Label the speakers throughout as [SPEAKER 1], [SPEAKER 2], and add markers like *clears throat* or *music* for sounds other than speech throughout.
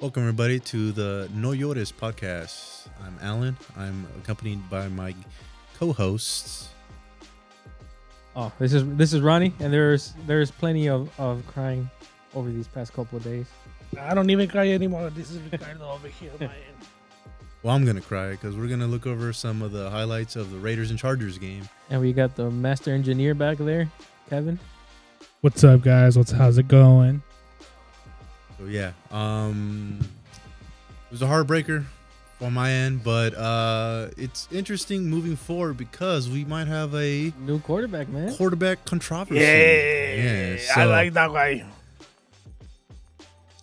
[SPEAKER 1] Welcome, everybody, to the No Yores podcast. I'm Alan. I'm accompanied by my co hosts.
[SPEAKER 2] Oh, this is this is Ronnie, and there's there's plenty of, of crying over these past couple of days.
[SPEAKER 3] I don't even cry anymore. This is Ricardo over here. *laughs* My end.
[SPEAKER 1] Well, I'm going to cry because we're going to look over some of the highlights of the Raiders and Chargers game.
[SPEAKER 2] And we got the master engineer back there, Kevin.
[SPEAKER 4] What's up, guys? What's how's it going?
[SPEAKER 1] So, yeah, um, it was a heartbreaker on my end, but uh, it's interesting moving forward because we might have a
[SPEAKER 2] New quarterback, man.
[SPEAKER 1] quarterback controversy. Yeah,
[SPEAKER 3] Yeah, I
[SPEAKER 1] so-
[SPEAKER 3] like that guy.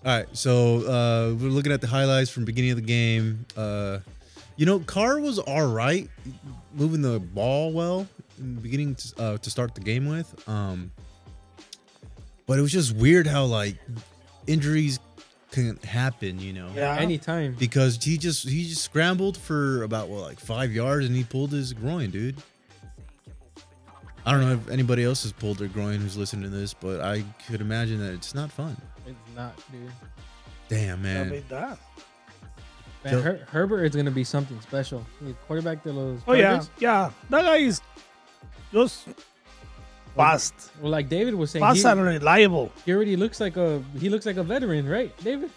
[SPEAKER 1] All right, so uh, we're looking at the highlights from beginning of the game. Uh, you know, Carr was all right, moving the ball well in the beginning to, uh, to start the game with. Um, but it was just weird how like injuries can happen, you know.
[SPEAKER 3] Yeah,
[SPEAKER 2] Anytime.
[SPEAKER 1] Because he just he just scrambled for about what like five yards and he pulled his groin, dude. I don't know if anybody else has pulled their groin who's listening to this, but I could imagine that it's not fun.
[SPEAKER 2] It's not, dude.
[SPEAKER 1] Damn
[SPEAKER 3] I
[SPEAKER 1] man.
[SPEAKER 3] made that.
[SPEAKER 2] Man,
[SPEAKER 1] So-
[SPEAKER 2] Her- Herbert is gonna be something special. The quarterback de los.
[SPEAKER 3] Oh yeah,
[SPEAKER 2] Chargers.
[SPEAKER 3] yeah. That guy is just fast,
[SPEAKER 2] Well, like David was saying,
[SPEAKER 3] fast
[SPEAKER 2] he,
[SPEAKER 3] and reliable.
[SPEAKER 2] he already looks like a he looks like a veteran, right, David?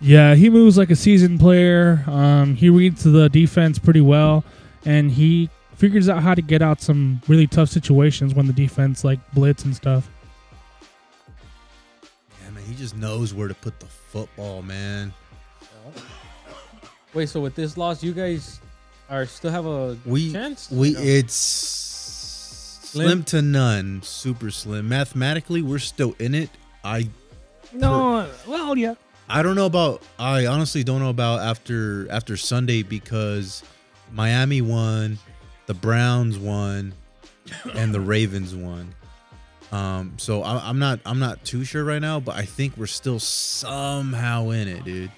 [SPEAKER 4] Yeah, he moves like a seasoned player. Um, he reads the defense pretty well, and he figures out how to get out some really tough situations when the defense like blitz and stuff.
[SPEAKER 1] Yeah, man, he just knows where to put the football, man.
[SPEAKER 2] Wait, so with this loss, you guys are still have a
[SPEAKER 1] We
[SPEAKER 2] chance?
[SPEAKER 1] we
[SPEAKER 2] No.
[SPEAKER 1] it's slim.
[SPEAKER 2] Slim?
[SPEAKER 1] to none, super slim. Mathematically, we're still in it. I
[SPEAKER 3] No, well, yeah.
[SPEAKER 1] I don't know about I honestly don't know about after after Sunday because Miami won, the Browns won, and the Ravens won. Um, so I, I'm not I'm not too sure right now, but I think we're still somehow in it, dude.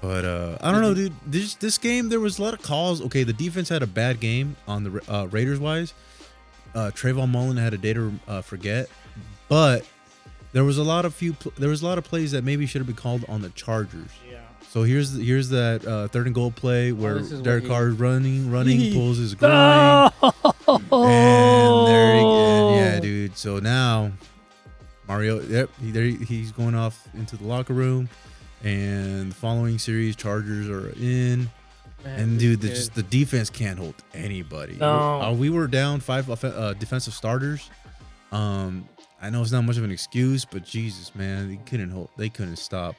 [SPEAKER 1] But uh, I don't know, dude. This this game there was a lot of calls. Okay, the defense had a bad game on the uh, Raiders wise. Uh, Trayvon Mullen had a day to uh, forget, but there was a lot of few. Pl- there was a lot of plays that maybe should have been called on the Chargers.
[SPEAKER 3] Yeah.
[SPEAKER 1] So here's the, here's that uh, third and goal play where
[SPEAKER 2] Oh, this is where
[SPEAKER 1] Derek
[SPEAKER 2] he-
[SPEAKER 1] Carr is running,
[SPEAKER 2] *laughs*
[SPEAKER 1] running, pulls his groin, and there, he, and
[SPEAKER 3] Oh,
[SPEAKER 1] yeah, dude. So now Mario, yep, he, there, he's going off into the locker room, and the following series Chargers are in.
[SPEAKER 2] Man,
[SPEAKER 1] And
[SPEAKER 2] this
[SPEAKER 1] dude, the,
[SPEAKER 2] kid-
[SPEAKER 1] just the defense can't hold anybody.
[SPEAKER 3] No.
[SPEAKER 1] Uh, we were down five off- uh, defensive starters. Um, I know it's not much of an excuse, but Jesus, man, they couldn't hold. They couldn't stop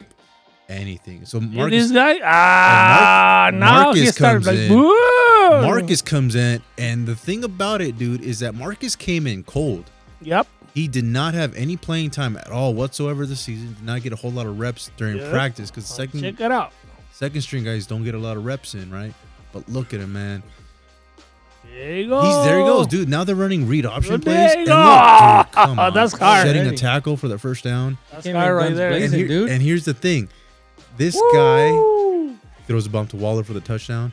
[SPEAKER 1] anything. So
[SPEAKER 3] this
[SPEAKER 1] Marcus,
[SPEAKER 3] guy. Ah,
[SPEAKER 1] Mar-
[SPEAKER 3] now he
[SPEAKER 1] Marcus
[SPEAKER 3] started
[SPEAKER 1] comes
[SPEAKER 3] like.
[SPEAKER 1] in.
[SPEAKER 3] "Whoa."
[SPEAKER 1] Marcus comes in, and the thing about it, dude, is that Marcus came in cold.
[SPEAKER 3] Yep.
[SPEAKER 1] He did not have any playing time at all whatsoever this season. Did not get a whole lot of reps during
[SPEAKER 3] Yeah.
[SPEAKER 1] practice because second
[SPEAKER 3] Oh, Check it out.
[SPEAKER 1] second string guys don't get a lot of reps in, right? But look at him, man.
[SPEAKER 3] There you go.
[SPEAKER 1] He's there he goes, dude. Now they're running read option
[SPEAKER 3] There
[SPEAKER 1] plays.
[SPEAKER 3] you
[SPEAKER 1] And
[SPEAKER 3] go.
[SPEAKER 1] look, dude, come on.
[SPEAKER 3] Ah, That's hard.
[SPEAKER 1] Setting a
[SPEAKER 2] Already.
[SPEAKER 1] tackle for the first down.
[SPEAKER 3] That's
[SPEAKER 2] Came
[SPEAKER 3] guy
[SPEAKER 2] in
[SPEAKER 3] right
[SPEAKER 2] guns
[SPEAKER 3] there.
[SPEAKER 1] And,
[SPEAKER 2] blazing. Amazing,
[SPEAKER 1] here-
[SPEAKER 2] dude.
[SPEAKER 1] and here's the thing. This guy
[SPEAKER 3] Woo.
[SPEAKER 1] throws a bump to Waller for the touchdown.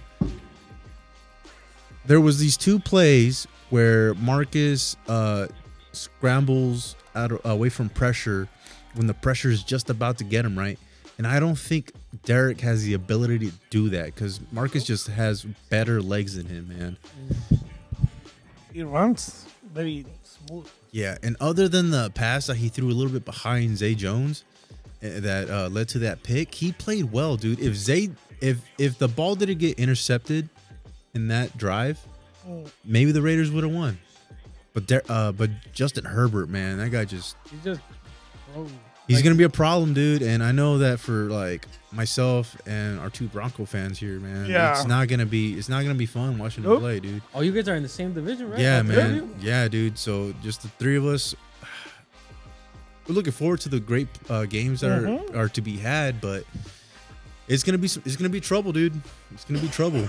[SPEAKER 1] There was these two plays where Marcus uh, scrambles out of, away from pressure when the pressure is just about to get him right. And I don't think Derek has the ability to do that because Marcus just has better legs than him, man.
[SPEAKER 3] He runs very smooth.
[SPEAKER 1] Yeah, and other than the pass that he threw a little bit behind Zay Jones, eh, that uh, led to that pick, he played well, dude. If Zay, if if the ball didn't get intercepted in that drive,
[SPEAKER 3] Mm.
[SPEAKER 1] maybe the Raiders would have won. But there, uh, but Justin Herbert, man, that guy just
[SPEAKER 2] He's just. Oh,
[SPEAKER 1] he's
[SPEAKER 2] like,
[SPEAKER 1] gonna be a problem, dude. And I know that for like myself and our two Bronco fans here, man,
[SPEAKER 3] Yeah.
[SPEAKER 1] it's not gonna be it's not gonna be fun watching him
[SPEAKER 3] Nope.
[SPEAKER 1] play, dude.
[SPEAKER 2] Oh, you guys are in the same division, right?
[SPEAKER 1] Yeah,
[SPEAKER 2] All three of
[SPEAKER 1] man.
[SPEAKER 2] you?
[SPEAKER 1] Yeah, dude. So just the three of us. *sighs* We're looking forward to the great uh, games that
[SPEAKER 3] Mhm.
[SPEAKER 1] are, are to be had, but it's gonna be some- it's gonna be trouble, dude. It's gonna be trouble.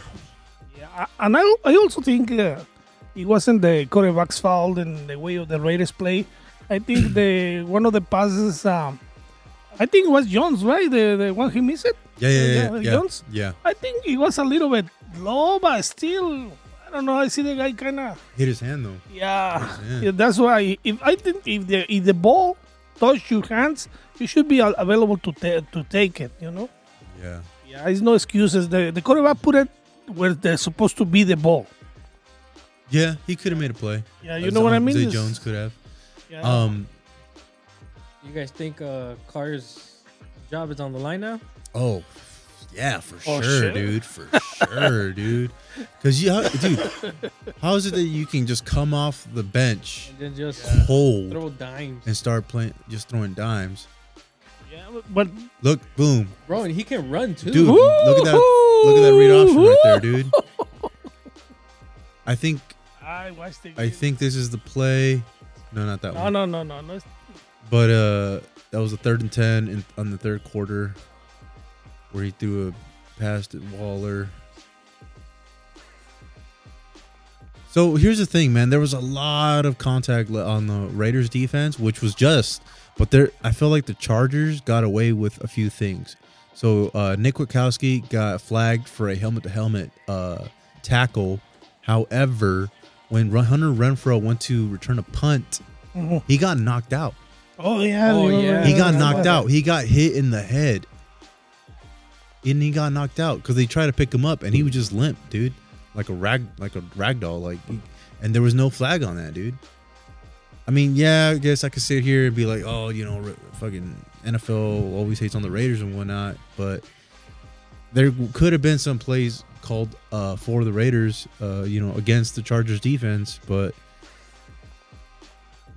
[SPEAKER 3] Yeah, I- and I, I also think uh, it wasn't the quarterback's fault and the way of the Raiders play. I think the one of the passes, um, I think it was Jones, right? The, the one he missed it.
[SPEAKER 1] Yeah, yeah, yeah, yeah.
[SPEAKER 3] Yeah,
[SPEAKER 1] yeah,
[SPEAKER 3] Jones?
[SPEAKER 1] yeah.
[SPEAKER 3] I think it was a little bit low, but still, I don't know. I see the guy kind of
[SPEAKER 1] Hit his hand though.
[SPEAKER 3] yeah.
[SPEAKER 1] Yeah.
[SPEAKER 3] yeah. That's why if I think if the if the ball touch your hands, you should be al- available to ta- to take it. You know.
[SPEAKER 1] Yeah.
[SPEAKER 3] Yeah, it's no excuses. The the quarterback put it where they're supposed to be the ball.
[SPEAKER 1] Yeah, he could have made a play.
[SPEAKER 3] Yeah, you know what I mean.
[SPEAKER 1] Zay
[SPEAKER 3] It's-
[SPEAKER 1] Jones could have.
[SPEAKER 3] yeah.
[SPEAKER 1] Um.
[SPEAKER 2] You guys think uh, Carr's job is on the line now?
[SPEAKER 1] Oh, yeah, for
[SPEAKER 3] Oh,
[SPEAKER 1] sure,
[SPEAKER 3] sure.
[SPEAKER 1] dude. For
[SPEAKER 3] *laughs*
[SPEAKER 1] sure, dude. Because you, dude, how is it that you can just come off the bench
[SPEAKER 2] And then just
[SPEAKER 1] cold
[SPEAKER 2] throw dimes,
[SPEAKER 1] and start playing, just throwing dimes?
[SPEAKER 3] yeah, but
[SPEAKER 1] Look, boom,
[SPEAKER 2] bro, and he can run too.
[SPEAKER 1] dude. Look at that. Look at that read option right there, dude. I think
[SPEAKER 3] I watched the
[SPEAKER 1] I
[SPEAKER 3] game.
[SPEAKER 1] think this is the play. No, not that
[SPEAKER 3] No,
[SPEAKER 1] one.
[SPEAKER 3] no, no, no, no.
[SPEAKER 1] But uh, that was a third and ten in, on the third quarter, where he threw a pass to Waller. So here's the thing, man. There was a lot of contact le- on the Raiders defense, which was just. But there, I feel like the Chargers got away with a few things. So uh, Nick Witkowski got flagged for a helmet-to-helmet uh, tackle. However, when Run- Hunter Renfro went to return a punt,
[SPEAKER 3] Mhm.
[SPEAKER 1] he got knocked out.
[SPEAKER 3] Oh yeah.
[SPEAKER 2] Oh,
[SPEAKER 3] you know,
[SPEAKER 2] yeah.
[SPEAKER 1] He got
[SPEAKER 3] yeah,
[SPEAKER 1] knocked
[SPEAKER 3] yeah.
[SPEAKER 1] out. He got hit in the head. And he got knocked out because they tried to pick him up and he was just limp, dude. Like a rag like a rag doll. Like and there was no flag on that, dude. I mean, yeah, I guess I could sit here and be like, oh, you know, r- fucking NFL always hates on the Raiders and whatnot, but there could have been some plays called uh, for the Raiders, uh, you know, against the Chargers defense, but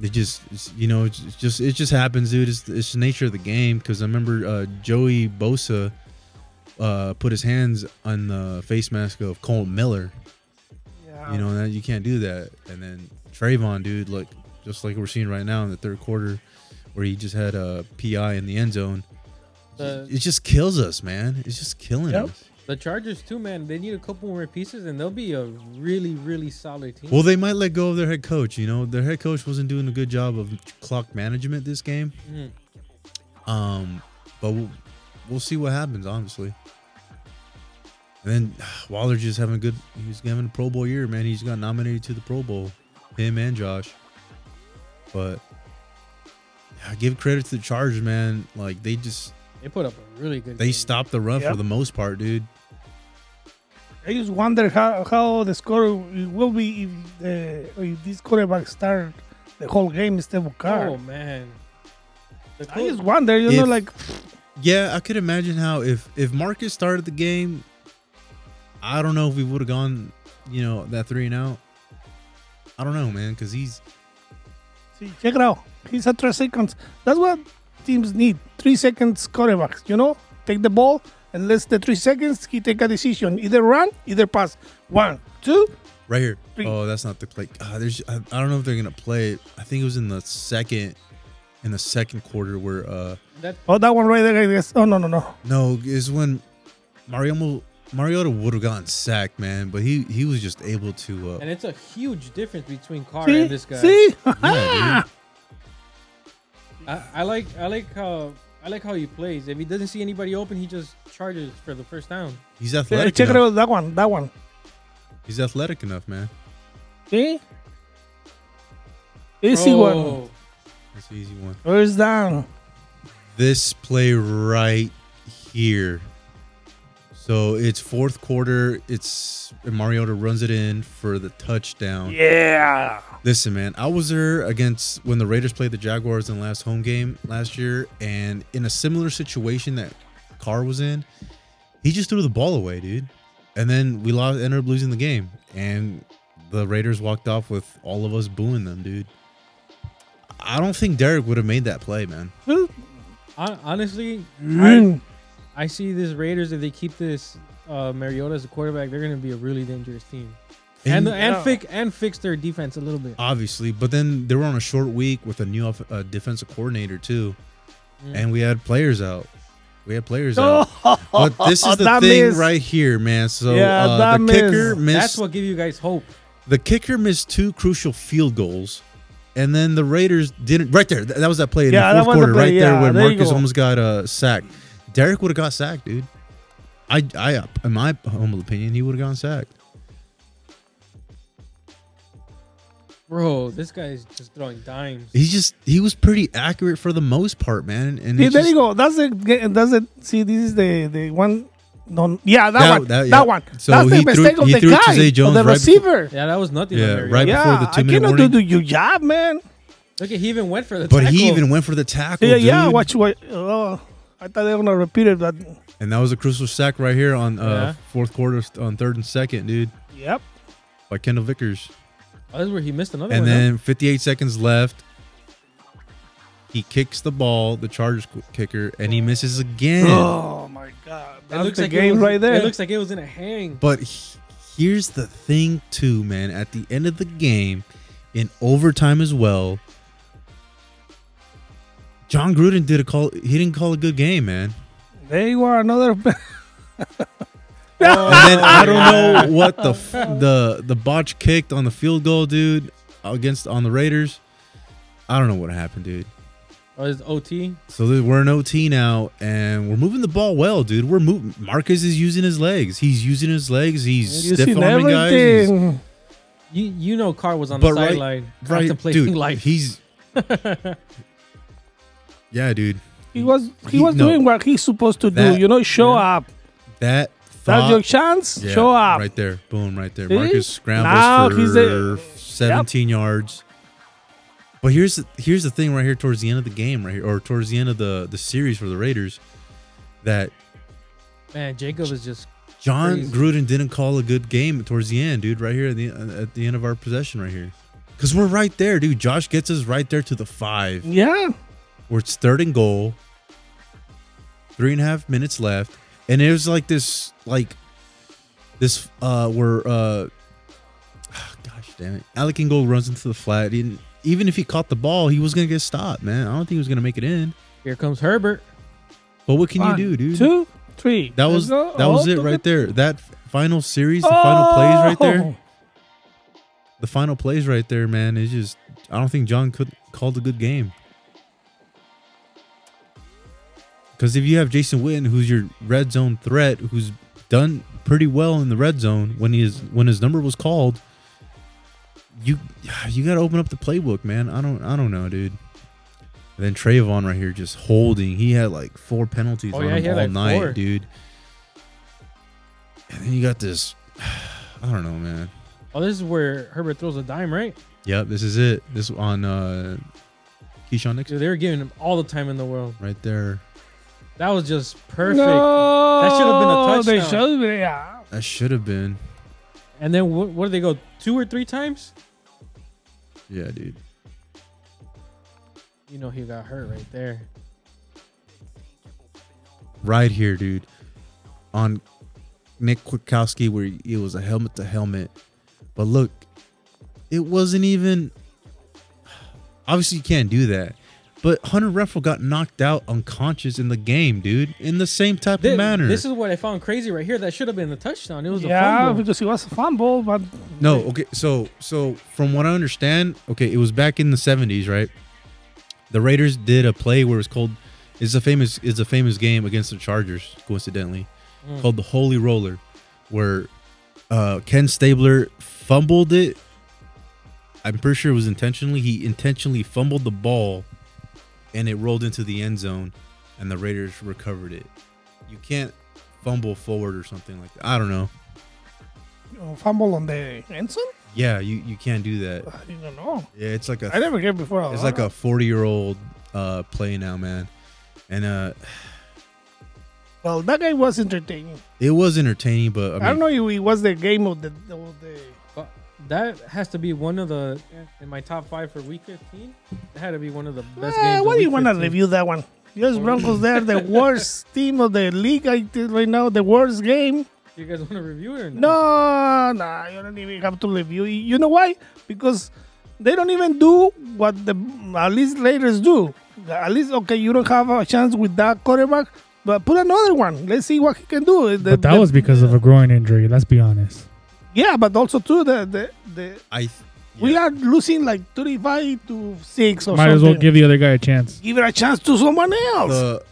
[SPEAKER 1] they just, it's- you know, it's it's just it just happens, dude. It's, it's the nature of the game. Because I remember uh, Joey Bosa uh, put his hands on the face mask of Cole Miller.
[SPEAKER 3] Yeah.
[SPEAKER 1] You know, that you can't do that. And then Trayvon, dude, look, just like we're seeing right now in the third quarter, where he just had a PI in the end zone.
[SPEAKER 2] The-
[SPEAKER 1] it just kills us, man. It's just killing
[SPEAKER 3] Yep.
[SPEAKER 1] us.
[SPEAKER 2] The Chargers too, man. They need a couple more pieces, and they'll be a really, really solid team.
[SPEAKER 1] Well, they might let go of their head coach. You know, their head coach wasn't doing a good job of clock management this game.
[SPEAKER 2] Mhm.
[SPEAKER 1] Um, but we'll, we'll see what happens, honestly. And then *sighs* Waller just having a good. He's having a Pro Bowl year, man. He's got nominated to the Pro Bowl, him and Josh. But I give credit to the Chargers, man. Like they just
[SPEAKER 2] They put up a really good.
[SPEAKER 1] they
[SPEAKER 2] game.
[SPEAKER 1] stopped the run for
[SPEAKER 3] Yep.
[SPEAKER 1] the most part, dude.
[SPEAKER 3] I just wonder how, how the score will be if, the, if this quarterback start the whole game instead of Carr.
[SPEAKER 2] Oh man. The
[SPEAKER 3] I just
[SPEAKER 2] Colts-
[SPEAKER 3] wonder, you know,
[SPEAKER 1] If-
[SPEAKER 3] like
[SPEAKER 1] Yeah, I could imagine how if if Marcus started the game, I don't know if we would have gone, you know, that three and out. I don't know, man, because he's
[SPEAKER 3] see, check it out. He's at three seconds. That's what teams need. Three seconds quarterbacks, you know? Take the ball, and less than three seconds, he take a decision. Either run, either pass. One, two.
[SPEAKER 1] Right here.
[SPEAKER 3] Three.
[SPEAKER 1] Oh, that's not the play. God, there's. I, I don't know if they're gonna play it. I think it was in the second, in the second quarter where. uh
[SPEAKER 2] That
[SPEAKER 3] Oh, that one right there, I guess. Oh, no, no, no.
[SPEAKER 1] No, is when Mario Mariota would have gotten sacked, man. But he he was just able to.
[SPEAKER 2] and
[SPEAKER 1] Uh,
[SPEAKER 2] it's a huge difference between Carr
[SPEAKER 3] See?
[SPEAKER 2] and this guy.
[SPEAKER 3] See? *laughs* Ah!
[SPEAKER 1] yeah,
[SPEAKER 2] I, I like I like how I like how he plays. If he doesn't see anybody open, he just charges for the first down.
[SPEAKER 1] dude. He's
[SPEAKER 3] Yeah,
[SPEAKER 1] athletic.
[SPEAKER 3] check it
[SPEAKER 1] Enough.
[SPEAKER 3] out, that one, that one.
[SPEAKER 1] He's athletic enough, man.
[SPEAKER 3] See?
[SPEAKER 1] Oh.
[SPEAKER 3] Easy one.
[SPEAKER 2] Bro,
[SPEAKER 1] That's an easy one.
[SPEAKER 3] First down.
[SPEAKER 1] this play right here. So it's fourth quarter. It's and Mariota runs it in for the touchdown.
[SPEAKER 3] Yeah.
[SPEAKER 1] Listen, man, I was there against when the Raiders played the Jaguars in the last home game last year, and in a similar situation that Carr was in, he just threw the ball away, dude. And then we lost, ended up losing the game, and the Raiders walked off with all of us booing them, dude. I don't think Derek would have made that play, man.
[SPEAKER 2] hon- honestly,
[SPEAKER 3] Mm.
[SPEAKER 2] I see this Raiders if they keep this uh, Mariota as a quarterback, they're going to be a really dangerous team. And and,
[SPEAKER 3] Yeah.
[SPEAKER 2] fix and fix their defense a little bit.
[SPEAKER 1] obviously. But then they were on a short week with a new off- uh, defensive coordinator too,
[SPEAKER 2] Mm.
[SPEAKER 1] and we had players out. We had players out.
[SPEAKER 3] Oh,
[SPEAKER 1] But
[SPEAKER 3] *laughs*
[SPEAKER 1] this is the
[SPEAKER 3] that
[SPEAKER 1] thing
[SPEAKER 3] miss.
[SPEAKER 1] right here, man. So
[SPEAKER 3] Yeah,
[SPEAKER 1] uh,
[SPEAKER 3] that
[SPEAKER 1] the
[SPEAKER 3] miss.
[SPEAKER 1] kicker missed.
[SPEAKER 2] That's what give you guys hope.
[SPEAKER 1] the kicker missed two crucial field goals, and then the Raiders didn't. Right there, th- that was that play in
[SPEAKER 3] Yeah, that
[SPEAKER 1] the
[SPEAKER 3] was
[SPEAKER 1] fourth
[SPEAKER 3] the
[SPEAKER 1] quarter,
[SPEAKER 3] play.
[SPEAKER 1] right there
[SPEAKER 3] Yeah,
[SPEAKER 1] when
[SPEAKER 3] there you
[SPEAKER 1] Marcus
[SPEAKER 3] go.
[SPEAKER 1] almost got uh, sacked. Derek would have got sacked, dude. I, I, in my humble opinion, he would have gone sacked.
[SPEAKER 2] Bro, this guy is just throwing dimes.
[SPEAKER 1] He just he was pretty accurate for the most part, man. And
[SPEAKER 3] See,
[SPEAKER 1] it's
[SPEAKER 3] there
[SPEAKER 1] just-
[SPEAKER 3] you go. That's the ge- that's it. See, this is the the one. No, yeah, that,
[SPEAKER 1] That-
[SPEAKER 3] one.
[SPEAKER 1] that-
[SPEAKER 3] That,
[SPEAKER 1] yeah.
[SPEAKER 3] one.
[SPEAKER 1] So
[SPEAKER 3] that's
[SPEAKER 1] he
[SPEAKER 3] the
[SPEAKER 1] threw-
[SPEAKER 3] mistake of
[SPEAKER 1] he
[SPEAKER 3] the
[SPEAKER 1] threw
[SPEAKER 3] guy,
[SPEAKER 1] Chizay
[SPEAKER 3] of
[SPEAKER 1] Jones
[SPEAKER 3] the
[SPEAKER 1] right before-
[SPEAKER 3] receiver.
[SPEAKER 2] Yeah, that was nothing.
[SPEAKER 1] Yeah,
[SPEAKER 2] on there.
[SPEAKER 1] right-
[SPEAKER 3] yeah,
[SPEAKER 1] before the
[SPEAKER 3] I
[SPEAKER 1] two-minute
[SPEAKER 3] cannot
[SPEAKER 1] warning.
[SPEAKER 3] do, do your job, man.
[SPEAKER 2] Look at he even went for the.
[SPEAKER 1] but
[SPEAKER 2] tackle.
[SPEAKER 1] he even went for the tackle.
[SPEAKER 3] yeah, yeah.
[SPEAKER 1] dude.
[SPEAKER 3] Watch what. Oh, I thought they were gonna repeat it, but
[SPEAKER 1] And that was a crucial sack right here on uh, fourth quarter st- on third and second, dude,
[SPEAKER 3] yep.
[SPEAKER 1] by Kendall Vickers.
[SPEAKER 2] Oh, that's where he missed another
[SPEAKER 1] And
[SPEAKER 2] one. huh?
[SPEAKER 1] then 58 seconds left. He kicks the ball, the Chargers qu- kicker, and he misses again.
[SPEAKER 3] Oh my god,
[SPEAKER 2] It
[SPEAKER 3] that's
[SPEAKER 2] looks
[SPEAKER 3] the
[SPEAKER 2] like it
[SPEAKER 3] game
[SPEAKER 2] was-
[SPEAKER 3] right there.
[SPEAKER 2] It looks like it was in a hang.
[SPEAKER 1] But he- here's the thing, too, man. At the end of the game, in overtime as well, John Gruden did a call. He didn't call a good game, man.
[SPEAKER 3] there you are, another.
[SPEAKER 1] And
[SPEAKER 2] Oh,
[SPEAKER 1] then I don't know what the f- the the botch kicked on the field goal, dude, against on the Raiders. I don't know what happened, dude.
[SPEAKER 2] Oh, it's OT.
[SPEAKER 1] So th- we're in OT now, and we're moving the ball well, dude. We're moving. Marcus is using his legs. He's using his legs. He's
[SPEAKER 3] *laughs* you
[SPEAKER 1] stiff
[SPEAKER 3] seen
[SPEAKER 1] arming guys. He's-
[SPEAKER 3] everything.
[SPEAKER 2] You you know Carr was on
[SPEAKER 1] But
[SPEAKER 2] the
[SPEAKER 1] right-
[SPEAKER 2] sideline
[SPEAKER 1] right,
[SPEAKER 2] contemplating
[SPEAKER 1] dude,
[SPEAKER 2] life.
[SPEAKER 3] *laughs*
[SPEAKER 1] He's yeah, dude.
[SPEAKER 3] He was he,
[SPEAKER 1] He-
[SPEAKER 3] was
[SPEAKER 1] no.
[SPEAKER 3] doing what he's supposed to
[SPEAKER 1] That-
[SPEAKER 3] do. You know, show up.
[SPEAKER 1] That
[SPEAKER 3] That's
[SPEAKER 1] thought,
[SPEAKER 3] your chance.
[SPEAKER 1] Yeah,
[SPEAKER 3] show up.
[SPEAKER 1] right there. Boom, right there.
[SPEAKER 3] See?
[SPEAKER 1] Marcus
[SPEAKER 3] Now
[SPEAKER 1] scrambles
[SPEAKER 3] he's
[SPEAKER 1] for
[SPEAKER 3] a-
[SPEAKER 1] 17 yards. But here's the, here's the thing right here towards the end of the game right here, or towards the end of the the series for the Raiders, that
[SPEAKER 2] Man, Jacob is just
[SPEAKER 1] John
[SPEAKER 2] Crazy.
[SPEAKER 1] Gruden didn't call a good game towards the end, dude. Right here at the at the end of our possession, right here, because we're right there, dude. Josh gets us right there to the five.
[SPEAKER 3] Yeah.
[SPEAKER 1] Where it's third and goal. Three and a half minutes left, and it was like this, like this, uh, where, uh, *sighs* gosh, damn it, Alec Ingold runs into the flat. He didn't- even if he caught the ball, he was gonna get stopped, man. I don't think he was gonna make it in.
[SPEAKER 2] here comes Herbert.
[SPEAKER 1] But what can
[SPEAKER 3] One,
[SPEAKER 1] you do, dude?
[SPEAKER 3] Two, three.
[SPEAKER 1] That was
[SPEAKER 3] Let's go.
[SPEAKER 1] that was
[SPEAKER 3] Oh,
[SPEAKER 1] it
[SPEAKER 3] look
[SPEAKER 1] right
[SPEAKER 3] at-
[SPEAKER 1] there. That final series, the final plays right there.
[SPEAKER 3] Oh.
[SPEAKER 1] The final plays right there, man. It's just I don't think John could called a good game. Because if you have Jason Witten, who's your red zone threat, who's done pretty well in the red zone when he is when his number was called, you *sighs* you got to open up the playbook, man. I don't I don't know, dude. And then Trayvon right here just holding. He had like four penalties
[SPEAKER 2] Oh,
[SPEAKER 1] on
[SPEAKER 2] yeah,
[SPEAKER 1] him
[SPEAKER 2] he had
[SPEAKER 1] all
[SPEAKER 2] like
[SPEAKER 1] night,
[SPEAKER 2] four.
[SPEAKER 1] dude. And then you got this. *sighs* I don't know, man.
[SPEAKER 2] Oh, this is where Herbert throws a dime, right?
[SPEAKER 1] Yep, this is it. This on uh Keyshawn Nixon
[SPEAKER 2] Dude, they were giving him all the time in the world.
[SPEAKER 1] right there.
[SPEAKER 2] That was just perfect.
[SPEAKER 3] No,
[SPEAKER 2] That should have been a
[SPEAKER 3] They
[SPEAKER 2] touchdown.
[SPEAKER 3] should have been, yeah.
[SPEAKER 1] That should have been.
[SPEAKER 2] And then what, what did they go two or three times?
[SPEAKER 1] Yeah, dude.
[SPEAKER 2] You know he got hurt right there.
[SPEAKER 1] Right here, dude. On Nick Kwiatkowski where it was a helmet to helmet. But look, it wasn't even Obviously you can't do that. But Hunter Renfro got knocked out unconscious in the game, dude. In the same type
[SPEAKER 2] Thi-
[SPEAKER 1] of manner.
[SPEAKER 2] This is what I found crazy right here. That should have been the touchdown. It was a
[SPEAKER 3] Yeah,
[SPEAKER 2] fumble.
[SPEAKER 3] because it was a fumble, but
[SPEAKER 1] No, okay. So, so from what I understand, okay, it was back in the '70s, right? The Raiders did a play where it was called. It's a famous. It's a famous game against the Chargers, coincidentally, called the Holy Roller, where uh, Ken Stabler fumbled it. I'm pretty sure it was intentionally. He intentionally fumbled the ball, and it rolled into the end zone, and the Raiders recovered it. You can't fumble forward or something like that. I don't know.
[SPEAKER 3] uh, fumble on the end zone?
[SPEAKER 1] Yeah, you you can't do that.
[SPEAKER 3] I don't know.
[SPEAKER 1] Yeah, it's like
[SPEAKER 3] I
[SPEAKER 1] a
[SPEAKER 3] never heard before.
[SPEAKER 1] it's like a forty year old uh play now, man. And uh
[SPEAKER 3] Well, that guy was entertaining.
[SPEAKER 1] it was entertaining, but I,
[SPEAKER 3] I,
[SPEAKER 1] mean,
[SPEAKER 3] don't know if it was the game of the. Of the
[SPEAKER 2] But that has to be one of the in my top five for week 15. It had to be one of the best
[SPEAKER 3] Eh,
[SPEAKER 2] games. of
[SPEAKER 3] why do you
[SPEAKER 2] Week
[SPEAKER 3] want to
[SPEAKER 2] 15.
[SPEAKER 3] review that one? Yes, Broncos, they're the worst team of the league I think right now, the worst game.
[SPEAKER 2] You guys want to review it? Or
[SPEAKER 3] No, no, you don't even have to review. You know why? Because they don't even do what the at least Raiders do. At least okay, you don't have a chance with that quarterback, but put another one. Let's see what he can do. The-
[SPEAKER 4] but that
[SPEAKER 3] the-
[SPEAKER 4] was because of a groin injury. Let's be honest.
[SPEAKER 3] yeah, but also too the the, the
[SPEAKER 1] I th-
[SPEAKER 3] we
[SPEAKER 1] yeah.
[SPEAKER 3] are losing like thirty five to six or
[SPEAKER 4] Might
[SPEAKER 3] something.
[SPEAKER 4] as well give the other guy a chance.
[SPEAKER 3] give it a chance to someone else.
[SPEAKER 1] the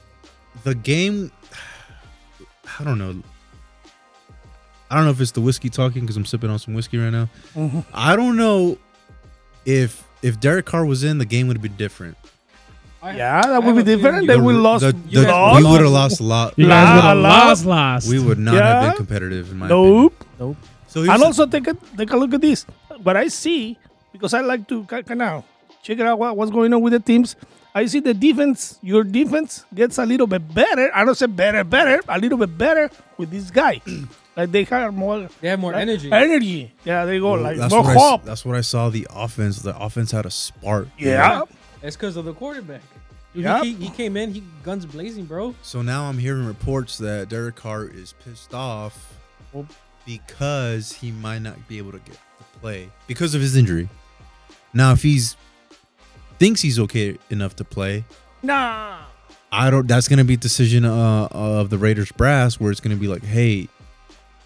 [SPEAKER 1] the game. *sighs* I don't know.
[SPEAKER 3] Mm-hmm.
[SPEAKER 1] I don't know if it's the whiskey talking because I'm sipping on some whiskey right now. I don't know if if Derek Carr was in, the game would have been different.
[SPEAKER 2] I-
[SPEAKER 3] Yeah,
[SPEAKER 2] I
[SPEAKER 3] that would
[SPEAKER 2] have
[SPEAKER 3] be
[SPEAKER 2] a feeling
[SPEAKER 3] different. They
[SPEAKER 1] The-
[SPEAKER 3] would lost.
[SPEAKER 1] the-
[SPEAKER 2] you
[SPEAKER 1] the-
[SPEAKER 2] guys
[SPEAKER 1] we
[SPEAKER 2] lost.
[SPEAKER 1] would have lost a
[SPEAKER 3] *laughs*
[SPEAKER 1] lot.
[SPEAKER 4] You
[SPEAKER 3] La-
[SPEAKER 4] guys would have
[SPEAKER 3] la-
[SPEAKER 4] lost, lost.
[SPEAKER 1] We would not have
[SPEAKER 3] Yeah.
[SPEAKER 1] been competitive in my opinion.
[SPEAKER 3] Nope.
[SPEAKER 2] Nope.
[SPEAKER 1] So
[SPEAKER 3] And
[SPEAKER 1] here's
[SPEAKER 3] also take a take a look at this. What I see, because I like to kind of check it out what, what's going on with the teams. I see the defense. Your defense gets a little bit better. I don't say better, better, a little bit better with this guy. like they have more
[SPEAKER 2] They have more
[SPEAKER 3] like,
[SPEAKER 2] energy.
[SPEAKER 3] Energy. Yeah, they go
[SPEAKER 1] Well,
[SPEAKER 3] like
[SPEAKER 1] that's
[SPEAKER 3] more
[SPEAKER 1] what I s-
[SPEAKER 3] hope.
[SPEAKER 1] that's what I saw. The offense, the offense had a spark. you know?
[SPEAKER 3] Yeah.
[SPEAKER 2] That's because of the quarterback. Dude,
[SPEAKER 3] Yep.
[SPEAKER 2] he, ca- he came in, he guns blazing, bro.
[SPEAKER 1] So now I'm hearing reports that Derek Carr is pissed off
[SPEAKER 2] Well-
[SPEAKER 1] because he might not be able to get to play because of his injury. Now, if he's thinks he's okay enough to play,
[SPEAKER 3] Nah.
[SPEAKER 1] I don't. That's gonna be a decision uh, of the Raiders brass, where it's gonna be like, hey,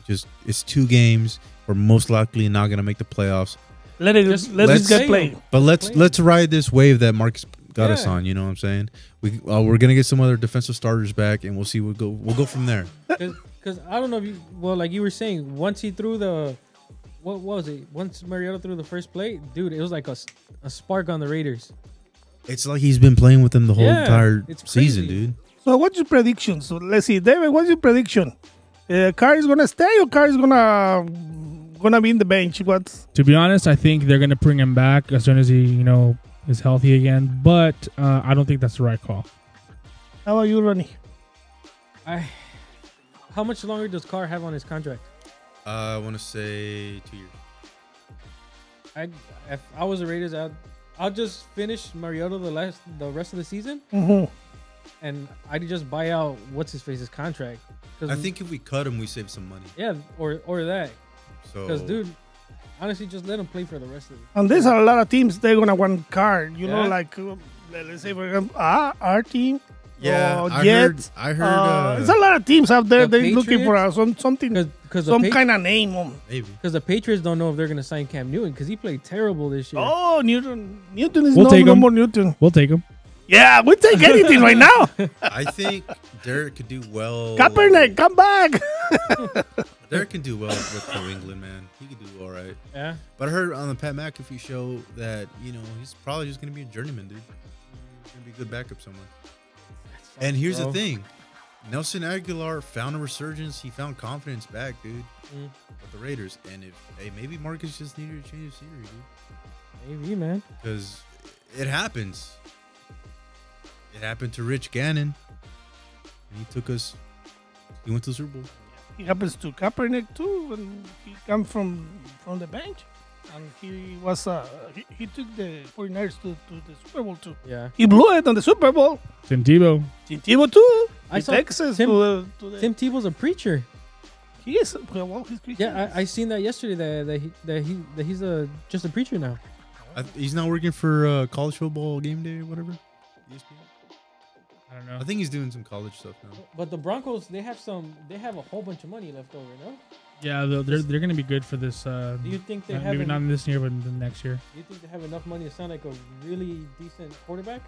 [SPEAKER 1] just it's two games. We're most likely not gonna make the playoffs,
[SPEAKER 3] Let it.
[SPEAKER 2] Just
[SPEAKER 3] let
[SPEAKER 1] let's-
[SPEAKER 3] this guy play.
[SPEAKER 1] but let's
[SPEAKER 2] Play.
[SPEAKER 1] let's ride this wave that Marcus got us
[SPEAKER 2] Yeah.
[SPEAKER 1] on. You know what I'm saying? We uh, we're gonna get some other defensive starters back, and we'll see. We'll go. We'll go from there.
[SPEAKER 2] Because I don't know if you, well, like you were saying, once he threw the, what was it? Once Mariota threw the first play, dude, it was like a, s- a spark on the Raiders.
[SPEAKER 1] It's like he's been playing with them the whole
[SPEAKER 2] Yeah,
[SPEAKER 1] entire
[SPEAKER 2] it's
[SPEAKER 1] season,
[SPEAKER 2] crazy.
[SPEAKER 1] dude.
[SPEAKER 3] So what's your prediction? So let's see, David. What's your prediction? Uh, Car is gonna stay or Car is gonna gonna be in the bench? What's
[SPEAKER 4] To be honest, I think they're gonna bring him back as soon as he, you know, is healthy again. But uh, I don't think that's the right call.
[SPEAKER 3] how are you, Ronnie?
[SPEAKER 2] I, how much longer does Carr have on his contract?
[SPEAKER 1] Uh, I want to say two years.
[SPEAKER 2] I, if I was the Raiders, I'd, I'll just finish Mariota the last, the rest of the season,
[SPEAKER 3] Mhm.
[SPEAKER 2] and I'd just buy out what's his face's contract. 'Cause-
[SPEAKER 1] I think if we cut him, we save some money.
[SPEAKER 2] yeah, or or that,
[SPEAKER 1] So,
[SPEAKER 2] because dude, honestly, just let him play for the rest of it.
[SPEAKER 3] And there's a lot of teams they're gonna want Car. You know,
[SPEAKER 2] Yeah.
[SPEAKER 3] like uh, let's say for example, our, our team.
[SPEAKER 1] yeah,
[SPEAKER 3] or
[SPEAKER 1] I heard.
[SPEAKER 3] Jets.
[SPEAKER 1] I heard.
[SPEAKER 3] Oh, Uh,
[SPEAKER 1] Uh,
[SPEAKER 3] there's a lot of teams out there.
[SPEAKER 2] the
[SPEAKER 3] they're looking for uh,
[SPEAKER 2] Patriots?
[SPEAKER 3] some something,
[SPEAKER 2] Because
[SPEAKER 3] some kind of name. On.
[SPEAKER 1] maybe.
[SPEAKER 2] Because the Patriots don't know if they're going to sign Cam Newton because he played terrible this year.
[SPEAKER 3] Oh, Newton. Newton is
[SPEAKER 4] We'll
[SPEAKER 3] no,
[SPEAKER 4] take
[SPEAKER 3] no
[SPEAKER 4] him.
[SPEAKER 3] more Newton.
[SPEAKER 4] We'll take him.
[SPEAKER 3] Yeah, we take anything right now.
[SPEAKER 1] I think Derek could do well.
[SPEAKER 3] Kaepernick, come back. *laughs*
[SPEAKER 1] Derek can do well with New England, man. He could do all right.
[SPEAKER 2] Yeah.
[SPEAKER 1] But I heard on the Pat McAfee show that you know he's probably just gonna be a journeyman, dude. He's gonna be a good backup somewhere. And here's the
[SPEAKER 2] Bro.
[SPEAKER 1] thing: Nelson Aguilar found a resurgence. He found confidence back, dude,
[SPEAKER 2] Mm.
[SPEAKER 1] with the Raiders. And if hey, maybe Marcus just needed to change his scenery, dude,
[SPEAKER 2] Maybe, man.
[SPEAKER 1] because it happens. It happened to Rich Gannon, and he took us. He went to the Super Bowl.
[SPEAKER 3] It happens to Kaepernick too, and he come from from the bench, and he was uh, he, he took the 49ers to, to the Super Bowl too.
[SPEAKER 2] Yeah.
[SPEAKER 3] He blew it on the Super Bowl.
[SPEAKER 4] Tim Tebow.
[SPEAKER 3] Tim Tebow too.
[SPEAKER 2] I
[SPEAKER 3] I
[SPEAKER 2] saw
[SPEAKER 3] Texas
[SPEAKER 2] Tim-
[SPEAKER 3] to, uh, to the.
[SPEAKER 2] Tim Tebow's a preacher.
[SPEAKER 3] He is well, well, he's Christian.
[SPEAKER 2] Yeah, I, I seen that yesterday that that he that he that he's a just a preacher now.
[SPEAKER 1] I, he's not working for uh, college football game day or whatever.
[SPEAKER 2] E
[SPEAKER 1] ESPN.
[SPEAKER 4] I don't know.
[SPEAKER 1] I think he's doing some college stuff now.
[SPEAKER 2] But the Broncos, they have some, they have a whole bunch of money left over. No,
[SPEAKER 4] Yeah, they're they're, they're gonna be good for this. Uh,
[SPEAKER 2] do you think they
[SPEAKER 4] uh,
[SPEAKER 2] have?
[SPEAKER 4] maybe
[SPEAKER 2] en-
[SPEAKER 4] not in this year, but in the next year.
[SPEAKER 2] do you think they have enough money to sound like a really decent quarterback?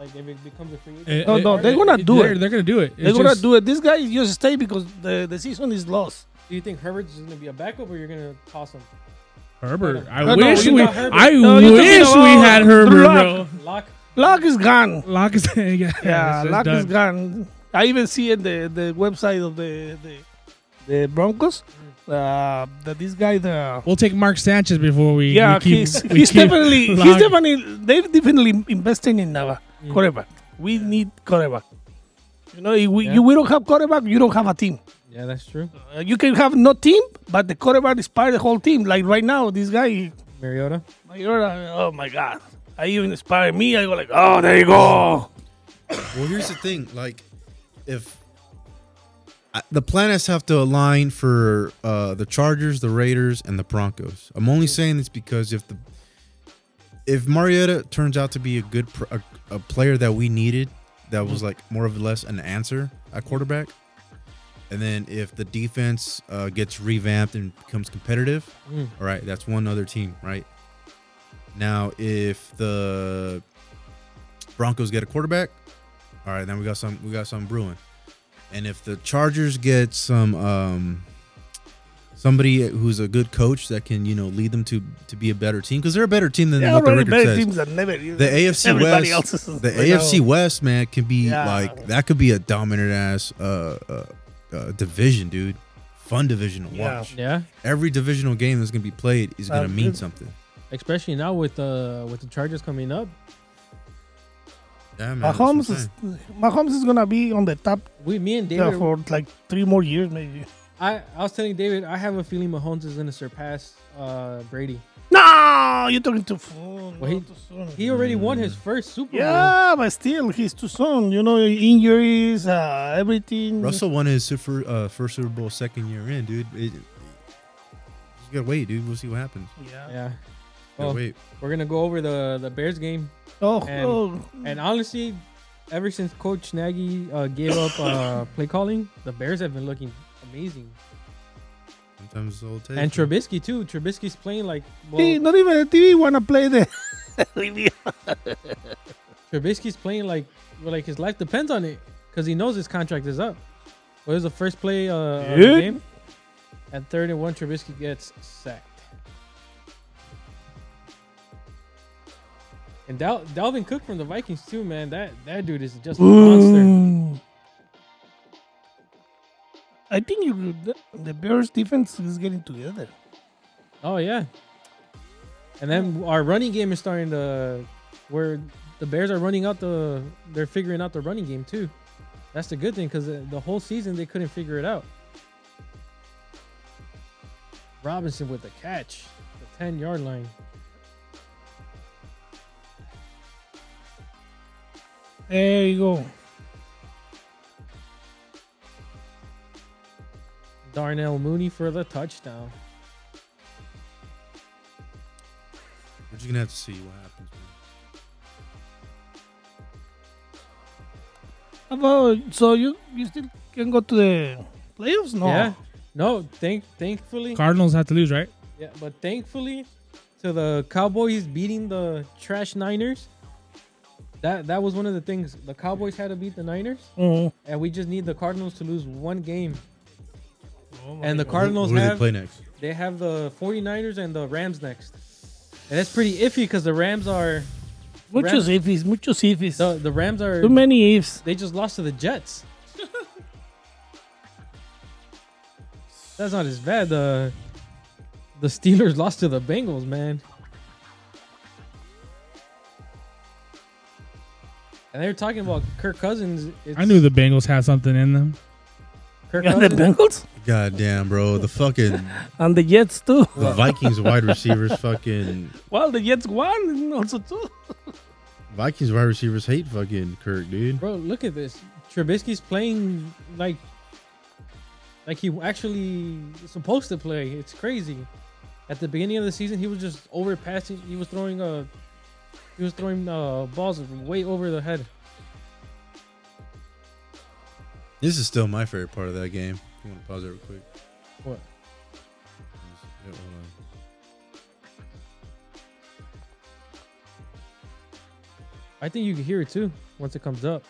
[SPEAKER 2] Like if it becomes a free agent?
[SPEAKER 4] Eh,
[SPEAKER 3] No,
[SPEAKER 4] eh,
[SPEAKER 3] no,
[SPEAKER 4] eh,
[SPEAKER 3] they're gonna
[SPEAKER 4] eh,
[SPEAKER 3] do
[SPEAKER 4] they're,
[SPEAKER 3] it.
[SPEAKER 4] They're gonna do it.
[SPEAKER 3] They're gonna do it. This guy is just stay because the, the season is lost.
[SPEAKER 2] do you think Herbert's going to be a backup or you're going to toss him?
[SPEAKER 4] Herbert. I
[SPEAKER 3] No, no,
[SPEAKER 4] wish
[SPEAKER 3] you
[SPEAKER 4] we.
[SPEAKER 2] got Herbert.
[SPEAKER 4] I
[SPEAKER 3] No, you
[SPEAKER 4] wish
[SPEAKER 3] talking
[SPEAKER 4] we
[SPEAKER 3] about
[SPEAKER 4] had Herbert, bro.
[SPEAKER 3] Luck.
[SPEAKER 2] Lock.
[SPEAKER 3] Lock is gone.
[SPEAKER 4] Lock *laughs* is yeah.
[SPEAKER 3] Yeah,
[SPEAKER 4] it's- it's
[SPEAKER 3] Lock is
[SPEAKER 4] done.
[SPEAKER 3] gone. I even see in the, the website of the the, the Broncos uh, that this guy the
[SPEAKER 4] We'll take Mark Sanchez before we.
[SPEAKER 3] yeah
[SPEAKER 4] we keep,
[SPEAKER 3] he's,
[SPEAKER 4] we
[SPEAKER 3] he's
[SPEAKER 4] keep
[SPEAKER 3] definitely he's
[SPEAKER 4] Lock.
[SPEAKER 3] definitely they've definitely investing in uh,
[SPEAKER 4] Mm.
[SPEAKER 3] quarterback. We need quarterback. You know, if we,
[SPEAKER 2] Yeah.
[SPEAKER 3] you we don't have quarterback, you don't have a team.
[SPEAKER 2] Yeah, that's true.
[SPEAKER 3] Uh, you can have no team, but the quarterback is part of the whole team. Like right now, this guy,
[SPEAKER 2] Mariota.
[SPEAKER 3] Mayorga, oh my god, I even inspired me. I go like, oh, there you go.
[SPEAKER 1] Well, here's the thing: like, if I, the planets have to align for uh, the Chargers, the Raiders, and the Broncos, I'm only saying this because if the if Mariota turns out to be a good pr- a, a player that we needed, that was like more or less an answer at quarterback, and then if the defense uh, gets revamped and becomes competitive,
[SPEAKER 2] Mm.
[SPEAKER 1] all right, that's one other team, right? Now, if the Broncos get a quarterback, all right, then we got some we got some brewing. And if the Chargers get some um somebody who's a good coach that can you know lead them to to be a better team because they're a better team than
[SPEAKER 3] There
[SPEAKER 1] what
[SPEAKER 3] are
[SPEAKER 1] the
[SPEAKER 3] already
[SPEAKER 1] record
[SPEAKER 3] better
[SPEAKER 1] says.
[SPEAKER 3] teams that never.
[SPEAKER 1] The AFC West,
[SPEAKER 3] everybody else is
[SPEAKER 1] the AFC West, man, can be
[SPEAKER 3] Yeah.
[SPEAKER 1] like that. Could be a dominant ass uh, uh, uh, division, dude. Fun division to
[SPEAKER 3] Yeah.
[SPEAKER 1] watch.
[SPEAKER 2] Yeah,
[SPEAKER 1] Every divisional game that's gonna be played is gonna
[SPEAKER 3] Uh,
[SPEAKER 1] mean
[SPEAKER 3] dude.
[SPEAKER 1] something.
[SPEAKER 2] especially now with the with the Chargers coming up,
[SPEAKER 1] Yeah, man. that's what I'm
[SPEAKER 3] Mahomes is
[SPEAKER 1] saying.
[SPEAKER 3] Mahomes is gonna be on the top
[SPEAKER 2] we me and
[SPEAKER 3] uh,
[SPEAKER 2] David.
[SPEAKER 3] for like three more years maybe.
[SPEAKER 2] I I was telling David I have a feeling Mahomes is gonna surpass uh, Brady.
[SPEAKER 3] No, you're talking too soon.
[SPEAKER 2] Well, he-
[SPEAKER 3] no, too soon.
[SPEAKER 2] He already won his first Super Bowl.
[SPEAKER 3] yeah, but still, he's too soon. You know, injuries, uh, everything.
[SPEAKER 1] Russell won his super, uh, first Super Bowl second year in, dude. It, you gotta wait, dude. We'll see what happens.
[SPEAKER 3] Yeah.
[SPEAKER 2] Yeah.
[SPEAKER 1] Gotta
[SPEAKER 2] Well,
[SPEAKER 1] wait.
[SPEAKER 2] we're gonna go over the the Bears game,
[SPEAKER 3] Oh,
[SPEAKER 2] And-
[SPEAKER 3] oh,
[SPEAKER 2] and honestly, ever since Coach Nagy uh, gave up uh, play calling, the Bears have been looking amazing.
[SPEAKER 1] Sometimes it's all it takes.
[SPEAKER 2] And Trubisky too. Trubisky's playing like
[SPEAKER 3] see,
[SPEAKER 2] well,
[SPEAKER 3] not even the TV wanna play *laughs* the.
[SPEAKER 2] Trubisky's playing like well, like his life depends on it because he knows his contract is up. What is the first play uh, of the
[SPEAKER 3] Dude.
[SPEAKER 2] game? And third and one, Trubisky gets sacked. And Dal- Dalvin Cook from the Vikings too, man. That that dude is just a monster.
[SPEAKER 3] Ooh. I think you, the, the Bears defense is getting together.
[SPEAKER 2] Oh yeah. And then our running game is starting to where the Bears are running out the they're figuring out the running game too. That's the good thing because the, the whole season they couldn't figure it out. Robinson with the catch, the ten yard line.
[SPEAKER 3] There you go.
[SPEAKER 2] Darnell Mooney for the touchdown.
[SPEAKER 1] We're just gonna have to see what happens. man.
[SPEAKER 3] How About, so you you still can go to the playoffs? No.
[SPEAKER 2] Yeah. No, thank thankfully.
[SPEAKER 4] Cardinals have to lose, right?
[SPEAKER 2] Yeah, but thankfully to the Cowboys beating the trash Niners. That that was one of the things. The Cowboys had to beat the Niners.
[SPEAKER 3] Oh.
[SPEAKER 2] and we just need the Cardinals to lose one game.
[SPEAKER 3] my
[SPEAKER 2] and the
[SPEAKER 1] Who-
[SPEAKER 2] Cardinals
[SPEAKER 1] Who, do they
[SPEAKER 2] have
[SPEAKER 1] play
[SPEAKER 2] they,
[SPEAKER 1] next?
[SPEAKER 2] have the 49ers and the Rams next. And that's pretty iffy because the Rams are
[SPEAKER 3] Muchos ifs, muchos ifs.
[SPEAKER 2] the, the Rams are
[SPEAKER 3] Too many *laughs* ifs.
[SPEAKER 2] they just lost to the Jets. that's not as bad. The the Steelers lost to the Bengals, man. And they were talking about Kirk Cousins. It's
[SPEAKER 4] I knew the Bengals had something in them.
[SPEAKER 2] Kirk
[SPEAKER 3] And the
[SPEAKER 2] Cousins.
[SPEAKER 3] Bengals
[SPEAKER 1] God damn, bro. The fucking
[SPEAKER 3] and the Jets too. *laughs*
[SPEAKER 1] the Vikings wide receivers fucking
[SPEAKER 3] Well, the Jets won also too.
[SPEAKER 1] Vikings wide receivers hate fucking Kirk, dude.
[SPEAKER 2] Bro, look at this. Trubisky's playing like like he actually is supposed to play. It's crazy. At the beginning of the season, he was just overpassing. He was throwing uh he was throwing uh balls way over the head.
[SPEAKER 1] This is still my favorite part of that game. If you want to pause it real quick.
[SPEAKER 2] What?
[SPEAKER 1] Yeah, hold on.
[SPEAKER 2] I think you can hear it too once it comes up.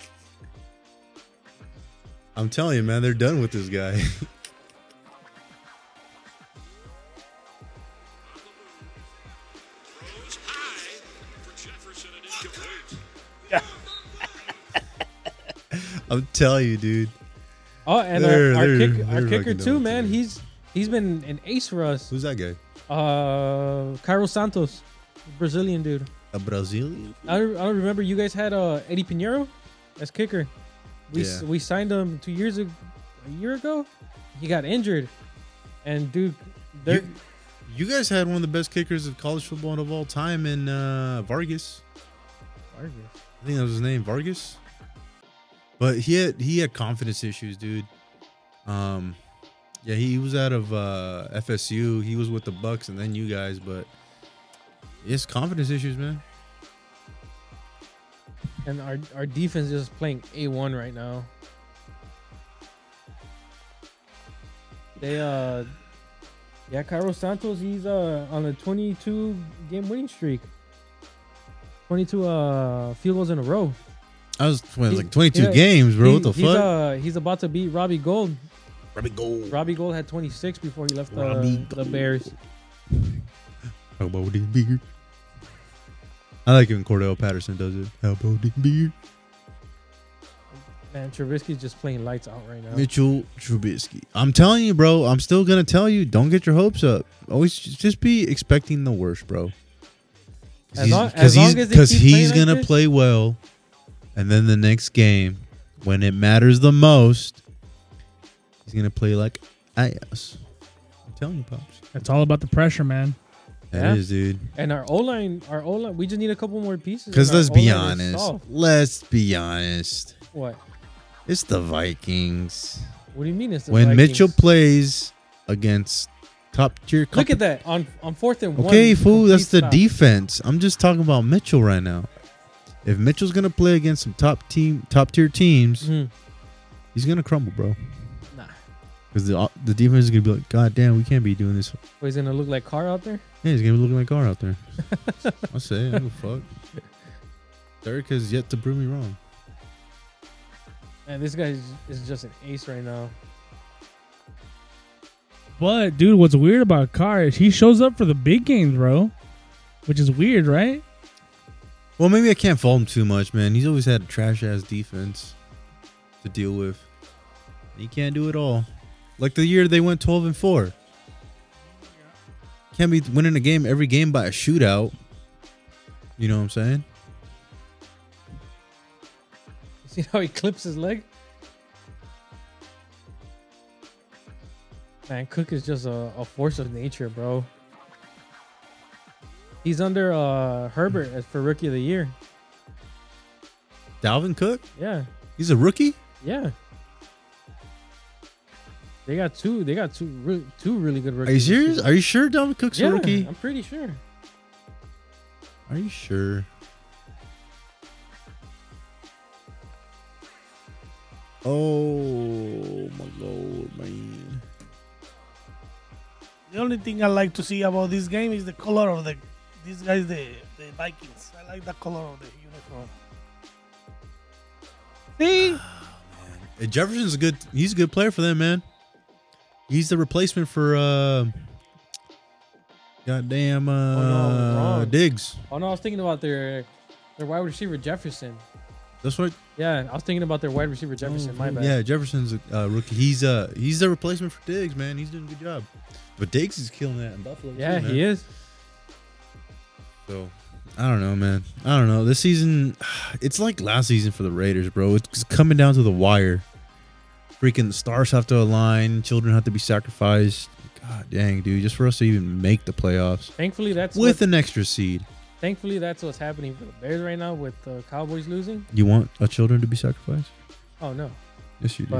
[SPEAKER 1] *laughs* I'm telling you, man, they're done with this guy. *laughs* I'm telling you, dude.
[SPEAKER 2] Oh, and our-
[SPEAKER 1] They're-
[SPEAKER 2] our,
[SPEAKER 1] they're-
[SPEAKER 2] kick, our
[SPEAKER 1] they're
[SPEAKER 2] kicker
[SPEAKER 1] fucking
[SPEAKER 2] too,
[SPEAKER 1] dumb,
[SPEAKER 2] man.
[SPEAKER 1] dude.
[SPEAKER 2] He's he's been an ace for us.
[SPEAKER 1] Who's that guy?
[SPEAKER 2] Uh Cairo Santos, Brazilian dude.
[SPEAKER 1] A Brazilian?
[SPEAKER 2] I don't, I don't remember you guys had uh, Eddie Pinheiro as kicker. We s
[SPEAKER 1] Yeah.
[SPEAKER 2] we signed him two years ago, a year ago. He got injured, and dude, they're
[SPEAKER 1] You, you guys had one of the best kickers of college football of all time in uh, Vargas.
[SPEAKER 2] Vargas.
[SPEAKER 1] I think that was his name, Vargas. But he had he had confidence issues, dude. Um, yeah, he was out of uh, FSU. He was with the Bucks, and then you guys. But it's confidence issues, man.
[SPEAKER 2] and our our defense is playing a one right now. They uh, yeah, Cairo Santos he's uh on a 22 game winning streak. 22 uh field goals in a row.
[SPEAKER 1] I was, what,
[SPEAKER 2] He-
[SPEAKER 1] like 22
[SPEAKER 2] yeah,
[SPEAKER 1] games, bro. what
[SPEAKER 2] He-
[SPEAKER 1] the
[SPEAKER 2] he's,
[SPEAKER 1] fuck?
[SPEAKER 2] uh, he's about to beat Robbie Gold
[SPEAKER 1] Robbie Gold.
[SPEAKER 2] Robbie Gold had 26 before he left uh,
[SPEAKER 1] Robbie
[SPEAKER 2] the Bears.
[SPEAKER 1] How about this beer? I like it when Cordell Patterson does it. How about this beer?
[SPEAKER 2] Man, Trubisky's just playing lights out right now.
[SPEAKER 1] Mitchell Trubisky. I'm telling you, bro. I'm still gonna tell you. Don't get your hopes up. Always ju- just be expecting the worst, bro.
[SPEAKER 2] As long-
[SPEAKER 1] Because
[SPEAKER 2] as long
[SPEAKER 1] he's,
[SPEAKER 2] as they
[SPEAKER 1] 'cause
[SPEAKER 2] keep
[SPEAKER 1] he's
[SPEAKER 2] playing like
[SPEAKER 1] gonna
[SPEAKER 2] this?
[SPEAKER 1] play well, and then the next game, when it matters the most, he's gonna play like ass. I'm telling you, pops.
[SPEAKER 4] It's all about the pressure, man.
[SPEAKER 1] That
[SPEAKER 2] Yeah.
[SPEAKER 1] is, dude.
[SPEAKER 2] And our O line, our O line, we just need a couple more pieces. and
[SPEAKER 1] Because
[SPEAKER 2] our
[SPEAKER 1] let's be
[SPEAKER 2] O-line is
[SPEAKER 1] honest.
[SPEAKER 2] soft.
[SPEAKER 1] Let's be honest.
[SPEAKER 2] What?
[SPEAKER 1] It's the Vikings.
[SPEAKER 2] What do you mean? It's the
[SPEAKER 1] when
[SPEAKER 2] Vikings?
[SPEAKER 1] Mitchell plays against top tier,
[SPEAKER 2] Look at that on on fourth and one.
[SPEAKER 1] Okay, fool, that's the
[SPEAKER 2] complete stop.
[SPEAKER 1] defense. I'm just talking about Mitchell right now. If Mitchell's gonna play against some top team, top tier teams,
[SPEAKER 2] Mhm.
[SPEAKER 1] he's gonna crumble, bro.
[SPEAKER 2] Nah,
[SPEAKER 1] Because the the defense is gonna be like, God damn, we can't be doing this.
[SPEAKER 2] Well, he's gonna look like Carr out there.
[SPEAKER 1] Yeah, he's gonna be looking like Carr out
[SPEAKER 2] *laughs*
[SPEAKER 1] there. I say, it, I don't give a fuck. Derek has yet to prove me wrong.
[SPEAKER 2] Man, this guy is, is just an ace right now.
[SPEAKER 4] But dude, what's weird about Carr is he shows up for the big games, bro, which is weird, right?
[SPEAKER 1] Well, maybe I can't fault him too much, man. He's always had a trash ass defense to deal with. He can't do it all. Like the year they went 12 and 4. Can't be winning a game every game by a shootout. You know what I'm saying?
[SPEAKER 2] You *laughs* see how he clips his leg? Man, Cook is just a, a force of nature, bro. He's under uh, Herbert as for rookie of the year.
[SPEAKER 1] Dalvin Cook?
[SPEAKER 2] Yeah,
[SPEAKER 1] He's a rookie?
[SPEAKER 2] yeah. They got two. They got two. Re- two really good
[SPEAKER 1] Are
[SPEAKER 2] rookies.
[SPEAKER 1] you
[SPEAKER 2] this
[SPEAKER 1] serious?
[SPEAKER 2] season.
[SPEAKER 1] Are you sure Dalvin Cook's
[SPEAKER 2] Yeah,
[SPEAKER 1] a rookie?
[SPEAKER 2] I'm pretty sure.
[SPEAKER 1] Are you sure? Oh my lord, man.
[SPEAKER 3] The only thing I like to see about this game is the color of the these guys, the the Vikings. I like the color of the uniform. See,
[SPEAKER 1] Uh, Jefferson's a good. He's a good player for them, man. He's the replacement for uh, goddamn uh,
[SPEAKER 2] no, wrong.
[SPEAKER 1] Diggs.
[SPEAKER 2] Oh no, I was thinking about their their wide receiver Jefferson.
[SPEAKER 1] That's right.
[SPEAKER 2] Yeah, I was thinking about their wide receiver Jefferson. my bad.
[SPEAKER 1] Yeah, Jefferson's a uh, rookie. He's uh he's the replacement for Diggs, man. He's doing a good job. But Diggs is killing that in Buffalo.
[SPEAKER 2] yeah,
[SPEAKER 1] too, man.
[SPEAKER 2] he is.
[SPEAKER 1] So I don't know, man. I don't know. This season, *sighs* it's like last season for the Raiders, bro. It's coming down to the wire. Freaking the stars have to align. Children have to be sacrificed. God dang, dude! Just for us to even make the playoffs.
[SPEAKER 2] Thankfully, that's what-
[SPEAKER 1] with an extra seed.
[SPEAKER 2] Thankfully, that's what's happening for the Bears right now with the Cowboys losing.
[SPEAKER 1] You want a children to be sacrificed?
[SPEAKER 2] Oh no,
[SPEAKER 1] Yes, you do.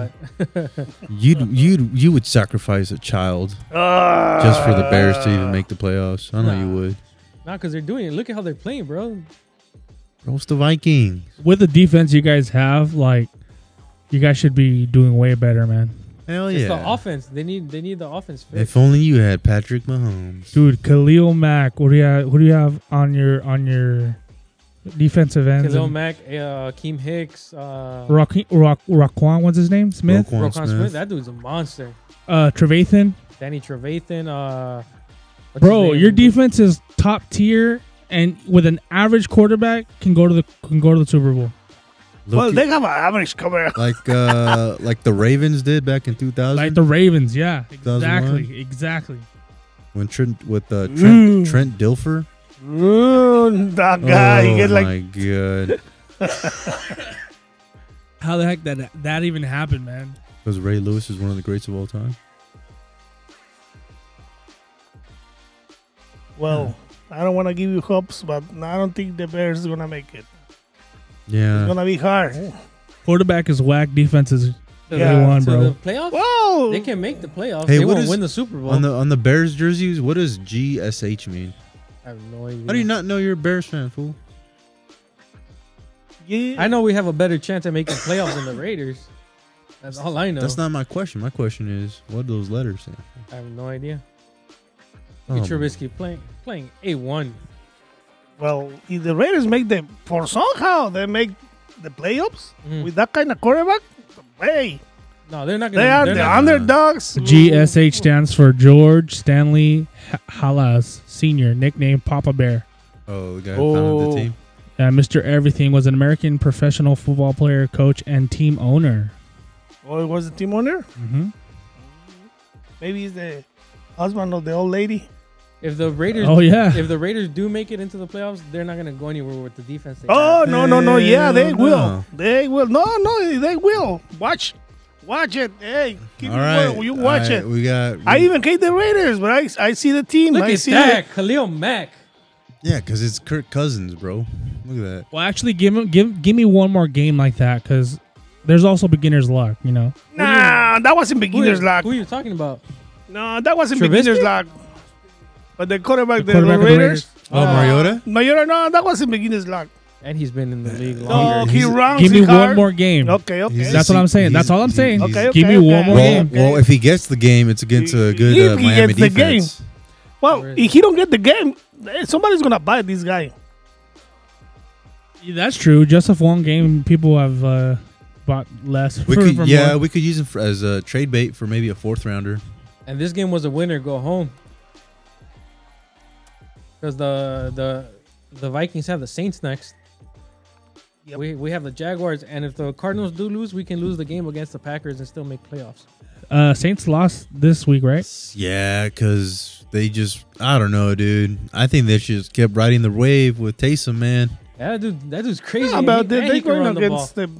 [SPEAKER 2] but
[SPEAKER 1] you'd you'd you would sacrifice a child *sighs* just
[SPEAKER 3] Uh,
[SPEAKER 1] for the Bears to even make the playoffs. I know you
[SPEAKER 2] Nah.
[SPEAKER 1] would.
[SPEAKER 2] not because they're doing it. Look at how they're playing, bro.
[SPEAKER 1] Bro, it's the Vikings.
[SPEAKER 4] With the defense you guys have, like, you guys should be doing way better, man.
[SPEAKER 1] Hell Oh,
[SPEAKER 2] It's
[SPEAKER 1] yeah!
[SPEAKER 2] the offense. They need they need the offense.
[SPEAKER 1] if
[SPEAKER 2] Fixed.
[SPEAKER 1] only you had Patrick Mahomes.
[SPEAKER 4] Dude, Khalil Mack, what do you have, who do you have on your on your defensive ends?
[SPEAKER 2] Khalil
[SPEAKER 4] And
[SPEAKER 2] Mack, uh, Keem Hicks, uh,
[SPEAKER 4] Roque- Rock, Roquan, what's his name? Smith,
[SPEAKER 1] Roquan
[SPEAKER 2] Roquan Smith. That dude's a monster.
[SPEAKER 4] uh, Trevathan.
[SPEAKER 2] Danny Trevathan. Uh, what's his
[SPEAKER 4] Bro,
[SPEAKER 2] name?
[SPEAKER 4] your defense is top tier, and with an average quarterback, can go to the can go to the Super Bowl.
[SPEAKER 1] Look e-
[SPEAKER 3] well,
[SPEAKER 1] at-
[SPEAKER 3] they have an average cover.
[SPEAKER 1] like uh like the Ravens did back in 2000
[SPEAKER 4] Like the Ravens, yeah,
[SPEAKER 1] 2001?
[SPEAKER 4] exactly, exactly.
[SPEAKER 1] when Trent with uh, Trent,
[SPEAKER 3] Mm.
[SPEAKER 1] Trent Dilfer.
[SPEAKER 3] Ooh, Mm, that guy,
[SPEAKER 1] oh
[SPEAKER 3] he get like
[SPEAKER 1] my god!
[SPEAKER 4] How the heck that that even happened, man?
[SPEAKER 1] Because Ray Lewis is one of the greats of all time.
[SPEAKER 3] Well, I don't want to give you hopes, but I don't think the Bears is gonna make it. It's
[SPEAKER 1] Yeah,
[SPEAKER 3] gonna be hard.
[SPEAKER 4] Quarterback is whack, defense is
[SPEAKER 2] To
[SPEAKER 3] Yeah,
[SPEAKER 4] they won,
[SPEAKER 2] the, to
[SPEAKER 4] bro.
[SPEAKER 2] the playoffs.
[SPEAKER 3] Well,
[SPEAKER 2] They can make the playoffs.
[SPEAKER 1] Hey,
[SPEAKER 2] they
[SPEAKER 1] what
[SPEAKER 2] won't
[SPEAKER 1] is-
[SPEAKER 2] win the Super Bowl.
[SPEAKER 1] on the on the Bears jerseys, what does GSH mean?
[SPEAKER 2] I have no idea.
[SPEAKER 1] How do you not know you're a Bears fan, fool?
[SPEAKER 3] yeah,
[SPEAKER 2] I know we have a better chance at making playoffs than the Raiders. That's all I know.
[SPEAKER 1] That's not my question. My question is, what do those letters say?
[SPEAKER 2] I have no idea.
[SPEAKER 1] Oh,
[SPEAKER 2] Get Trubisky playing playing a one.
[SPEAKER 3] well, if the Raiders make the for somehow they make the playoffs
[SPEAKER 2] Mhm.
[SPEAKER 1] Hmm.
[SPEAKER 3] with that kind of quarterback, hey,
[SPEAKER 2] No, they're not gonna.
[SPEAKER 3] They are
[SPEAKER 2] they're
[SPEAKER 3] the
[SPEAKER 2] not,
[SPEAKER 1] not-
[SPEAKER 3] underdogs.
[SPEAKER 4] GSH stands for George Stanley H- Halas Sr., nicknamed Papa Bear.
[SPEAKER 1] Oh, we got oh. on
[SPEAKER 2] Oh.
[SPEAKER 1] the team.
[SPEAKER 4] Uh, Mr. Everything was an American professional football player, coach, and team owner.
[SPEAKER 3] Oh, it was the team owner.
[SPEAKER 4] Mm-hmm.
[SPEAKER 3] Maybe he's the husband of the old lady.
[SPEAKER 2] if the Raiders,
[SPEAKER 4] Oh, yeah.
[SPEAKER 2] if the Raiders do make it into the playoffs, they're not gonna go anywhere with the defense. They
[SPEAKER 3] Oh
[SPEAKER 2] have.
[SPEAKER 3] no no no! Yeah, they
[SPEAKER 1] Hell
[SPEAKER 3] will.
[SPEAKER 1] no.
[SPEAKER 3] They will. No no, they will. Watch, watch it. Hey, keep
[SPEAKER 1] All right,
[SPEAKER 3] you watch
[SPEAKER 1] all
[SPEAKER 3] it.
[SPEAKER 1] right, We got.
[SPEAKER 3] I even hate the Raiders, but I I see the team.
[SPEAKER 2] look
[SPEAKER 3] I
[SPEAKER 2] at
[SPEAKER 3] see
[SPEAKER 2] that, Khalil Mack.
[SPEAKER 1] yeah, because it's Kirk Cousins, bro. Look at that.
[SPEAKER 4] Well, actually, give him, give give me one more game like that because there's also beginner's luck. You know,
[SPEAKER 3] it. Nah, that wasn't
[SPEAKER 2] Who are,
[SPEAKER 3] beginner's
[SPEAKER 2] you,
[SPEAKER 3] luck.
[SPEAKER 2] who are you talking about?
[SPEAKER 3] No, that wasn't
[SPEAKER 2] Trubisky?
[SPEAKER 3] beginner's luck. But the quarterback, the,
[SPEAKER 4] quarterback of the
[SPEAKER 3] Raiders.
[SPEAKER 1] Oh,
[SPEAKER 2] Uh,
[SPEAKER 1] Mariota.
[SPEAKER 3] No, you don't know. That wasn't beginner's luck.
[SPEAKER 2] And he's been in the league
[SPEAKER 3] No,
[SPEAKER 2] longer.
[SPEAKER 3] he
[SPEAKER 1] he's-
[SPEAKER 3] runs.
[SPEAKER 4] give
[SPEAKER 3] he
[SPEAKER 4] me one
[SPEAKER 3] hard.
[SPEAKER 4] more game.
[SPEAKER 3] Okay, okay.
[SPEAKER 1] He's-
[SPEAKER 4] That's what I'm saying. That's
[SPEAKER 1] He's-
[SPEAKER 4] all I'm saying.
[SPEAKER 1] he's-
[SPEAKER 3] Okay, okay,
[SPEAKER 4] Give me one
[SPEAKER 3] okay.
[SPEAKER 4] more
[SPEAKER 1] Well,
[SPEAKER 4] game.
[SPEAKER 1] well, if he gets the game, it's against a good
[SPEAKER 3] If
[SPEAKER 1] uh,
[SPEAKER 3] he
[SPEAKER 1] Miami
[SPEAKER 3] gets the game.
[SPEAKER 1] defense.
[SPEAKER 3] Well,
[SPEAKER 2] Where is
[SPEAKER 3] if he don't get the game, eh, somebody's gonna buy this guy.
[SPEAKER 4] Yeah, That's true. Just off one game, people have uh, bought less.
[SPEAKER 1] We
[SPEAKER 4] for-
[SPEAKER 1] could,
[SPEAKER 4] for
[SPEAKER 1] yeah,
[SPEAKER 4] more.
[SPEAKER 1] we could use him for, as a trade bait for maybe a fourth rounder.
[SPEAKER 2] and this game was a winner. Go home. Because the the the Vikings have the Saints next.
[SPEAKER 3] Yep.
[SPEAKER 2] We we have the Jaguars, and if the Cardinals do lose, we can lose the game against the Packers and still make playoffs.
[SPEAKER 4] Uh, Saints lost this week, right?
[SPEAKER 1] Yeah, because they just, I don't know, dude. I think they just kept riding the wave with Taysom, man.
[SPEAKER 2] That dude, that dude's crazy.
[SPEAKER 3] How
[SPEAKER 2] and
[SPEAKER 3] about
[SPEAKER 2] he-
[SPEAKER 3] that?
[SPEAKER 2] and
[SPEAKER 3] They're
[SPEAKER 2] he can
[SPEAKER 3] going
[SPEAKER 2] run the ball.
[SPEAKER 3] against the,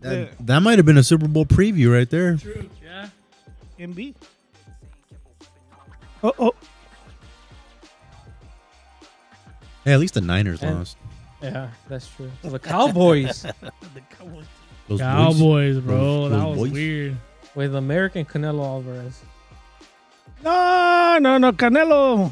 [SPEAKER 1] That, that might have been a Super Bowl preview right there.
[SPEAKER 4] True. Yeah.
[SPEAKER 3] the MB. Oh, oh,
[SPEAKER 1] Hey, at least the Niners
[SPEAKER 2] And-
[SPEAKER 1] lost.
[SPEAKER 2] Yeah, that's true. So the
[SPEAKER 3] *laughs*
[SPEAKER 2] Cowboys
[SPEAKER 3] the Cowboys.
[SPEAKER 1] Those boys.
[SPEAKER 4] Cowboys, bro.
[SPEAKER 1] Those-
[SPEAKER 4] that
[SPEAKER 1] those
[SPEAKER 4] was
[SPEAKER 1] boys.
[SPEAKER 4] weird.
[SPEAKER 2] with American Canelo Alvarez.
[SPEAKER 3] No, no, no, Canelo.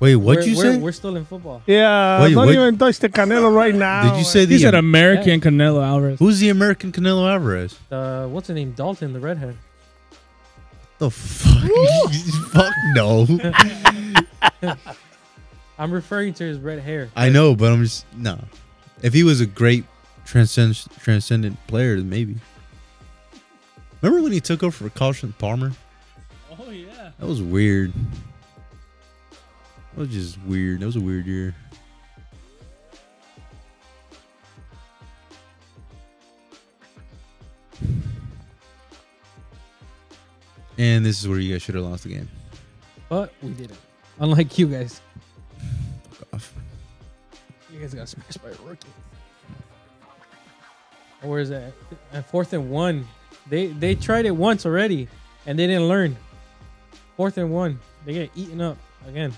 [SPEAKER 1] Wait, what'd
[SPEAKER 2] We're-
[SPEAKER 1] you
[SPEAKER 2] we're,
[SPEAKER 1] say?
[SPEAKER 2] We're still in football.
[SPEAKER 3] Yeah,
[SPEAKER 1] Wait,
[SPEAKER 3] don't
[SPEAKER 1] what-
[SPEAKER 3] even touch the Canelo right now.
[SPEAKER 1] Did you say
[SPEAKER 4] He said
[SPEAKER 1] the
[SPEAKER 4] American Canelo Alvarez.
[SPEAKER 1] who's the American Canelo Alvarez?
[SPEAKER 2] Uh, what's his name? Dalton, the redhead.
[SPEAKER 1] The fuck? *laughs* fuck no.
[SPEAKER 2] I'm referring to his red hair.
[SPEAKER 1] I know, but I'm just no. If he was a great transcend, transcendent player, then maybe. Remember when he took over for Carson Palmer?
[SPEAKER 4] Oh yeah.
[SPEAKER 1] That was weird. That was just weird. That was a weird year. And this is where you guys should have lost the game.
[SPEAKER 2] But we didn't. Unlike you guys.
[SPEAKER 1] off.
[SPEAKER 2] You guys got smashed by a rookie. Where is that? At fourth and one. They they tried it once already and they didn't learn. Fourth and one. They get eaten up again.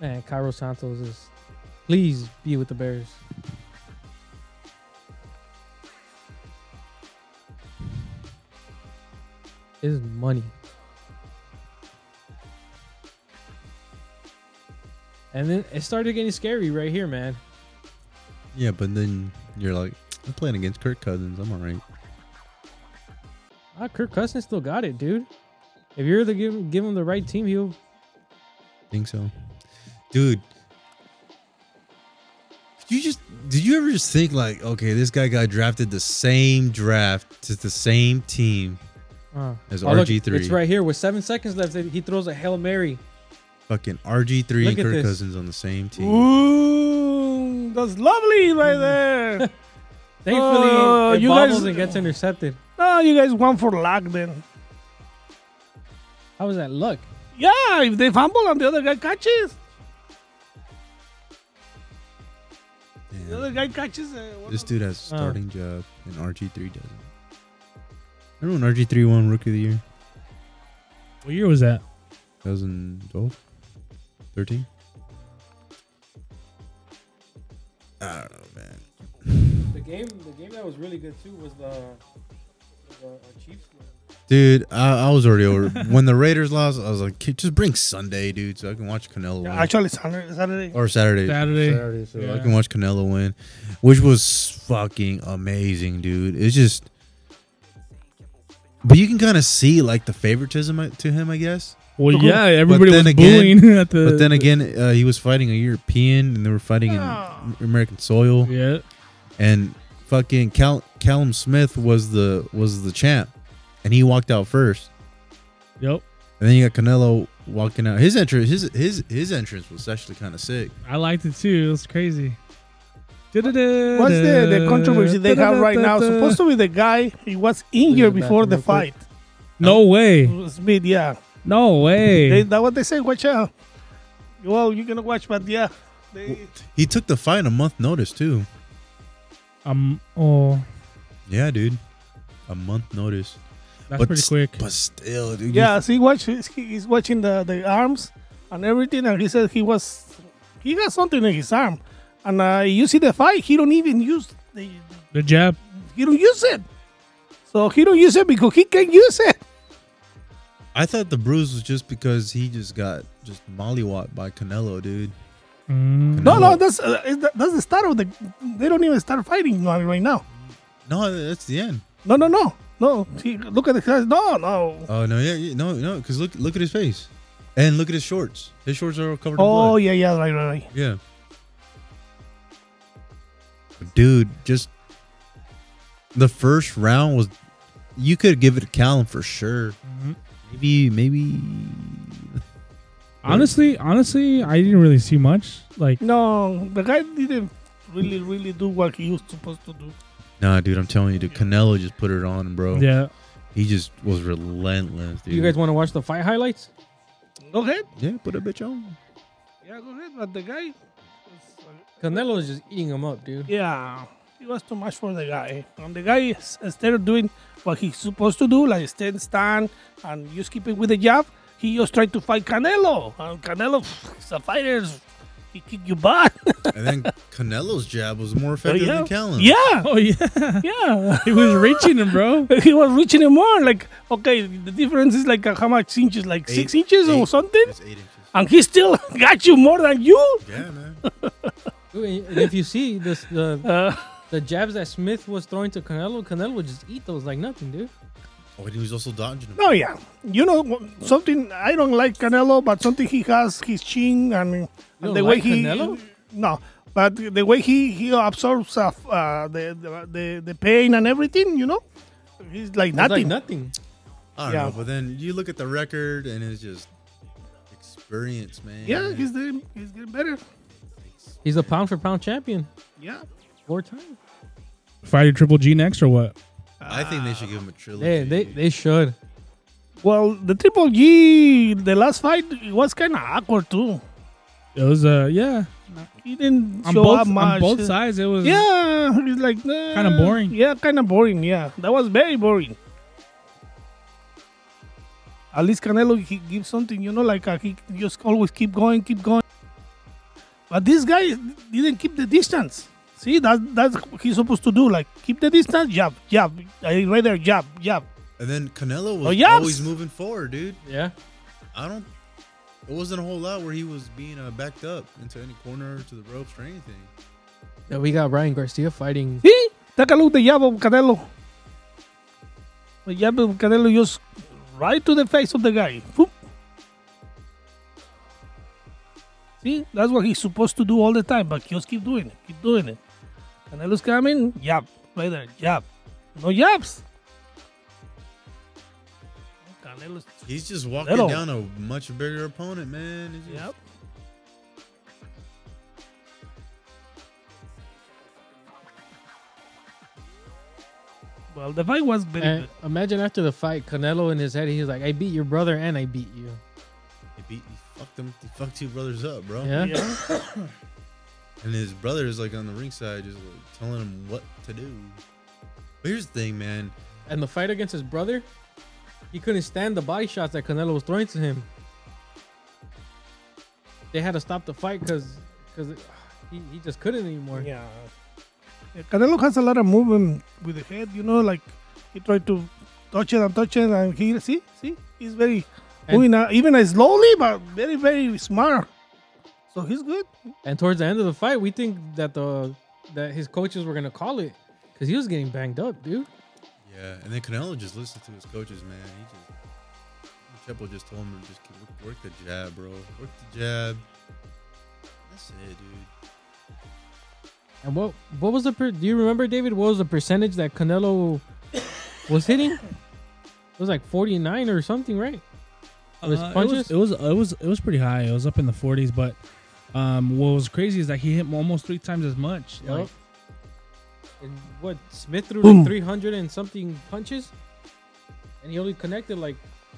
[SPEAKER 2] Man, Cairo Santos is please be with the Bears. Is money. And then it started getting scary right here, man.
[SPEAKER 1] Yeah, but then you're like, I'm playing against Kirk Cousins. I'm all right.
[SPEAKER 2] Ah, Kirk Cousins still got it, dude. If you're the give, give him the right team, he'll
[SPEAKER 1] Think so, dude. You just did you ever just think like, okay, this guy got drafted the same draft to the same team
[SPEAKER 2] uh,
[SPEAKER 1] as
[SPEAKER 2] oh, look,
[SPEAKER 1] RG3.
[SPEAKER 2] It's right here with seven seconds left. He throws a hail mary.
[SPEAKER 1] Fucking RG3
[SPEAKER 2] Look
[SPEAKER 1] and
[SPEAKER 2] at
[SPEAKER 1] Kirk
[SPEAKER 2] this.
[SPEAKER 1] Cousins on the same team.
[SPEAKER 3] eh. Ooh, that's lovely
[SPEAKER 2] *laughs*
[SPEAKER 3] right there.
[SPEAKER 2] Thankfully,
[SPEAKER 3] Oh,
[SPEAKER 2] it
[SPEAKER 3] you
[SPEAKER 2] bobbles
[SPEAKER 3] guys-
[SPEAKER 2] and gets intercepted.
[SPEAKER 3] no, you guys won for luck then.
[SPEAKER 2] How was that luck?
[SPEAKER 3] Yeah, if they fumble and the other guy catches, the
[SPEAKER 1] Damn.
[SPEAKER 3] other guy catches. Uh, one
[SPEAKER 1] This
[SPEAKER 3] of-
[SPEAKER 1] dude has
[SPEAKER 2] Oh.
[SPEAKER 1] a starting job and RG3 doesn't. Remember when RG3 won Rookie of the Year?
[SPEAKER 4] What year was that?
[SPEAKER 1] 2012? 13? I don't know, man.
[SPEAKER 2] The game, the game that was really good too was the, uh, Chiefs.
[SPEAKER 1] Dude, I, I was already over.
[SPEAKER 2] *laughs*
[SPEAKER 1] when the Raiders lost, I was like, "Kid, just bring Sunday, dude, so I can watch Canelo
[SPEAKER 3] Yeah,
[SPEAKER 1] win.
[SPEAKER 3] actually, Saturday. Saturday.
[SPEAKER 1] or Saturday.
[SPEAKER 4] Saturday.
[SPEAKER 1] so I
[SPEAKER 4] Yeah.
[SPEAKER 1] can watch Canelo win, which was fucking amazing, dude. It's just, but you can kind of see like the favoritism uh, to him, I guess.
[SPEAKER 4] Well,
[SPEAKER 3] Cool.
[SPEAKER 4] yeah, everybody was
[SPEAKER 1] then again-
[SPEAKER 4] booing *laughs* at the.
[SPEAKER 1] But then again, uh, he was fighting a European, and they were fighting
[SPEAKER 3] Ah.
[SPEAKER 1] in American soil.
[SPEAKER 4] Oh. yeah,
[SPEAKER 1] And fucking Cal- Callum Smith was the was the champ, and he walked out first.
[SPEAKER 4] yep.
[SPEAKER 1] And then you got Canelo walking out. His entrance, his his his entrance was actually kind of sick.
[SPEAKER 4] I liked it too. It was crazy. What's
[SPEAKER 3] What's the, the controversy they have right now? Supposed to be the guy he was injured
[SPEAKER 2] the
[SPEAKER 3] before
[SPEAKER 2] bathroom
[SPEAKER 3] the
[SPEAKER 2] real quick.
[SPEAKER 3] fight.
[SPEAKER 4] No way.
[SPEAKER 3] Smith, yeah.
[SPEAKER 4] No
[SPEAKER 3] They,
[SPEAKER 4] way.
[SPEAKER 3] that what they say. Watch out. Well, you're gonna watch, but yeah, they,
[SPEAKER 1] He took the fight a month notice too.
[SPEAKER 4] Um. Oh,
[SPEAKER 1] Yeah, dude, a month notice.
[SPEAKER 4] that's
[SPEAKER 1] But
[SPEAKER 4] pretty
[SPEAKER 1] s-
[SPEAKER 4] quick.
[SPEAKER 1] But still, dude. you-
[SPEAKER 3] yeah. See, watch. He's, he's watching the the arms and everything, and he said he was he got something in his arm, and uh, you see the fight. He don't even use the
[SPEAKER 4] The jab.
[SPEAKER 3] he don't use it. So he don't use it because he can't use it.
[SPEAKER 1] I thought the bruise was just because he just got just mollywopped by Canelo, dude.
[SPEAKER 4] Mm.
[SPEAKER 3] No,
[SPEAKER 1] No.
[SPEAKER 3] no, that's uh, is that- that's the start of the. They don't even start fighting right right now.
[SPEAKER 1] No, that's the end.
[SPEAKER 3] No, no, no, no. See, look at the guys. No, no.
[SPEAKER 1] Oh no, yeah, yeah no, no, because look, look at his face, and look at his shorts. His shorts are all covered
[SPEAKER 3] Oh
[SPEAKER 1] in
[SPEAKER 3] yeah, yeah, right, right, right.
[SPEAKER 1] blood. Yeah. Dude, just the first round was. You could give it to Callum for sure.
[SPEAKER 4] Mhm.
[SPEAKER 1] Maybe, maybe.
[SPEAKER 4] Honestly, honestly, I didn't really see much. Like,
[SPEAKER 3] No, the guy didn't really, really do what he was supposed to do.
[SPEAKER 1] Nah, dude, I'm telling you, dude, Canelo just put it on, bro.
[SPEAKER 4] yeah.
[SPEAKER 1] He just was relentless, dude.
[SPEAKER 2] You guys want to watch the fight highlights?
[SPEAKER 3] Go ahead.
[SPEAKER 1] yeah, put a bitch on.
[SPEAKER 3] Yeah, go ahead. But the guy, was, uh,
[SPEAKER 2] Canelo is just eating him up, dude.
[SPEAKER 3] yeah, it was too much for the guy. And the guy is- instead of doing what he's supposed to do, like stand, stand, and just keep it with the jab, he just tried to fight Canelo. And Canelo, he's a fighter. He kick your butt. *laughs*
[SPEAKER 1] And then Canelo's jab was more effective
[SPEAKER 3] Oh, yeah.
[SPEAKER 1] than Callum.
[SPEAKER 3] yeah,
[SPEAKER 4] *laughs* Oh yeah.
[SPEAKER 3] yeah.
[SPEAKER 4] he was reaching him, bro.
[SPEAKER 3] he was reaching him more. Like, okay, the difference is like uh, how much inches? Like six
[SPEAKER 1] Eight-
[SPEAKER 3] inches or
[SPEAKER 1] eight-
[SPEAKER 3] something?
[SPEAKER 1] It's eight inches.
[SPEAKER 3] And he still *laughs* got you more than you?
[SPEAKER 1] Yeah,
[SPEAKER 3] *laughs*
[SPEAKER 1] man.
[SPEAKER 2] Dude, And if you see this, the
[SPEAKER 3] Uh,
[SPEAKER 2] the jabs that Smith was throwing to Canelo, Canelo would just eat those like nothing, dude.
[SPEAKER 1] Oh, and he was also dodging him.
[SPEAKER 3] no, yeah. You know, wh- something I don't like Canelo, but something he has, his chin and,
[SPEAKER 2] don't
[SPEAKER 3] and the
[SPEAKER 2] like
[SPEAKER 3] way he.
[SPEAKER 2] Canelo?
[SPEAKER 3] No. But the way he, he absorbs uh, f- uh, the, the, the the pain and everything, you know, he's like
[SPEAKER 2] It's like
[SPEAKER 3] nothing.
[SPEAKER 2] nothing.
[SPEAKER 1] I don't
[SPEAKER 3] Yeah.
[SPEAKER 1] know, but then you look at the record and it's just experience, man.
[SPEAKER 3] yeah, he's, doing, he's getting better.
[SPEAKER 2] He's a pound for pound champion
[SPEAKER 3] Yeah.
[SPEAKER 2] four times.
[SPEAKER 4] Fighting Triple G next or what?
[SPEAKER 1] I think they should give him a trilogy.
[SPEAKER 2] They they, they should.
[SPEAKER 3] Well, the Triple G, the last fight, it was kind of awkward too.
[SPEAKER 4] It was uh yeah.
[SPEAKER 3] He didn't
[SPEAKER 4] On
[SPEAKER 3] show
[SPEAKER 4] both
[SPEAKER 3] up much.
[SPEAKER 4] on both sides, it was
[SPEAKER 3] Yeah, he's like nah.
[SPEAKER 4] Kinda boring.
[SPEAKER 3] Yeah, kind of boring. Yeah, that was very boring. At least Canelo he gives something, you know, like uh, he just always keep going, keep going. But this guy didn't keep the distance. See, that that's what he's supposed to do. Like keep the distance, jab, jab, I right there, jab, jab.
[SPEAKER 1] and then Canelo was
[SPEAKER 3] Oh, yes!
[SPEAKER 1] always moving forward, dude.
[SPEAKER 2] Yeah.
[SPEAKER 1] I don't. It wasn't a whole lot where he was being uh, backed up into any corner to the ropes or anything.
[SPEAKER 2] Yeah, we got Ryan Garcia fighting.
[SPEAKER 3] See, take a look the jab of Canelo. The jab of Canelo just right to the face of the guy. Boop. See, that's what he's supposed to do all the time, but just keep doing it, keep doing it. Canelo's coming, jab, right there, jab. No jabs. Canelo's.
[SPEAKER 1] He's just walking
[SPEAKER 3] Little.
[SPEAKER 1] down a much bigger opponent, man. It's just-
[SPEAKER 3] Yep. Well, the fight was very
[SPEAKER 2] *laughs* And
[SPEAKER 3] good.
[SPEAKER 2] imagine after the fight, Canelo in his head, he's like, "I beat your brother and I beat you."
[SPEAKER 1] He beat, he fucked them, he fucked two brothers up, bro.
[SPEAKER 2] Yeah.
[SPEAKER 3] Yeah.
[SPEAKER 1] And his brother is like on the ringside, just like telling him what to do. But here's the thing, man.
[SPEAKER 2] And the fight against his brother, he couldn't stand the body shots that Canelo was throwing to him. They had to stop the fight because because he, he just couldn't anymore.
[SPEAKER 3] Yeah. Yeah, Canelo has a lot of movement with the head, you know, like he tried to touch it and touch it, and he see, see, he's very
[SPEAKER 2] And-
[SPEAKER 3] moving uh, even uh, slowly, but very, very smart. So he's good.
[SPEAKER 2] And towards the end of the fight, we think that the that his coaches were gonna call it because he was getting banged up, dude.
[SPEAKER 1] Yeah, and then Canelo just listened to his coaches, man. He just Chepo just told him to just keep, work, work the jab, bro. Work the jab. That's it, dude.
[SPEAKER 2] And what what was the per- do you remember David? What was the percentage that Canelo was hitting? It was like forty nine or something, right? Of his
[SPEAKER 4] Uh, it,
[SPEAKER 2] punches?
[SPEAKER 4] was, it was it was it was pretty high. It was up in the 40s, but um, what was crazy is that he hit almost three times as much.
[SPEAKER 2] Yup.
[SPEAKER 4] Like,
[SPEAKER 2] And what Smith threw
[SPEAKER 3] Boom.
[SPEAKER 2] like three hundred and something punches, and he only connected like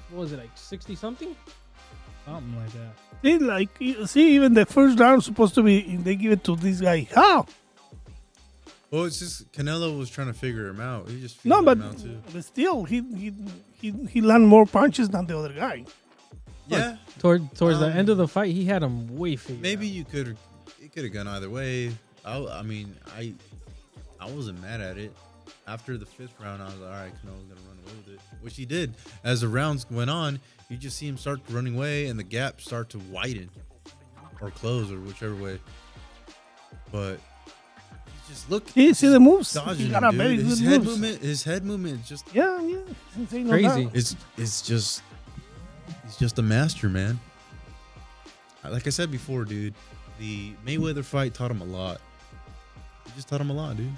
[SPEAKER 2] what was it like sixty something?
[SPEAKER 4] something like that.
[SPEAKER 3] See, like you see, even the first round supposed to be they give it to this guy. How?
[SPEAKER 1] Well, it's just Canelo was trying to figure him out. He just
[SPEAKER 3] No,
[SPEAKER 1] figured
[SPEAKER 3] but,
[SPEAKER 1] him out too.
[SPEAKER 3] but still, he he he he landed more punches than the other guy.
[SPEAKER 1] Yeah,
[SPEAKER 2] Toward towards
[SPEAKER 1] Um,
[SPEAKER 2] the end of the fight, he had him way figured.
[SPEAKER 1] maybe
[SPEAKER 2] out.
[SPEAKER 1] you could. It could have gone either way. I, I mean, I, I wasn't mad at it. After the fifth round, I was like, all right, Canelo's gonna run away with it, which he did. As the rounds went on, you just see him start running away, and the gap start to widen, or close, or whichever way. But he just look.
[SPEAKER 3] See, see the moves.
[SPEAKER 1] dodging
[SPEAKER 3] he got
[SPEAKER 1] him,
[SPEAKER 3] a
[SPEAKER 1] dude.
[SPEAKER 3] very
[SPEAKER 1] his
[SPEAKER 3] good
[SPEAKER 1] head
[SPEAKER 3] moves.
[SPEAKER 1] movement. His head movement is just
[SPEAKER 3] Yeah, yeah. it's insane, no
[SPEAKER 2] Crazy.
[SPEAKER 3] doubt.
[SPEAKER 1] it's it's just he's just a master, man. Like I said before, dude, the Mayweather fight taught him a lot. He just taught him a lot, dude.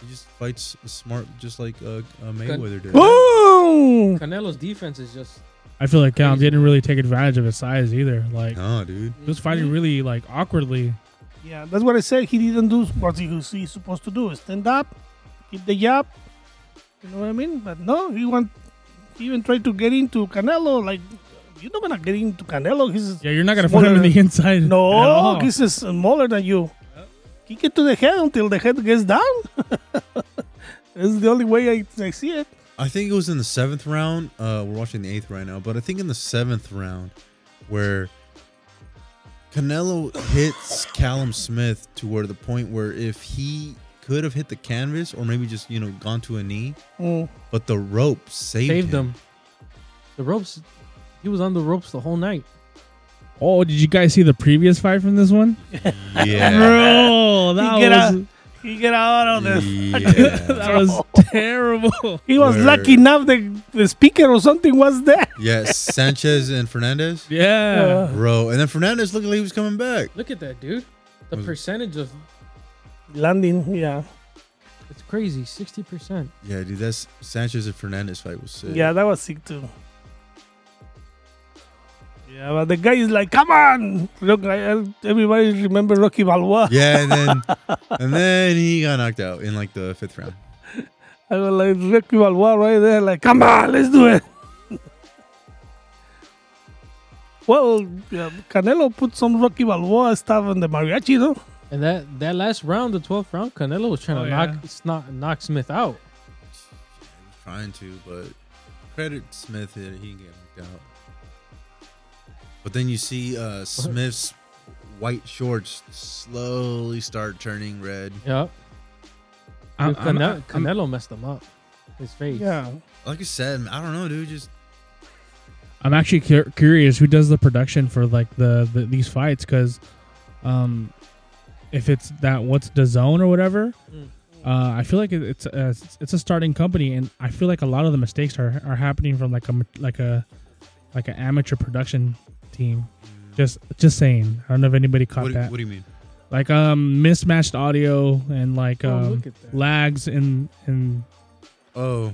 [SPEAKER 1] He just fights smart, just like uh, uh, Mayweather did.
[SPEAKER 3] Boom!
[SPEAKER 2] Canelo's defense is just
[SPEAKER 4] I feel like Callum
[SPEAKER 2] Crazy.
[SPEAKER 4] didn't really take advantage of his size either. Like
[SPEAKER 1] Nah, dude.
[SPEAKER 4] he was fighting really like awkwardly.
[SPEAKER 3] Yeah, that's what I said. He didn't do what he was he's supposed to do. Stand up, keep the jab. You know what I mean? But no, he went. He even tried to get into Canelo. Like you're not gonna get into Canelo. He's
[SPEAKER 4] Yeah, you're not gonna
[SPEAKER 3] Smaller
[SPEAKER 4] find him
[SPEAKER 3] than-
[SPEAKER 4] in the inside.
[SPEAKER 3] *laughs*
[SPEAKER 4] at
[SPEAKER 3] no,
[SPEAKER 4] all.
[SPEAKER 3] he's just smaller than you. Kick it to the head until the head gets down. *laughs* that's the only way I, I see it.
[SPEAKER 1] I think it was in the seventh round. Uh, we're watching the eighth right now, but I think in the seventh round, where Canelo hits Callum Smith to where the point where if he could have hit the canvas or maybe just you know gone to a knee,
[SPEAKER 3] Mm.
[SPEAKER 1] but the rope saved,
[SPEAKER 2] saved
[SPEAKER 1] him.
[SPEAKER 2] him. The ropes, he was on the ropes the whole night.
[SPEAKER 4] Oh, did you guys see the previous fight from this one?
[SPEAKER 1] Yeah,
[SPEAKER 4] *laughs* Bro, that
[SPEAKER 3] get
[SPEAKER 4] was
[SPEAKER 3] out. He get out of this.
[SPEAKER 4] *laughs*
[SPEAKER 1] yeah,
[SPEAKER 4] that was terrible. *laughs*
[SPEAKER 3] He was
[SPEAKER 1] Word.
[SPEAKER 3] lucky enough the, the speaker or something was there.
[SPEAKER 1] yes. Sanchez and Fernandez,
[SPEAKER 4] Yeah.
[SPEAKER 3] Uh,
[SPEAKER 1] bro, and then Fernandez looked like he was coming back.
[SPEAKER 2] Look at that, dude. The
[SPEAKER 1] Was it-
[SPEAKER 2] percentage of
[SPEAKER 3] landing, yeah.
[SPEAKER 2] it's crazy, sixty percent.
[SPEAKER 1] Yeah, dude, that's Sanchez and Fernandez fight was sick.
[SPEAKER 3] Yeah, that was sick too. Yeah, but the guy is like, come on! Look, I, I- everybody remember Rocky Balboa.
[SPEAKER 1] yeah, and then and then he got knocked out in like the fifth round.
[SPEAKER 3] I was like, Rocky Balboa right there, like, come on, let's do it. *laughs* well, yeah, Canelo put some Rocky Balboa stuff on the mariachi, though.
[SPEAKER 2] And that that last round, the twelfth round, Canelo was trying
[SPEAKER 4] Oh,
[SPEAKER 2] to
[SPEAKER 4] yeah.
[SPEAKER 2] knock sno- knock Smith out.
[SPEAKER 1] trying to, but credit Smith that he didn't get knocked out. But then you see
[SPEAKER 4] *laughs*
[SPEAKER 1] uh, Smith's white shorts slowly start turning red.
[SPEAKER 2] Yep.
[SPEAKER 4] I'm-
[SPEAKER 2] Dude,
[SPEAKER 4] I'm-
[SPEAKER 2] Cane-
[SPEAKER 4] I'm-
[SPEAKER 2] Canelo messed him up. His face.
[SPEAKER 1] Like I said, I don't know, dude. Just
[SPEAKER 4] I'm actually cur- curious who does the production for like the, the these fights because, um, if it's that what's the zone or whatever,
[SPEAKER 2] Mm.
[SPEAKER 4] uh, I feel like it, it's a, it's a starting company and I feel like a lot of the mistakes are, are happening from like a ma- like a like an amateur production team. Just just saying, I don't know if anybody caught
[SPEAKER 1] what,
[SPEAKER 4] that.
[SPEAKER 1] what do you mean?
[SPEAKER 4] like um mismatched audio and like
[SPEAKER 2] Oh,
[SPEAKER 4] um
[SPEAKER 2] look at that.
[SPEAKER 4] lags and and *laughs*
[SPEAKER 1] Oh,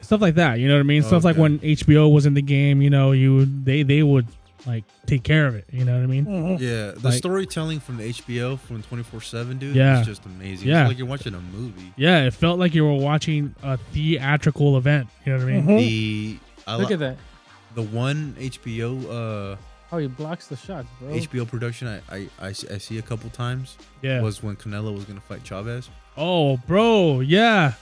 [SPEAKER 4] stuff like that. You know what I mean? Stuff like
[SPEAKER 1] Okay.
[SPEAKER 4] when HBO was in the game. You know, you would- they they would like take care of it. You know what I mean?
[SPEAKER 3] Mhm.
[SPEAKER 1] yeah. The
[SPEAKER 4] Like-
[SPEAKER 1] storytelling from the HBO from 24 7, dude,
[SPEAKER 4] Yeah.
[SPEAKER 1] is just amazing.
[SPEAKER 4] Yeah.
[SPEAKER 1] It's like you're watching a
[SPEAKER 4] *laughs*
[SPEAKER 1] movie.
[SPEAKER 4] Yeah, it felt like you were watching a theatrical event. You know what I mean?
[SPEAKER 3] Mhm.
[SPEAKER 1] The I
[SPEAKER 2] Look
[SPEAKER 1] li-
[SPEAKER 2] at that.
[SPEAKER 1] the one HBO uh
[SPEAKER 2] How he blocks the shots,
[SPEAKER 4] Oh.
[SPEAKER 2] bro.
[SPEAKER 1] HBO production I, I, I, see, I see a couple times
[SPEAKER 4] Yeah.
[SPEAKER 1] Mm-hmm. was when Canelo was gonna fight Chavez.
[SPEAKER 4] oh, bro. Yeah.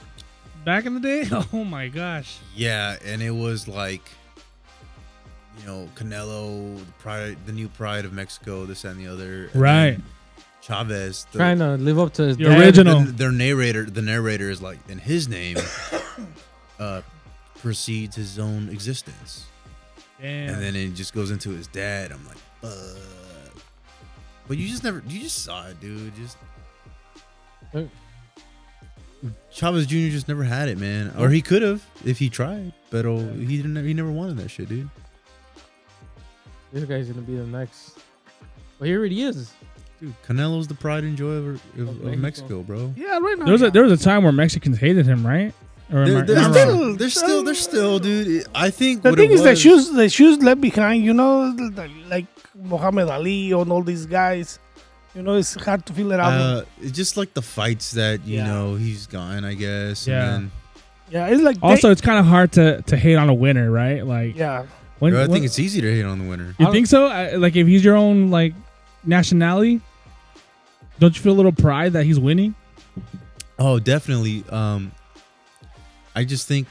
[SPEAKER 4] Back in the day. *laughs* Oh my gosh.
[SPEAKER 1] Yeah, and it was like, you know, Canelo, the pride, the new pride of Mexico, this and the other. and
[SPEAKER 4] Right.
[SPEAKER 1] then Chavez, the,
[SPEAKER 2] Trying to live up to his
[SPEAKER 4] The
[SPEAKER 2] dad.
[SPEAKER 4] original-
[SPEAKER 1] the- their narrator, the narrator is like, in his
[SPEAKER 2] *coughs*
[SPEAKER 1] name, uh, precedes his own existence,
[SPEAKER 4] Damn.
[SPEAKER 1] and then it just goes into his dad. I'm like, fuck. But you just never, you just saw it, dude. Just
[SPEAKER 2] Look.
[SPEAKER 1] Chavez Jr. just never had it, man. Or he could have if he tried, but oh, he didn't. He never wanted that shit, dude.
[SPEAKER 2] This guy's gonna be the next. Well, here it is.
[SPEAKER 1] Dude, Canelo's the pride and joy of, of, of
[SPEAKER 2] Of Mexico.
[SPEAKER 1] Mexico, bro.
[SPEAKER 3] Yeah, right now.
[SPEAKER 4] There was
[SPEAKER 3] yeah.
[SPEAKER 4] a there was a time where Mexicans hated him, right? Or am I-
[SPEAKER 1] They're,
[SPEAKER 4] am I
[SPEAKER 1] they're
[SPEAKER 4] wrong?
[SPEAKER 1] still, they're still, they're still, dude. I think
[SPEAKER 3] The
[SPEAKER 1] what
[SPEAKER 3] thing
[SPEAKER 1] it
[SPEAKER 3] is, the
[SPEAKER 1] was-
[SPEAKER 3] shoes, the shoes left behind. You know, the- like Muhammad Ali and all these guys. You know, it's hard to feel it out.
[SPEAKER 1] Uh, it's just like the fights that you
[SPEAKER 3] Yeah.
[SPEAKER 1] know he's gotten, I guess.
[SPEAKER 4] Yeah.
[SPEAKER 1] And
[SPEAKER 3] yeah, it's like they-
[SPEAKER 4] Also, it's kind of hard to, to hate on a winner, right? Like,
[SPEAKER 3] yeah,
[SPEAKER 1] then,
[SPEAKER 4] when,
[SPEAKER 1] bro, I
[SPEAKER 4] when-
[SPEAKER 1] think it's easy to hate on the winner.
[SPEAKER 4] you think so? I, like, if he's your own like nationality, don't you feel a little pride that he's winning?
[SPEAKER 1] Oh, definitely. Um, I just think,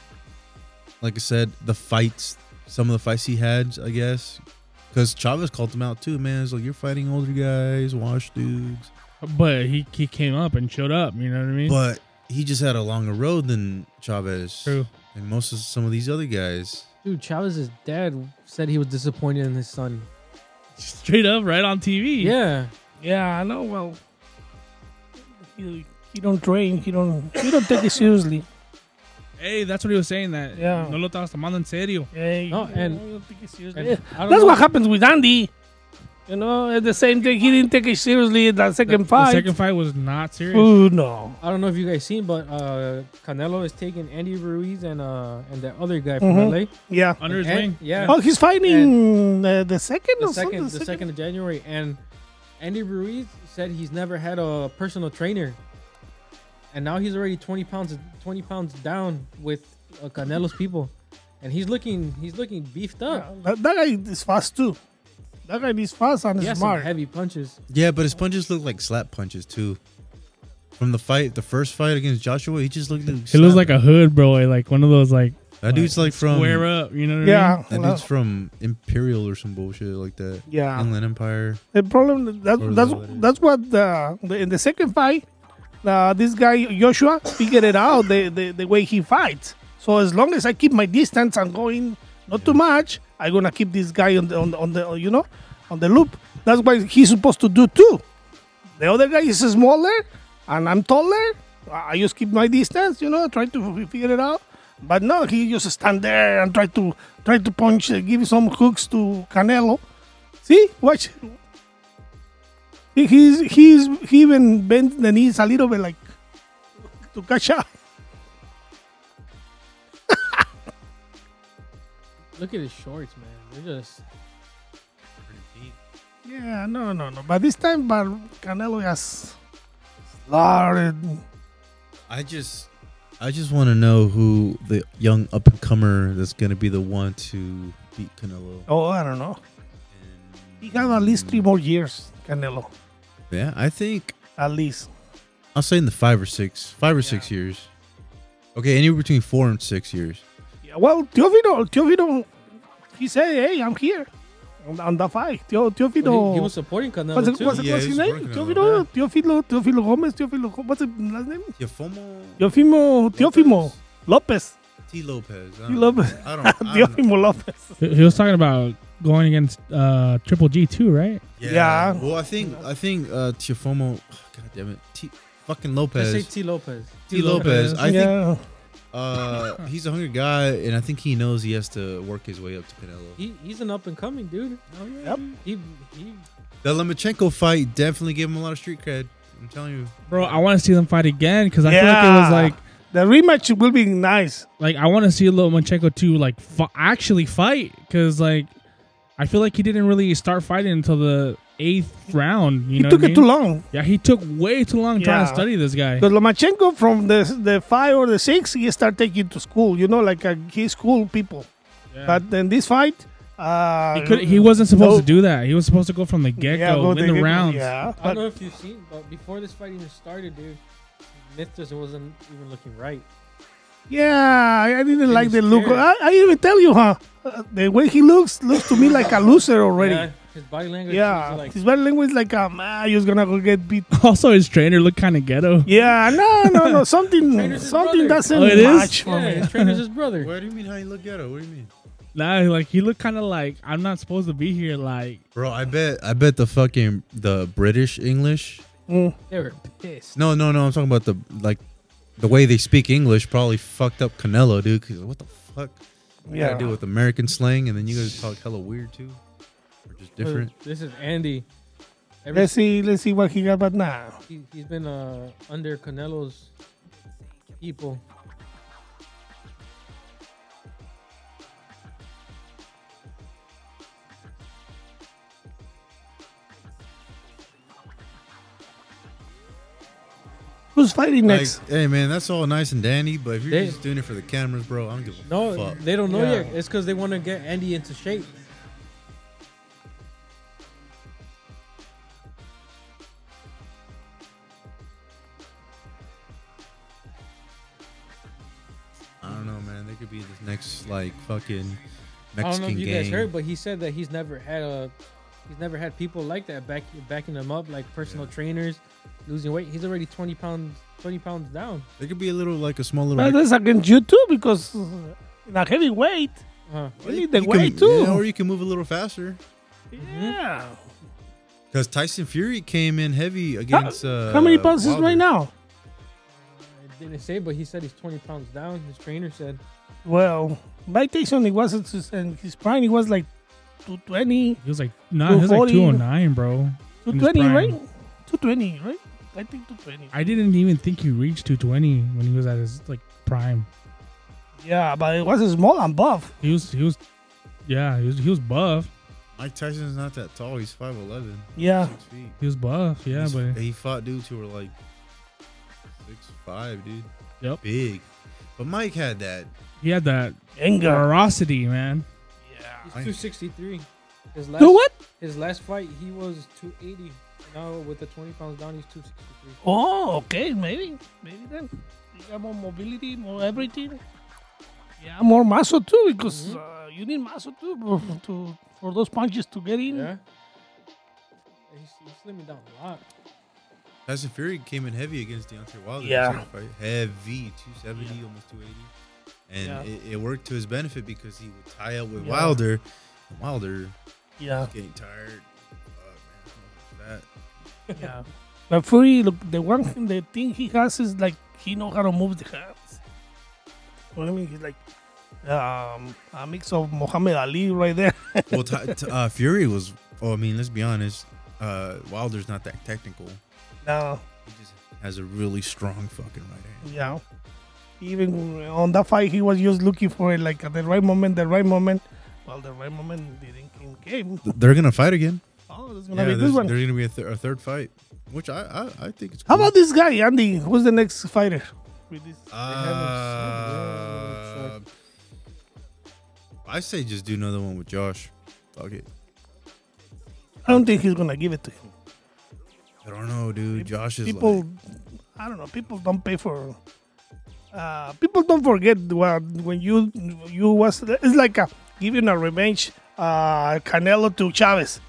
[SPEAKER 1] like I said, the fights, some of the fights he had, I guess, because Chavez called him out too, man. It's like you're fighting older guys, wash dudes,
[SPEAKER 4] But he he came up and showed up. You know what I mean?
[SPEAKER 1] but he just had a longer road than Chavez.
[SPEAKER 4] True.
[SPEAKER 1] And most of some of these other guys.
[SPEAKER 2] Dude, Chavez's dad said he was disappointed in his son.
[SPEAKER 4] Straight up, right on TV.
[SPEAKER 2] Yeah.
[SPEAKER 3] yeah. I know. Well, he, he don't train. He don't. He don't take it seriously.
[SPEAKER 4] Hey, that's what he was saying. That
[SPEAKER 3] Yeah.
[SPEAKER 4] no lo estabas tomando en serio.
[SPEAKER 3] Yeah,
[SPEAKER 2] No,
[SPEAKER 3] he-
[SPEAKER 2] and-
[SPEAKER 3] he don't take it seriously.
[SPEAKER 2] And
[SPEAKER 3] Yeah.
[SPEAKER 2] I don't
[SPEAKER 3] That's
[SPEAKER 2] know-
[SPEAKER 3] what happens with Andy. You know, it's the same thing. He didn't take it seriously in that second
[SPEAKER 4] The
[SPEAKER 3] fight.
[SPEAKER 4] second fight was not serious.
[SPEAKER 3] Ooh, no.
[SPEAKER 2] I don't know if you guys seen, but uh, Canelo is taking Andy Ruiz and uh and that other guy from LA.
[SPEAKER 3] Mhm. Yeah.
[SPEAKER 4] Under his
[SPEAKER 2] And-
[SPEAKER 4] wing.
[SPEAKER 2] yeah.
[SPEAKER 3] Oh, he's fighting uh, the second
[SPEAKER 2] The
[SPEAKER 3] or something?
[SPEAKER 2] second, the second of January, and Andy Ruiz said he's never had a personal trainer, and now he's already twenty pounds twenty pounds down with uh, Canelo's people, and he's looking he's looking beefed
[SPEAKER 3] Yeah,
[SPEAKER 2] up.
[SPEAKER 3] That, that guy is fast too. That guy is fast and
[SPEAKER 2] He has some
[SPEAKER 3] smart.
[SPEAKER 2] heavy punches.
[SPEAKER 1] Yeah, but his punches look like slap punches too. From the fight, the first fight against Joshua, he just looked.
[SPEAKER 4] He looks like a hood boy, like one of those like
[SPEAKER 1] that dude's like from
[SPEAKER 4] square up. You know what I mean?
[SPEAKER 3] yeah.
[SPEAKER 1] That
[SPEAKER 3] well,
[SPEAKER 1] dude's from Imperial or some bullshit like that.
[SPEAKER 3] yeah.
[SPEAKER 1] Inland Empire.
[SPEAKER 3] the problem that,
[SPEAKER 1] Or
[SPEAKER 3] that's
[SPEAKER 1] the-
[SPEAKER 3] that's what the, the in the second fight, uh, this guy Joshua figured it out the, the the way he fights. So as long as I keep my distance, I'm going not too much. I'm gonna keep this guy on the on the, on the you know on the loop. That's what he's supposed to do too. The other guy is smaller, and I'm taller. I I just keep my distance, you know, try to f- figure it out. But no, he just stand there and try to try to punch, uh, give some hooks to Canelo. See, watch. He- He's he's he even bent the knees a little bit, like to catch up.
[SPEAKER 2] Look at his shorts, man. They're just
[SPEAKER 3] Yeah, no, no, no. But this time, but Canelo has slaughtered.
[SPEAKER 1] I just I just want to know who the young up and comer that's gonna be the one to beat Canelo.
[SPEAKER 3] Oh, I don't know. He
[SPEAKER 1] And-
[SPEAKER 3] got at least three more years, Canelo.
[SPEAKER 1] Yeah, I think
[SPEAKER 3] At least.
[SPEAKER 1] I'll say in the five or six, five or six years. Okay, anywhere between four and six years.
[SPEAKER 3] Yeah, well, Teofino, Teofino, he said, "Hey, I'm here." On, on the fight, Teo, Teofino.
[SPEAKER 2] well, he, he was supporting Canelo
[SPEAKER 3] what's, it,
[SPEAKER 2] too.
[SPEAKER 3] what's, it,
[SPEAKER 1] Yeah,
[SPEAKER 3] what's
[SPEAKER 1] he
[SPEAKER 3] his
[SPEAKER 1] was
[SPEAKER 3] name?
[SPEAKER 1] working on
[SPEAKER 3] Teofino, Teofilo, Teofilo Gomez, Teofilo. Go- What's his last name?
[SPEAKER 1] Yofomo
[SPEAKER 3] Teofimo, Teofimo Lopez.
[SPEAKER 1] T Lopez. I
[SPEAKER 3] T.
[SPEAKER 1] don't-
[SPEAKER 3] Lopez.
[SPEAKER 1] I don't.
[SPEAKER 3] *laughs*
[SPEAKER 1] I don't know.
[SPEAKER 3] Teofimo Lopez.
[SPEAKER 4] He- He was talking about going against uh, Triple G too, right?
[SPEAKER 1] Yeah.
[SPEAKER 3] Yeah.
[SPEAKER 1] Well, I think I think uh, Teofomo. *sighs* God damn it, T. Fucking
[SPEAKER 2] Let's say
[SPEAKER 1] Lopez.
[SPEAKER 2] T Lopez.
[SPEAKER 1] T. Lopez. I think
[SPEAKER 3] yeah.
[SPEAKER 1] Uh, he's a hungry guy, and I think he knows he has to work his way up to Canelo.
[SPEAKER 2] He, he's an up and coming dude.
[SPEAKER 3] Yep.
[SPEAKER 2] He, he
[SPEAKER 1] The Lemachenko fight definitely gave him a lot of street cred. I'm telling you.
[SPEAKER 4] Bro, I want to see them fight again because I
[SPEAKER 3] Yeah.
[SPEAKER 4] feel like it was like
[SPEAKER 3] The rematch will be nice.
[SPEAKER 4] like I want to see Lomachenko too, like f- actually fight because like I feel like he didn't really start fighting until the eighth round. You
[SPEAKER 3] he
[SPEAKER 4] know
[SPEAKER 3] took
[SPEAKER 4] what I
[SPEAKER 3] it
[SPEAKER 4] mean?
[SPEAKER 3] too long.
[SPEAKER 4] Yeah, he took way too long trying
[SPEAKER 3] Yeah.
[SPEAKER 4] to study this guy.
[SPEAKER 3] Because Lomachenko from the the five or the six, he start taking to school. You know, like uh, he's school people.
[SPEAKER 4] Yeah.
[SPEAKER 3] But in this fight, uh,
[SPEAKER 4] he, could, he wasn't supposed
[SPEAKER 3] No.
[SPEAKER 4] to do that. He was supposed to go from the get
[SPEAKER 3] yeah,
[SPEAKER 4] go,
[SPEAKER 3] go
[SPEAKER 4] win
[SPEAKER 3] take
[SPEAKER 4] the
[SPEAKER 3] it-
[SPEAKER 4] rounds.
[SPEAKER 3] Yeah,
[SPEAKER 2] I
[SPEAKER 3] but-
[SPEAKER 2] don't know if you've seen, but before this fight even started, dude, Nithers wasn't even looking right.
[SPEAKER 3] Yeah, I I didn't
[SPEAKER 2] He
[SPEAKER 3] like
[SPEAKER 2] was
[SPEAKER 3] the look.
[SPEAKER 2] scared.
[SPEAKER 3] I, I even tell you, huh? Uh, the way he looks looks to me like a loser already.
[SPEAKER 2] Yeah,
[SPEAKER 3] Yeah,
[SPEAKER 2] his body language. was like,
[SPEAKER 3] his body language like um, ah, you're gonna go get beat.
[SPEAKER 4] *laughs* Also, his trainer looked kind of ghetto.
[SPEAKER 3] Yeah, no, no,
[SPEAKER 4] *laughs*
[SPEAKER 3] no, something,
[SPEAKER 2] Trainer's his
[SPEAKER 3] something
[SPEAKER 2] brother.
[SPEAKER 3] doesn't
[SPEAKER 4] Oh, it is?
[SPEAKER 3] match for
[SPEAKER 2] yeah,
[SPEAKER 3] me.
[SPEAKER 2] his trainer's his *laughs* brother.
[SPEAKER 1] What do you mean? How you look ghetto? What do you mean,
[SPEAKER 4] Nah, like he looked kind of like I'm not supposed to be here. Like
[SPEAKER 1] bro? I bet. I bet the fucking the British English.
[SPEAKER 3] Mm.
[SPEAKER 2] They were pissed.
[SPEAKER 1] No, no, no. I'm talking about the like the way they speak English probably fucked up Canelo, dude. 'cause what the fuck? You
[SPEAKER 3] Yeah.
[SPEAKER 1] gotta deal with American slang, and then you guys talk hella weird too, or just
[SPEAKER 2] But
[SPEAKER 1] different.
[SPEAKER 2] This is Andy. Every,
[SPEAKER 3] Let's see. Let's see what he got. But nah.
[SPEAKER 2] he, he's been uh, under Canelo's people.
[SPEAKER 3] Who's fighting
[SPEAKER 1] Like,
[SPEAKER 3] next?
[SPEAKER 1] hey man, that's all nice and dandy, but if you're
[SPEAKER 2] They-
[SPEAKER 1] just doing it for the cameras, bro, I don't give a
[SPEAKER 2] No,
[SPEAKER 1] fuck.
[SPEAKER 2] they don't know
[SPEAKER 3] Yeah.
[SPEAKER 2] yet. It's because they want to get Andy into shape.
[SPEAKER 1] I don't know, man. They could be this next like fucking
[SPEAKER 2] I don't know
[SPEAKER 1] Mexican
[SPEAKER 2] if you
[SPEAKER 1] gang.
[SPEAKER 2] guys heard, but he said that he's never had a he's never had people like that back backing him up, like personal trainers, losing weight. He's already twenty pounds twenty pounds down.
[SPEAKER 1] They could be a little like a small little.
[SPEAKER 3] Well, that's against you too because uh, in a heavyweight,
[SPEAKER 2] Huh.
[SPEAKER 1] Or
[SPEAKER 3] you need the weight
[SPEAKER 1] can,
[SPEAKER 3] too.
[SPEAKER 1] yeah, or you can move a little faster.
[SPEAKER 3] Yeah.
[SPEAKER 1] Because Tyson Fury came in heavy against. Uh,
[SPEAKER 3] How many pounds is
[SPEAKER 1] Wilder.
[SPEAKER 3] right now?
[SPEAKER 2] I didn't say, but he said he's twenty pounds down. His trainer said
[SPEAKER 3] Well, Mike Tyson, he wasn't, s- and his prime, he was like 220,
[SPEAKER 4] He was like, nah, he was like
[SPEAKER 3] 240.
[SPEAKER 4] 209, bro. in his
[SPEAKER 3] 220,
[SPEAKER 4] prime.
[SPEAKER 3] right? 220, right? I think 220.
[SPEAKER 4] I didn't even think he reached 220 when he was at his like prime.
[SPEAKER 3] Yeah, but it was small and buff.
[SPEAKER 4] He was, he was, yeah, he was, he was buff.
[SPEAKER 1] Mike Tyson's not that tall. He's five eleven.
[SPEAKER 3] Yeah.
[SPEAKER 1] Six feet.
[SPEAKER 4] He was buff, yeah,
[SPEAKER 1] He's-
[SPEAKER 4] but
[SPEAKER 1] he fought dudes who were like six five, dude.
[SPEAKER 4] Yep.
[SPEAKER 1] Big. But Mike had that.
[SPEAKER 4] he had that
[SPEAKER 3] Anger.
[SPEAKER 4] ferocity, man.
[SPEAKER 3] Yeah.
[SPEAKER 1] I-
[SPEAKER 2] he's two sixty three. His last
[SPEAKER 3] Do what?
[SPEAKER 2] his last fight he was two eighty. Now with the twenty pounds down, he's two sixty three.
[SPEAKER 3] Oh, okay. Maybe. Maybe then. You got more mobility, more everything. Yeah, more muscle too because uh, you need muscle too bro, to, for those punches to get in.
[SPEAKER 2] Yeah. He's, he's slimming down a lot.
[SPEAKER 1] Tyson Fury came in heavy against Deontay Wilder.
[SPEAKER 3] Yeah.
[SPEAKER 1] That's right, right? Heavy, 270, almost 280. And
[SPEAKER 3] Yeah.
[SPEAKER 1] it, it worked to his benefit because he would tie up with
[SPEAKER 3] Yeah.
[SPEAKER 1] Wilder. And Wilder
[SPEAKER 3] Yeah.
[SPEAKER 1] getting tired. Fuck, man. That.
[SPEAKER 3] Yeah. But Fury, look, the one thing, the thing he has is like he know how to move the hands. What I mean, he's like um, a mix of Muhammad Ali right *laughs* there.
[SPEAKER 1] well, Ty t- uh, Fury was. Oh, I mean, let's be honest. Uh, Wilder's not that technical. He
[SPEAKER 3] now,
[SPEAKER 1] just has a really strong fucking right hand.
[SPEAKER 3] yeah. Even on that fight, he was just looking for it, like at the right moment, the right moment. Well, the right moment didn't came. came.
[SPEAKER 1] Th- They're gonna fight again.
[SPEAKER 3] Oh, this is
[SPEAKER 1] yeah,
[SPEAKER 3] gonna be a
[SPEAKER 1] there's,
[SPEAKER 3] good one.
[SPEAKER 1] there's gonna be a, th- a third fight, which I I, I think it's.
[SPEAKER 3] How
[SPEAKER 1] cool.
[SPEAKER 3] about this guy, Andy? Who's the next fighter? With this?
[SPEAKER 1] Uh, I say just do another one with Josh. Fuck it.
[SPEAKER 3] I don't think he's gonna give it to him.
[SPEAKER 1] I don't know, dude. Josh is
[SPEAKER 3] people
[SPEAKER 1] like,
[SPEAKER 3] i don't know people don't pay for uh people don't forget what when you you was it's like a, giving a revenge uh canelo to chavez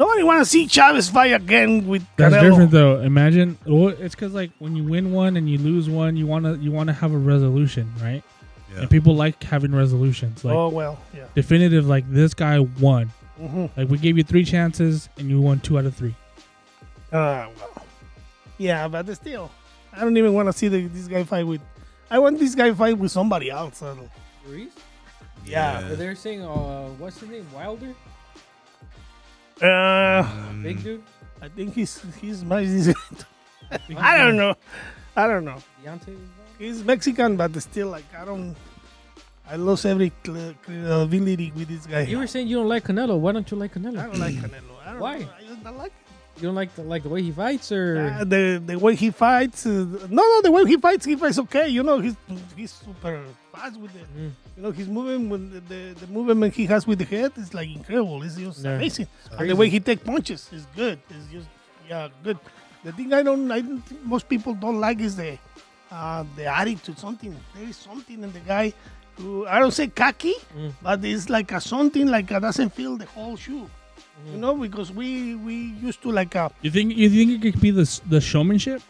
[SPEAKER 3] nobody want to see chavez fight again with
[SPEAKER 4] That's
[SPEAKER 3] canelo
[SPEAKER 4] different though. Imagine, well, it's because like when you win one and you lose one, you wanna you wanna have a resolution, right?
[SPEAKER 1] Yeah.
[SPEAKER 4] And people like having resolutions, like
[SPEAKER 3] oh well yeah
[SPEAKER 4] definitive, like this guy won.
[SPEAKER 3] Mhm.
[SPEAKER 4] Like we gave you three chances and you won two out of three.
[SPEAKER 3] uh, well. yeah but still i don't even want to see the, this guy fight with i want this guy fight with somebody else I don't-
[SPEAKER 2] Ruiz?
[SPEAKER 3] yeah,
[SPEAKER 2] But they're saying uh what's his name? Wilder?
[SPEAKER 3] uh
[SPEAKER 2] Big
[SPEAKER 1] Mm,
[SPEAKER 2] dude?
[SPEAKER 3] i think he's he's my *laughs* i don't know i don't know
[SPEAKER 2] Deontay?
[SPEAKER 3] He's Mexican, but still, like, I don't. I lost every cl- credibility with this guy.
[SPEAKER 2] You were saying you don't like Canelo. Why don't you like Canelo?
[SPEAKER 3] I don't like Canelo. I don't
[SPEAKER 2] Why?
[SPEAKER 3] know. I just don't like
[SPEAKER 2] You don't like the, like the way he fights, or
[SPEAKER 3] uh, the the way he fights. Uh, no, no, the way he fights, he fights okay. You know, he's he's super fast with the.
[SPEAKER 2] Mm.
[SPEAKER 3] You know, his movement, with the, the the movement he has with the head is like incredible. It's just
[SPEAKER 2] Yeah.
[SPEAKER 3] amazing. And
[SPEAKER 2] crazy.
[SPEAKER 3] the way he take punches is good. It's just yeah, good. The thing I don't, I don't think most people don't like is the uh, the attitude. Something there is something in the guy. Who, I don't say cocky,
[SPEAKER 2] Mm.
[SPEAKER 3] but it's like a something like a doesn't feel the whole shoe.
[SPEAKER 2] Mm.
[SPEAKER 3] You know, because we we used to like uh, a
[SPEAKER 4] You think you think it could be the s- the showmanship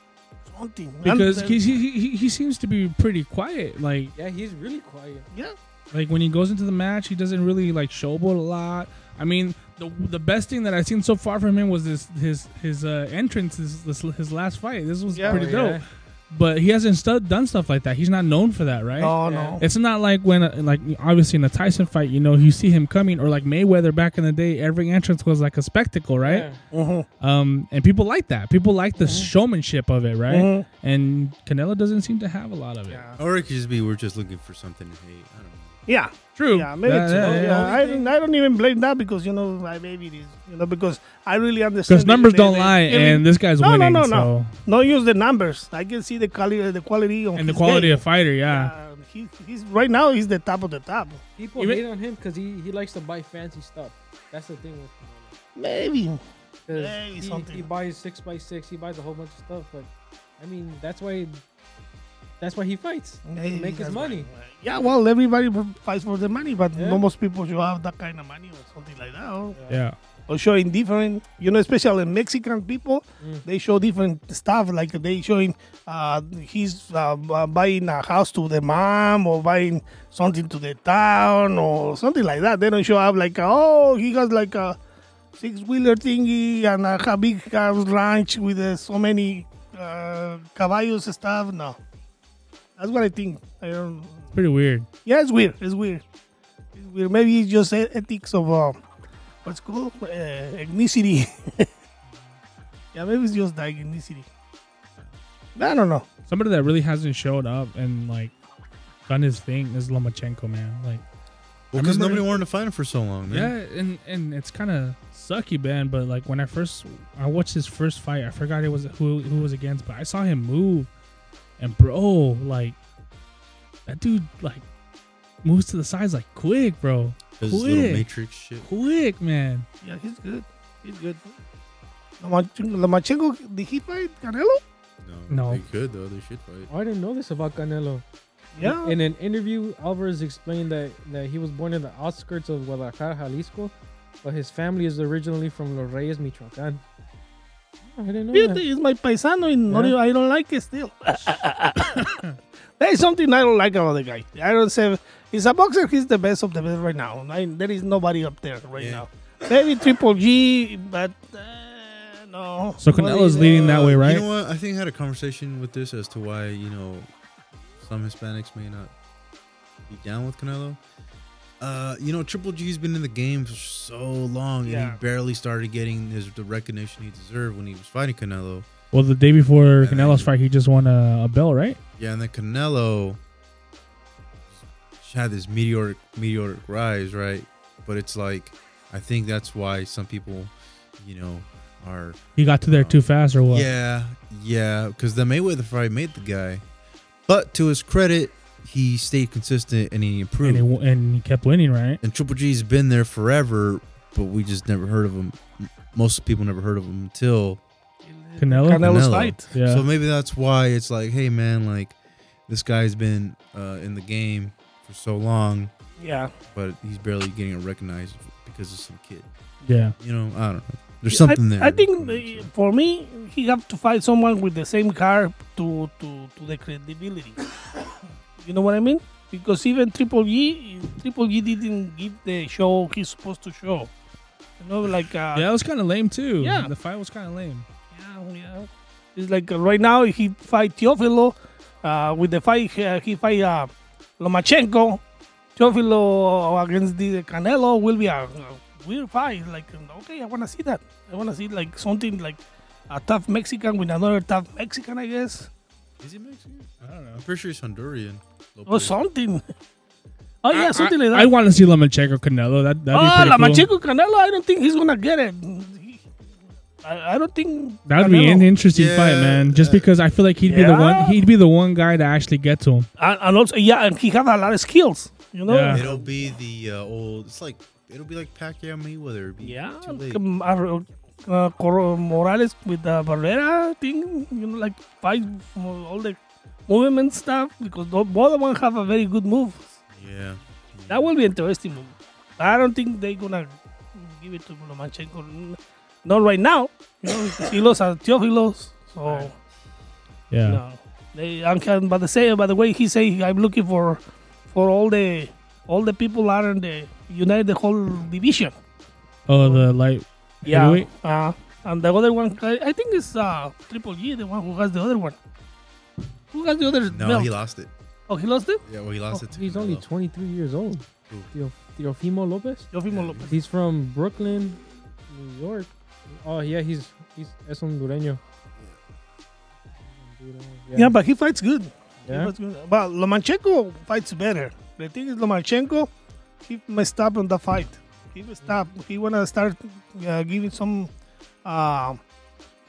[SPEAKER 3] something And
[SPEAKER 4] because
[SPEAKER 3] the-
[SPEAKER 4] he, he he he seems to be pretty quiet. Like
[SPEAKER 2] yeah, he's really quiet.
[SPEAKER 3] yeah.
[SPEAKER 4] like when he goes into the match, he doesn't really like showboat a lot. I mean, the the best thing that I've seen so far from him was this his his uh, entrance, his this, his last fight. This was
[SPEAKER 3] Yeah.
[SPEAKER 4] pretty
[SPEAKER 2] Oh,
[SPEAKER 4] dope.
[SPEAKER 2] yeah.
[SPEAKER 4] but he hasn't stu- done stuff like that. He's not known for that, right?
[SPEAKER 3] No,
[SPEAKER 2] Yeah.
[SPEAKER 3] no.
[SPEAKER 4] It's not like when, uh, like obviously in a Tyson fight, you know, you see him coming, or like Mayweather back in the day, every entrance was like a spectacle, right?
[SPEAKER 2] Yeah.
[SPEAKER 3] Mhm.
[SPEAKER 4] Um, and people like that. People like the showmanship of it, right?
[SPEAKER 3] Mhm.
[SPEAKER 4] And Canelo doesn't seem to have a lot of it.
[SPEAKER 3] Yeah.
[SPEAKER 1] Or it could just be we're just looking for something to hate. I don't know.
[SPEAKER 3] Yeah.
[SPEAKER 4] True.
[SPEAKER 3] Yeah, maybe
[SPEAKER 4] Yeah,
[SPEAKER 3] too. Oh,
[SPEAKER 4] yeah,
[SPEAKER 3] Yeah,
[SPEAKER 4] yeah.
[SPEAKER 3] I, don't, I don't even blame that because you know like, maybe it is you know because I really understand
[SPEAKER 4] Because
[SPEAKER 3] the-
[SPEAKER 4] numbers
[SPEAKER 3] the-
[SPEAKER 4] don't
[SPEAKER 3] the-
[SPEAKER 4] lie,
[SPEAKER 3] I mean,
[SPEAKER 4] and this guy's
[SPEAKER 3] No, no,
[SPEAKER 4] winning.
[SPEAKER 3] no,
[SPEAKER 4] so.
[SPEAKER 3] no. no use the numbers. I can see the quality, the quality on
[SPEAKER 4] And the
[SPEAKER 3] his
[SPEAKER 4] quality
[SPEAKER 3] game.
[SPEAKER 4] of fighter, yeah.
[SPEAKER 3] Uh, he, he's right now he's the top of the top.
[SPEAKER 2] People
[SPEAKER 4] Even-
[SPEAKER 2] hate on him because he, he likes to buy fancy stuff. That's the thing with him.
[SPEAKER 3] Maybe
[SPEAKER 2] 'Cause
[SPEAKER 3] Hey,
[SPEAKER 2] he,
[SPEAKER 3] something.
[SPEAKER 2] he buys six by six. He buys a whole bunch of stuff. But I mean, that's why that's why he fights.
[SPEAKER 3] Maybe
[SPEAKER 2] make his
[SPEAKER 3] that's
[SPEAKER 2] money.
[SPEAKER 3] why. Yeah, well, everybody fights for the money, but
[SPEAKER 2] Yeah.
[SPEAKER 3] not most people should have that kind of money or something like that. oh. Or,
[SPEAKER 4] Yeah.
[SPEAKER 3] or showing different, you know, especially Mexican people,
[SPEAKER 2] Mm.
[SPEAKER 3] they show different stuff. Like they showing uh, he's uh, bu- buying a house to the mom or buying something to the town or something like that. They don't show up like, oh, he has like a six wheeler thingy and a, a big house ranch with uh, so many uh, caballos stuff. No, that's what I think. I don't.
[SPEAKER 4] Pretty weird.
[SPEAKER 3] Yeah, it's weird. It's weird. It's weird. Maybe it's just e- ethics of uh, what's called uh, ethnicity. *laughs* yeah, maybe it's just like ethnicity. I don't know.
[SPEAKER 4] Somebody that really hasn't showed up and like done his thing is Lomachenko, man. Like,
[SPEAKER 1] Well, because
[SPEAKER 4] remember-
[SPEAKER 1] nobody wanted to fight him for so long, man.
[SPEAKER 4] yeah, and and it's kind of sucky, man. But like when I first I watched his first fight, I forgot it was who who it was against, but I saw him move, and bro, like that dude like moves to the sides like quick, bro,
[SPEAKER 1] Does this little
[SPEAKER 4] Quick.
[SPEAKER 1] Matrix shit.
[SPEAKER 4] quick, man.
[SPEAKER 3] Yeah, he's good. He's good. Lomachenko, Lomachenko did he fight Canelo?
[SPEAKER 4] No.
[SPEAKER 1] They could, though. They should fight.
[SPEAKER 2] Oh, I didn't know this about Canelo.
[SPEAKER 3] Yeah.
[SPEAKER 2] In an interview, Alvarez explained that, that he was born in the outskirts of Guadalajara, Jalisco, but his family is originally from Los Reyes, Michoacán. Oh, I didn't know
[SPEAKER 3] Fíjate,
[SPEAKER 2] that.
[SPEAKER 3] He's my paisano, and not
[SPEAKER 2] Yeah.
[SPEAKER 3] even- I don't like it still. *coughs* There's something I don't like about the guy. I don't say he's a boxer. He's the best of the best right now. I, there is nobody up there right
[SPEAKER 1] Yeah.
[SPEAKER 3] now. Maybe Triple G, but uh, no.
[SPEAKER 4] So
[SPEAKER 3] Nobody
[SPEAKER 4] Canelo's
[SPEAKER 3] there.
[SPEAKER 4] leading that way,
[SPEAKER 1] Uh,
[SPEAKER 4] right?
[SPEAKER 1] You know what? I think I had a conversation with this as to why you know some Hispanics may not be down with Canelo. Uh, you know, Triple G's been in the game for so long, and
[SPEAKER 3] Yeah.
[SPEAKER 1] he barely started getting his the recognition he deserved when he was fighting Canelo.
[SPEAKER 4] Well, the day before
[SPEAKER 1] Yeah,
[SPEAKER 4] Canelo's
[SPEAKER 1] they-
[SPEAKER 4] fight, he just won a, a belt, right?
[SPEAKER 1] Yeah, and then Canelo had this meteoric meteoric rise, right? But it's like I think that's why some people, you know, are
[SPEAKER 4] He got to there too fast, or what?
[SPEAKER 1] Yeah, yeah, because the Mayweather fight made the guy, but to his credit, he stayed consistent and he improved.
[SPEAKER 4] and
[SPEAKER 1] And,
[SPEAKER 4] he, w- and he kept winning, right?
[SPEAKER 1] Triple G's been there forever, but we just never heard of him. M- Most people never heard of him until
[SPEAKER 4] Canelo.
[SPEAKER 3] Canelo's
[SPEAKER 1] Canelo.
[SPEAKER 3] fight.
[SPEAKER 4] Yeah.
[SPEAKER 1] So maybe that's why it's like, hey man, like this guy's been uh, in the game for so long,
[SPEAKER 3] Yeah,
[SPEAKER 1] but he's barely getting recognized because of some kid.
[SPEAKER 4] yeah.
[SPEAKER 1] You know, I don't know. There's something
[SPEAKER 3] I,
[SPEAKER 1] there.
[SPEAKER 3] I think uh, for me, he have to fight someone with the same car to to to the credibility. *coughs* you know what I mean? Because even Triple G, Triple G didn't give the show he's supposed to show. You know, like uh,
[SPEAKER 4] Yeah, it was kind of lame too.
[SPEAKER 3] Yeah.
[SPEAKER 4] the fight was kind of lame.
[SPEAKER 3] yeah, yeah. It's like uh, right now he fight Teofilo uh, with the fight uh, he fight uh, Lomachenko. Teofilo against the Canelo will be a, a weird fight. Like um, okay, I want to see that. I want to see like something like a tough Mexican with another tough Mexican, I guess,
[SPEAKER 1] Is he Mexican?
[SPEAKER 4] I don't know.
[SPEAKER 1] I'm pretty sure he's Honduran.
[SPEAKER 3] or something. *laughs* Oh yeah, something
[SPEAKER 4] I,
[SPEAKER 3] like that.
[SPEAKER 4] I want to see Lomachenko Canelo. That that'd be
[SPEAKER 3] oh,
[SPEAKER 4] pretty
[SPEAKER 3] Lomachenko
[SPEAKER 4] cool.
[SPEAKER 3] Canelo. I don't think he's gonna get it. He- I, I don't think
[SPEAKER 4] That'd be
[SPEAKER 3] Canelo-
[SPEAKER 4] an interesting fight,
[SPEAKER 1] Yeah,
[SPEAKER 4] man. Just
[SPEAKER 1] uh,
[SPEAKER 4] because I feel like he'd be the one.
[SPEAKER 3] yeah.
[SPEAKER 4] He'd be the one guy to actually get to him.
[SPEAKER 3] and, and also yeah, and he have a lot of skills. You know,
[SPEAKER 4] Yeah.
[SPEAKER 1] It'll be the uh, old. It's like it'll be like Pacquiao Mayweather. It'd be
[SPEAKER 3] Yeah,
[SPEAKER 1] too late.
[SPEAKER 3] um, uh, uh, Cor- Morales with the Barrera thing, you know, like fight from all the movement stuff because tho- both of them have a very good move.
[SPEAKER 1] Yeah,
[SPEAKER 3] That will be interesting move. I don't think they're gonna give it to Lomachenko, N- not right now. You know, because he lost at Teofilos, so
[SPEAKER 4] Yeah.
[SPEAKER 3] no. They, I'm can- by the say, by the way, he say I'm looking for, for all the, all the people are in the unite the whole division.
[SPEAKER 4] Oh, the light.
[SPEAKER 3] Yeah.
[SPEAKER 4] heavyweight?
[SPEAKER 3] Uh, and the other one, I, I think it's uh, Triple G, the one who has the other one. Who got the other
[SPEAKER 1] No,
[SPEAKER 3] belt?
[SPEAKER 1] he lost it.
[SPEAKER 3] oh, he lost it.
[SPEAKER 1] Yeah, well, he
[SPEAKER 2] Oh,
[SPEAKER 1] lost it. To
[SPEAKER 2] he's only
[SPEAKER 1] Canelo.
[SPEAKER 2] 23 years old. Theo- Teofimo Lopez.
[SPEAKER 3] Teofimo Lopez.
[SPEAKER 2] He's from Brooklyn, New York. Oh yeah, he's he's es hondureño.
[SPEAKER 3] Yeah. but he fights good. He
[SPEAKER 2] yeah.
[SPEAKER 3] fights good. But Lomachenko fights better. The thing is, Lomachenko, he messed up on the fight. He messed up. He wanna start uh, giving some. Uh,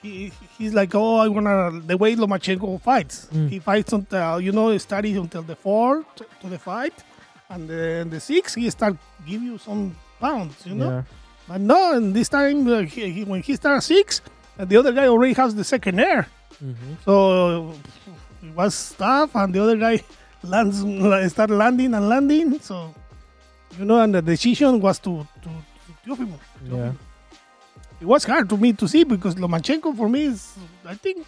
[SPEAKER 3] he, he's like, oh, I wanna the way Lomachenko fights.
[SPEAKER 2] Mm.
[SPEAKER 3] He fights until you know, he studies until the four to, to the fight, and then the six he start give you some pounds. You know.
[SPEAKER 2] Yeah.
[SPEAKER 3] But no, and this time uh, he, he, when he starts six, uh, the other guy already has the second air.
[SPEAKER 2] Mhm.
[SPEAKER 3] So it was tough, and the other guy *laughs* lands start landing and landing. So you know, and the decision was to to, to Teofimo.
[SPEAKER 2] Yeah.
[SPEAKER 3] It was hard to me to see because Lomachenko for me is I think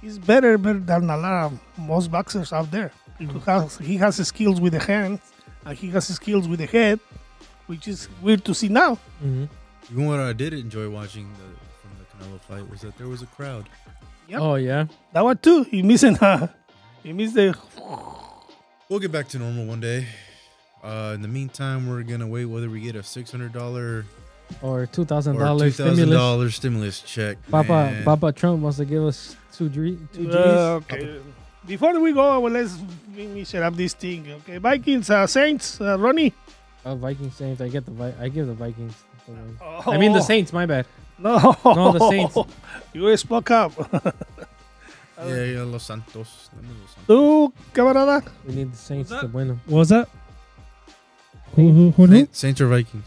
[SPEAKER 3] he's better, better than a lot of most boxers out there. He has he has skills with the hands and he has skills with the head, which is weird to see now.
[SPEAKER 2] Mhm.
[SPEAKER 1] Even what I did enjoy watching the, from the Canelo fight was that there was a crowd.
[SPEAKER 3] Yep.
[SPEAKER 2] Oh yeah.
[SPEAKER 3] That one too. He missing. Uh, *laughs* he missed the.
[SPEAKER 1] We'll get back to normal one day. Uh, in the meantime, we're gonna wait whether we get a six hundred dollar
[SPEAKER 2] Or two thousand
[SPEAKER 1] or two
[SPEAKER 2] dollars
[SPEAKER 1] thousand
[SPEAKER 2] stimulus.
[SPEAKER 1] dollar stimulus check.
[SPEAKER 2] Papa
[SPEAKER 1] man.
[SPEAKER 2] Papa Trump wants to give us two dre- two G's.
[SPEAKER 3] Uh, okay. Before we go, well, let's finish up this thing. Okay, Vikings, uh, Saints, uh, Ronnie.
[SPEAKER 2] Uh, Vikings Saints. I get the Vi- I give the Vikings. the win.
[SPEAKER 3] Oh.
[SPEAKER 2] I mean the Saints. My bad.
[SPEAKER 3] No,
[SPEAKER 2] No, the Saints.
[SPEAKER 3] *laughs* You spoke up. *laughs*
[SPEAKER 1] Yeah, yeah, Los Santos. Dame Los Santos.
[SPEAKER 3] Tú, camarada.
[SPEAKER 2] We need the Saints
[SPEAKER 3] that?
[SPEAKER 2] to win them.
[SPEAKER 4] What was that? Who, who, who knew?
[SPEAKER 1] Saint- Saints or Vikings?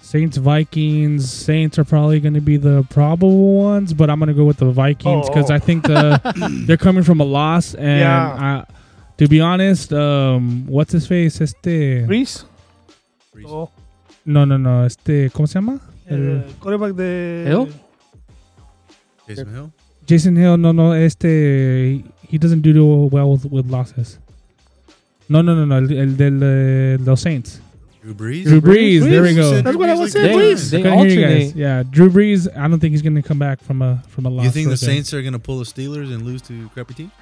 [SPEAKER 4] Saints, Vikings. Saints are probably going to be the probable ones, but I'm going to go with the Vikings because
[SPEAKER 3] Oh.
[SPEAKER 4] I think the,
[SPEAKER 3] *laughs*
[SPEAKER 4] they're coming from a loss. And
[SPEAKER 3] Yeah.
[SPEAKER 4] I, to be honest, um, what's his face? Este.
[SPEAKER 3] Reese.
[SPEAKER 1] Reason.
[SPEAKER 3] Oh,
[SPEAKER 4] No, no, no. Este. ¿Cómo se llama?
[SPEAKER 3] uh,
[SPEAKER 4] El-
[SPEAKER 3] quarterback de.
[SPEAKER 2] Hill?
[SPEAKER 1] Taysom Hill.
[SPEAKER 4] Jason Hill. No, no. Este. He doesn't do too well with, with losses. No, no, no, no. El, el de los Saints.
[SPEAKER 1] Drew Brees.
[SPEAKER 4] Drew Brees. There we
[SPEAKER 3] Brees.
[SPEAKER 4] go.
[SPEAKER 1] Said
[SPEAKER 3] That's
[SPEAKER 1] Drew
[SPEAKER 3] what I
[SPEAKER 1] Brees
[SPEAKER 3] was
[SPEAKER 1] like
[SPEAKER 3] saying,
[SPEAKER 1] that.
[SPEAKER 2] They,
[SPEAKER 3] Breeze.
[SPEAKER 2] they
[SPEAKER 4] Couldn't hear you guys.
[SPEAKER 2] alternate.
[SPEAKER 4] Yeah, Drew Brees. I don't think he's going to come back from a from a loss.
[SPEAKER 1] You think the
[SPEAKER 4] Okay.
[SPEAKER 1] Saints are gonna pull the Steelers and lose to crappy team?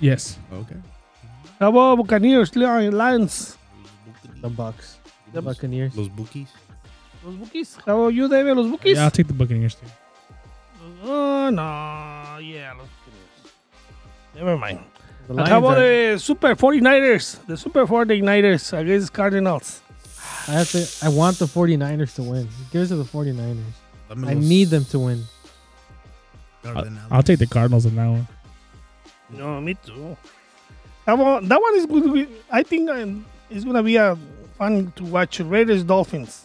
[SPEAKER 4] Yes.
[SPEAKER 1] Oh, Okay.
[SPEAKER 3] How about Buccaneers, Lion- Lions?
[SPEAKER 2] The Bucks. The
[SPEAKER 1] Los-
[SPEAKER 2] Buccaneers.
[SPEAKER 1] Los Bookies.
[SPEAKER 3] Los Bookies. How about you, David? Los Bookies?
[SPEAKER 4] Yeah, I'll take the Buccaneers too.
[SPEAKER 3] Oh, no. Yeah, Los Buccaneers. Never mind.
[SPEAKER 2] The
[SPEAKER 3] And
[SPEAKER 2] Lions
[SPEAKER 3] how about
[SPEAKER 2] are-
[SPEAKER 3] the Super 49ers? The Super 49ers against Cardinals.
[SPEAKER 2] I have to. I want the 49ers to win. Give it to the 49ers.
[SPEAKER 1] Dame
[SPEAKER 2] I
[SPEAKER 1] Los
[SPEAKER 2] need them to win.
[SPEAKER 1] Cardinals.
[SPEAKER 4] I'll take the Cardinals in that one.
[SPEAKER 3] No, me too. That one, that one is going to be, I think um, it's going to be a fun to watch. Raiders Dolphins.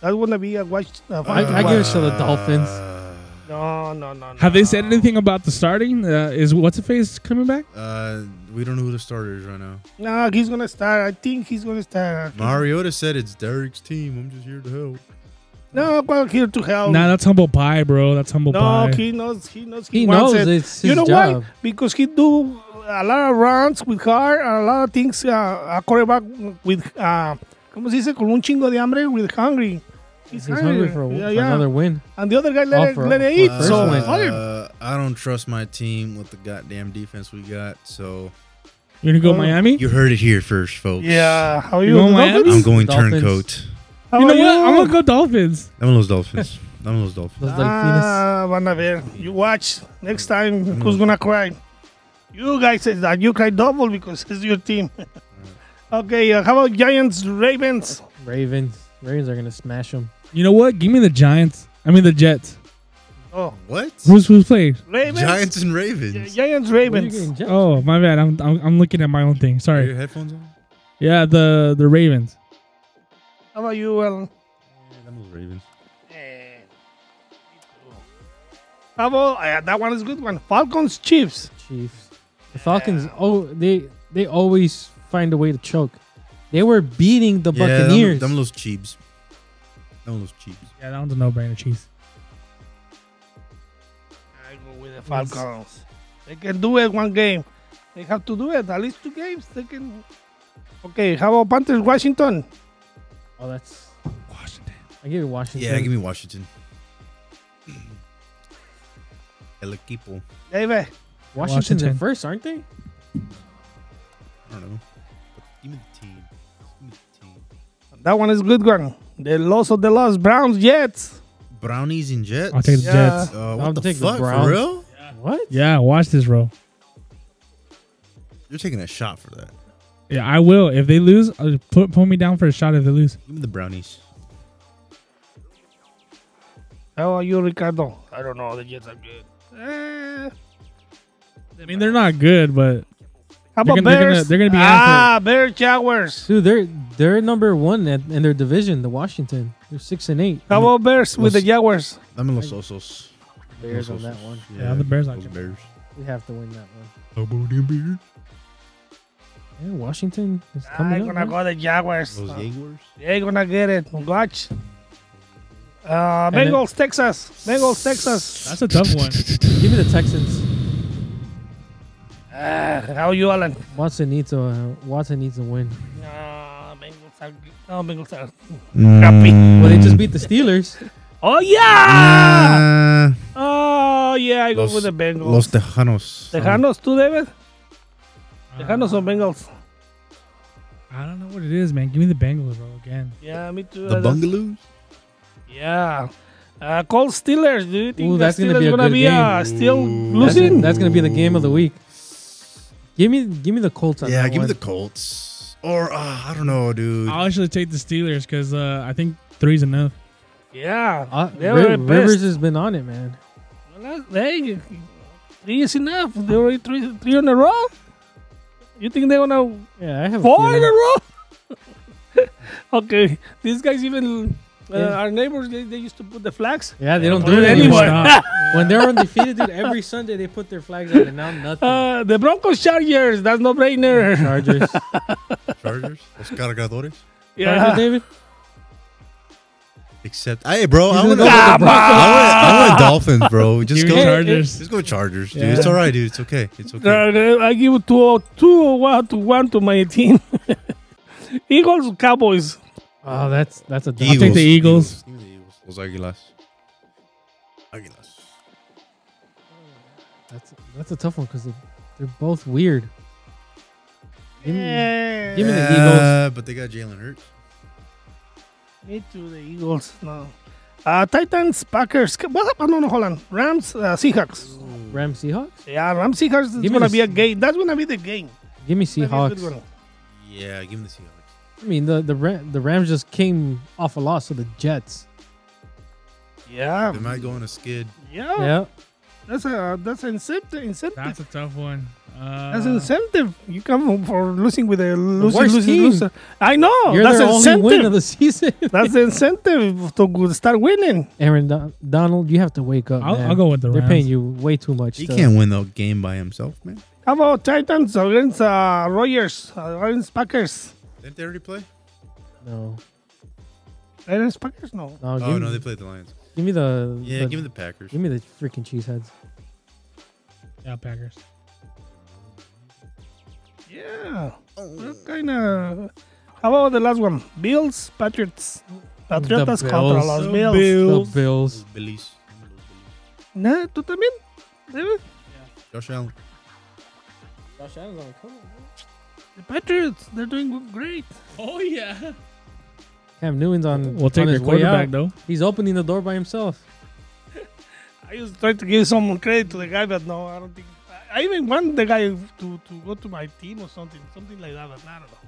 [SPEAKER 3] That's going to be a watch. A fun
[SPEAKER 2] I-
[SPEAKER 3] to
[SPEAKER 2] I
[SPEAKER 3] watch.
[SPEAKER 2] give it to the Dolphins.
[SPEAKER 1] Uh,
[SPEAKER 3] No, no, no, no.
[SPEAKER 4] Have they said anything about the starting? Uh, is what's the face coming back?
[SPEAKER 1] Uh, we don't know who the starter is right now.
[SPEAKER 3] No, he's going to start. I think he's going to start.
[SPEAKER 1] Mariota said it's Derek's team. I'm just here to help.
[SPEAKER 3] No, well, here to help.
[SPEAKER 4] nah, that's humble pie, bro. That's humble
[SPEAKER 3] Oh. no,
[SPEAKER 4] pie.
[SPEAKER 3] he knows. He knows. He,
[SPEAKER 2] He
[SPEAKER 3] wants
[SPEAKER 2] knows
[SPEAKER 3] it.
[SPEAKER 2] it's his
[SPEAKER 3] you know
[SPEAKER 2] job.
[SPEAKER 3] why? Because he do a lot of runs with heart and a lot of things. Uh, a quarterback with, uh, ¿cómo se dice? Con un chingo de hambre, with hungry.
[SPEAKER 2] He's hungry for, a,
[SPEAKER 3] yeah,
[SPEAKER 2] for
[SPEAKER 3] yeah.
[SPEAKER 2] another win.
[SPEAKER 3] And the other guy
[SPEAKER 2] Oh,
[SPEAKER 3] let it,
[SPEAKER 2] for-
[SPEAKER 3] let it
[SPEAKER 2] for
[SPEAKER 3] eat.
[SPEAKER 2] first
[SPEAKER 3] So
[SPEAKER 2] one.
[SPEAKER 3] fuck him.
[SPEAKER 1] Uh, I don't trust my team with the goddamn defense we got. So
[SPEAKER 4] You're gonna go
[SPEAKER 3] Oh.
[SPEAKER 4] Miami?
[SPEAKER 1] you heard it here first, folks.
[SPEAKER 3] yeah, how are you?
[SPEAKER 4] You want
[SPEAKER 3] the
[SPEAKER 4] Miami?
[SPEAKER 3] Dolphins?
[SPEAKER 1] I'm going
[SPEAKER 2] Dolphins.
[SPEAKER 1] turncoat.
[SPEAKER 3] How
[SPEAKER 4] you know
[SPEAKER 3] are
[SPEAKER 4] what? I'm gonna go Dolphins.
[SPEAKER 1] I'm those
[SPEAKER 2] *laughs*
[SPEAKER 1] Dolphins. I'm those Dolphins.
[SPEAKER 2] Los Delfines.
[SPEAKER 3] Ah, van a ver. You watch next time.
[SPEAKER 4] Mm.
[SPEAKER 3] Who's gonna cry? You guys said that you cry double because it's your team. *laughs* okay, uh, how about Giants Ravens?
[SPEAKER 2] Ravens. Ravens are gonna smash them.
[SPEAKER 4] You know what? Give me the Giants. I mean the Jets.
[SPEAKER 3] Oh,
[SPEAKER 1] What?
[SPEAKER 4] Who's who's played?
[SPEAKER 3] Ravens.
[SPEAKER 1] Giants and
[SPEAKER 3] Gi-
[SPEAKER 1] Ravens.
[SPEAKER 3] Giants Ravens.
[SPEAKER 4] Oh my bad. I'm, I'm I'm looking at my own thing.
[SPEAKER 1] Are
[SPEAKER 4] Sorry.
[SPEAKER 1] your headphones on?
[SPEAKER 4] Yeah, the the Ravens.
[SPEAKER 3] How about you, Alan?
[SPEAKER 1] I'm those Ravens.
[SPEAKER 3] Eh, How about uh, that one is a good one. Falcons Chiefs.
[SPEAKER 2] Chiefs. The Falcons. Oh, they they always find a way to choke. They were beating the
[SPEAKER 1] Yeah,
[SPEAKER 2] Buccaneers.
[SPEAKER 1] I'm, those Cheebs. I'm those Cheebs.
[SPEAKER 4] Yeah, that one's a no-brainer. Chiefs.
[SPEAKER 3] I go with the Falcons. They can do it one game. They have to do it at least two games. They can. Okay, how about Panthers Washington?
[SPEAKER 2] oh, that's.
[SPEAKER 4] Washington.
[SPEAKER 2] I give it Washington.
[SPEAKER 1] Yeah, give me Washington. *clears throat* El equipo.
[SPEAKER 3] David.
[SPEAKER 2] Washington's in
[SPEAKER 4] Washington.
[SPEAKER 2] first, aren't they?
[SPEAKER 1] I don't know. But give me the team. Give me the team.
[SPEAKER 3] That one is good one. The loss of the loss, Browns Jets.
[SPEAKER 1] Brownies and Jets.
[SPEAKER 4] I'll take the
[SPEAKER 3] Yeah.
[SPEAKER 4] Jets.
[SPEAKER 1] Uh,
[SPEAKER 2] I'll
[SPEAKER 1] what the
[SPEAKER 2] take the
[SPEAKER 1] fuck?
[SPEAKER 2] Browns.
[SPEAKER 1] for real?
[SPEAKER 2] What?
[SPEAKER 4] Yeah, watch this, bro.
[SPEAKER 1] You're taking a shot for that.
[SPEAKER 4] Yeah, I will. If they lose, uh, put pull me down for a shot. If they lose,
[SPEAKER 1] Give me the brownies.
[SPEAKER 3] How are you, Ricardo? I don't know. The Jets are good. Eh,
[SPEAKER 4] I mean they're not good, but
[SPEAKER 3] how
[SPEAKER 4] They're
[SPEAKER 3] about
[SPEAKER 4] gonna- they're
[SPEAKER 3] Bears?
[SPEAKER 4] gonna- they're gonna be
[SPEAKER 3] ah, Bear Jaguars.
[SPEAKER 2] Dude, they're they're number one at, in their division, the Washington. They're six and eight.
[SPEAKER 3] How
[SPEAKER 4] Mm.
[SPEAKER 3] about Bears with the
[SPEAKER 1] Los-
[SPEAKER 3] Jaguars?
[SPEAKER 1] I'm in Los Osos.
[SPEAKER 2] Bears on
[SPEAKER 1] Los
[SPEAKER 2] that
[SPEAKER 1] Osos.
[SPEAKER 2] one.
[SPEAKER 4] Yeah, the Bears are
[SPEAKER 1] those
[SPEAKER 4] good.
[SPEAKER 1] Bears.
[SPEAKER 2] We have to win that one.
[SPEAKER 1] How about them Bears?
[SPEAKER 2] Yeah, Washington is
[SPEAKER 3] I'm
[SPEAKER 2] coming
[SPEAKER 3] gonna
[SPEAKER 2] up. man.
[SPEAKER 3] go the Jaguars.
[SPEAKER 1] Those Jaguars.
[SPEAKER 3] They're gonna get it. Watch. Uh,
[SPEAKER 2] And then-
[SPEAKER 3] Bengals, Texas. Bengals, Texas.
[SPEAKER 4] that's a tough one.
[SPEAKER 2] Give me the Texans.
[SPEAKER 3] Ah, how are you, Alan?
[SPEAKER 2] Watson needs a uh, Watson needs a win.
[SPEAKER 3] Uh, Bengals are. good. No, Bengals are.
[SPEAKER 2] Well, they just beat the *laughs* Steelers.
[SPEAKER 3] Oh yeah!
[SPEAKER 1] Ah,
[SPEAKER 3] Oh yeah, I go
[SPEAKER 1] Los-
[SPEAKER 3] with the Bengals.
[SPEAKER 1] Los Tejanos.
[SPEAKER 3] Tejanos, too, David.
[SPEAKER 1] Ah.
[SPEAKER 3] Tejanos or Bengals?
[SPEAKER 4] I don't know what it is, man. Give me the Bengals, bro. Again,
[SPEAKER 3] Yeah, me too.
[SPEAKER 1] The
[SPEAKER 3] I don't-
[SPEAKER 1] Bungalows.
[SPEAKER 3] Yeah. Uh, Cold Steelers. Do you think
[SPEAKER 2] Ooh,
[SPEAKER 3] the
[SPEAKER 2] that's
[SPEAKER 3] Steelers
[SPEAKER 2] gonna be a
[SPEAKER 3] gonna
[SPEAKER 2] good
[SPEAKER 3] be
[SPEAKER 2] game.
[SPEAKER 3] uh, still
[SPEAKER 2] That's,
[SPEAKER 3] losing?
[SPEAKER 2] that's gonna be the game of the week. Give me give me the Colts. On
[SPEAKER 1] Yeah,
[SPEAKER 2] that
[SPEAKER 1] give me
[SPEAKER 2] one.
[SPEAKER 1] the Colts. Or uh, I don't know, dude.
[SPEAKER 4] I'll actually take the Steelers because uh, I think three's enough.
[SPEAKER 3] Yeah,
[SPEAKER 2] Uh,
[SPEAKER 3] they
[SPEAKER 2] Riv-
[SPEAKER 3] were the
[SPEAKER 2] Rivers
[SPEAKER 3] best.
[SPEAKER 2] has been on it, man.
[SPEAKER 3] Well, Hey, three is enough. They already three three in a row. You think they're gonna
[SPEAKER 2] Yeah, I have
[SPEAKER 3] four
[SPEAKER 2] a
[SPEAKER 3] in a
[SPEAKER 2] feeling.
[SPEAKER 3] row? *laughs* okay, these guys even uh,
[SPEAKER 2] Yeah.
[SPEAKER 3] our neighbors they, they used to put the flags.
[SPEAKER 2] Yeah, they don't
[SPEAKER 3] Put
[SPEAKER 2] do it
[SPEAKER 3] it
[SPEAKER 2] anymore.
[SPEAKER 3] anywhere.
[SPEAKER 4] Stop.
[SPEAKER 2] when *laughs* they were undefeated, dude, every Sunday they put their flags out, and now nothing.
[SPEAKER 3] Uh, the Broncos Chargers. That's no brainer.
[SPEAKER 2] *laughs* Chargers.
[SPEAKER 1] Chargers. Los Cargadores.
[SPEAKER 2] Chargers,
[SPEAKER 3] *laughs* Yeah.
[SPEAKER 2] David.
[SPEAKER 1] Except, hey, bro, I
[SPEAKER 2] gonna
[SPEAKER 1] want
[SPEAKER 2] go with the
[SPEAKER 1] I
[SPEAKER 3] Ah,
[SPEAKER 1] went, I went Dolphins, bro. Just
[SPEAKER 4] Give
[SPEAKER 1] go
[SPEAKER 4] me the
[SPEAKER 1] Chargers.
[SPEAKER 4] Chargers.
[SPEAKER 1] Just go Chargers, dude.
[SPEAKER 4] Yeah.
[SPEAKER 1] It's all right, dude. It's okay. It's okay.
[SPEAKER 3] Uh, I give two, two, one to one to my team. *laughs* Eagles, Cowboys.
[SPEAKER 2] Oh, that's that's a dumb.
[SPEAKER 4] Eagles. take the
[SPEAKER 1] Give me the Eagles. Los Águilas. Águilas.
[SPEAKER 2] That's that's a tough one because they, they're both weird. Give me- Give me the Eagles.
[SPEAKER 1] Yeah, but they got Jalen Hurts.
[SPEAKER 3] Me too, the Eagles. No. Uh, Titans, Packers. Ca- What happened? No, no, hold on. Rams, uh, Seahawks.
[SPEAKER 2] Ram Seahawks.
[SPEAKER 3] Yeah, Rams, Seahawks. It's
[SPEAKER 2] Give me
[SPEAKER 3] gonna
[SPEAKER 2] the
[SPEAKER 3] be a
[SPEAKER 2] Se-
[SPEAKER 3] game. That's gonna be the game.
[SPEAKER 2] Give me
[SPEAKER 3] That's gonna be a good
[SPEAKER 2] Seahawks.
[SPEAKER 3] one.
[SPEAKER 1] Yeah, give me the Seahawks.
[SPEAKER 2] I mean, the the Ram, the Rams just came off a loss to the Jets.
[SPEAKER 3] Yeah.
[SPEAKER 1] They might go on a skid.
[SPEAKER 3] yeah,
[SPEAKER 2] Yeah,
[SPEAKER 3] That's a that's an incentive. incentive.
[SPEAKER 4] That's
[SPEAKER 3] That's,
[SPEAKER 4] a tough one. Uh,
[SPEAKER 3] incentive. You come home for losing with a loser,
[SPEAKER 2] worst
[SPEAKER 3] loser,
[SPEAKER 2] team.
[SPEAKER 3] loser. I know.
[SPEAKER 2] you're
[SPEAKER 3] Oh, that's
[SPEAKER 2] their only win
[SPEAKER 3] incentive.
[SPEAKER 2] of the *laughs* season.
[SPEAKER 3] that's the incentive to go- start winning.
[SPEAKER 2] Aaron Don- Donald, you have to wake up.
[SPEAKER 4] I'll,
[SPEAKER 2] man.
[SPEAKER 4] I'll go with the
[SPEAKER 2] They're
[SPEAKER 4] Rams.
[SPEAKER 2] paying you way too much.
[SPEAKER 1] He
[SPEAKER 2] to-
[SPEAKER 1] can't win the game by himself, man.
[SPEAKER 3] How about Titans against uh, Rogers, uh, against Packers?
[SPEAKER 1] Didn't they already play?
[SPEAKER 2] No,
[SPEAKER 3] Against Packers? No.
[SPEAKER 2] no. Give,
[SPEAKER 1] Oh,
[SPEAKER 2] me,
[SPEAKER 1] no, they played the Lions.
[SPEAKER 2] give me the
[SPEAKER 1] Yeah,
[SPEAKER 2] the-
[SPEAKER 1] give me the Packers.
[SPEAKER 2] give me the freaking cheeseheads.
[SPEAKER 4] Yeah, Packers.
[SPEAKER 3] Yeah. Kind of. How about the last one? Bills, Patriots. Patriotas contra
[SPEAKER 2] Bills.
[SPEAKER 3] los
[SPEAKER 4] The
[SPEAKER 3] Bills.
[SPEAKER 4] Bills.
[SPEAKER 2] The Bills.
[SPEAKER 1] Billies.
[SPEAKER 3] Nah, ¿Tú también? David?
[SPEAKER 1] Josh Allen.
[SPEAKER 3] The Patriots, they're doing good- great.
[SPEAKER 4] Oh yeah.
[SPEAKER 2] Cam Newton's on.
[SPEAKER 4] We'll take
[SPEAKER 2] on
[SPEAKER 4] their
[SPEAKER 2] his way
[SPEAKER 4] quarterback
[SPEAKER 2] out.
[SPEAKER 4] though.
[SPEAKER 2] He's opening the door by himself.
[SPEAKER 3] I just tried to give some credit to the guy, but no, I don't think. I I even want the guy to, to go to my team or something, something like that, but I don't know.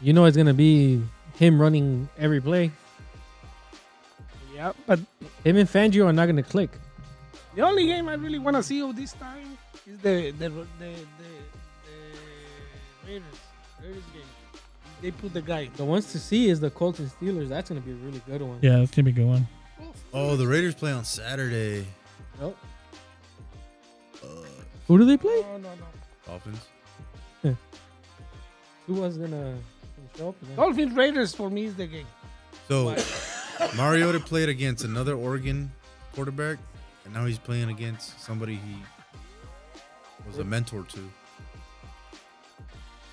[SPEAKER 2] You know it's gonna be him running every play.
[SPEAKER 3] Yeah, but
[SPEAKER 2] Him and Fangio are not gonna click.
[SPEAKER 3] the only game I really want to see of this time is the the the the, the Raiders Raiders game. They put the guy.
[SPEAKER 2] The ones to see is the Colts and Steelers. That's gonna be a really good one.
[SPEAKER 4] Yeah, that's gonna be a good one.
[SPEAKER 1] Oh, the Raiders play on Saturday.
[SPEAKER 2] Yep.
[SPEAKER 1] Uh,
[SPEAKER 2] Who do they play?
[SPEAKER 3] No, no, no.
[SPEAKER 1] Dolphins.
[SPEAKER 2] Who was gonna show up? Again?
[SPEAKER 3] Dolphins Raiders for me is the game.
[SPEAKER 1] So Mariota played against another Oregon quarterback, and now he's playing against somebody he was a mentor to.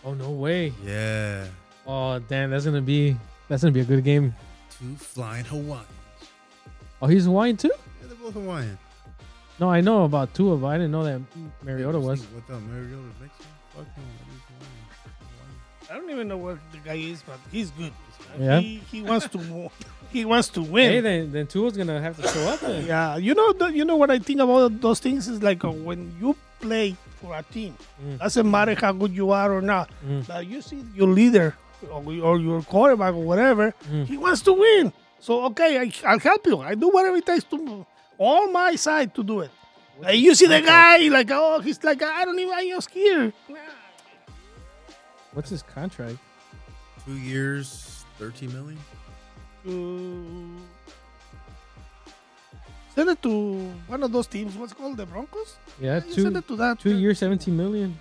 [SPEAKER 2] Oh no way!
[SPEAKER 1] Yeah.
[SPEAKER 2] Oh damn, that's gonna be that's gonna be a good game.
[SPEAKER 1] Two flying Hawaiian.
[SPEAKER 2] Oh, he's Hawaiian too?
[SPEAKER 1] Yeah, they're both Hawaiian.
[SPEAKER 2] No, I know about two of. I didn't know that Mariota was.
[SPEAKER 1] What the Mariota Mexican? Fuck no, that is why.
[SPEAKER 3] I don't even know what the guy is, but he's good.
[SPEAKER 2] Yeah.
[SPEAKER 3] He, he wants to *laughs* wo- he wants to
[SPEAKER 2] Hey,
[SPEAKER 3] win.
[SPEAKER 2] then then Tua's gonna have to show up. Then.
[SPEAKER 3] yeah, you know the, you know what I think about those things is like uh, when you play for a team,
[SPEAKER 2] Mm.
[SPEAKER 3] doesn't matter how good you are or not.
[SPEAKER 2] Mm.
[SPEAKER 3] Now you see your leader or, or your quarterback or whatever,
[SPEAKER 2] Mm.
[SPEAKER 3] he wants to win. So okay, I, I'll help you. I do whatever it takes to all my side to do it. Like, you see the guy like oh he's like I don't even I just here.
[SPEAKER 2] *laughs* What's his contract?
[SPEAKER 1] Two years, thirteen million.
[SPEAKER 2] Uh,
[SPEAKER 3] to send it to one of those teams. What's it called the Broncos?
[SPEAKER 2] Yeah,
[SPEAKER 3] Yeah, send
[SPEAKER 2] Uh, two
[SPEAKER 3] it to that.
[SPEAKER 2] two years, seventeen million.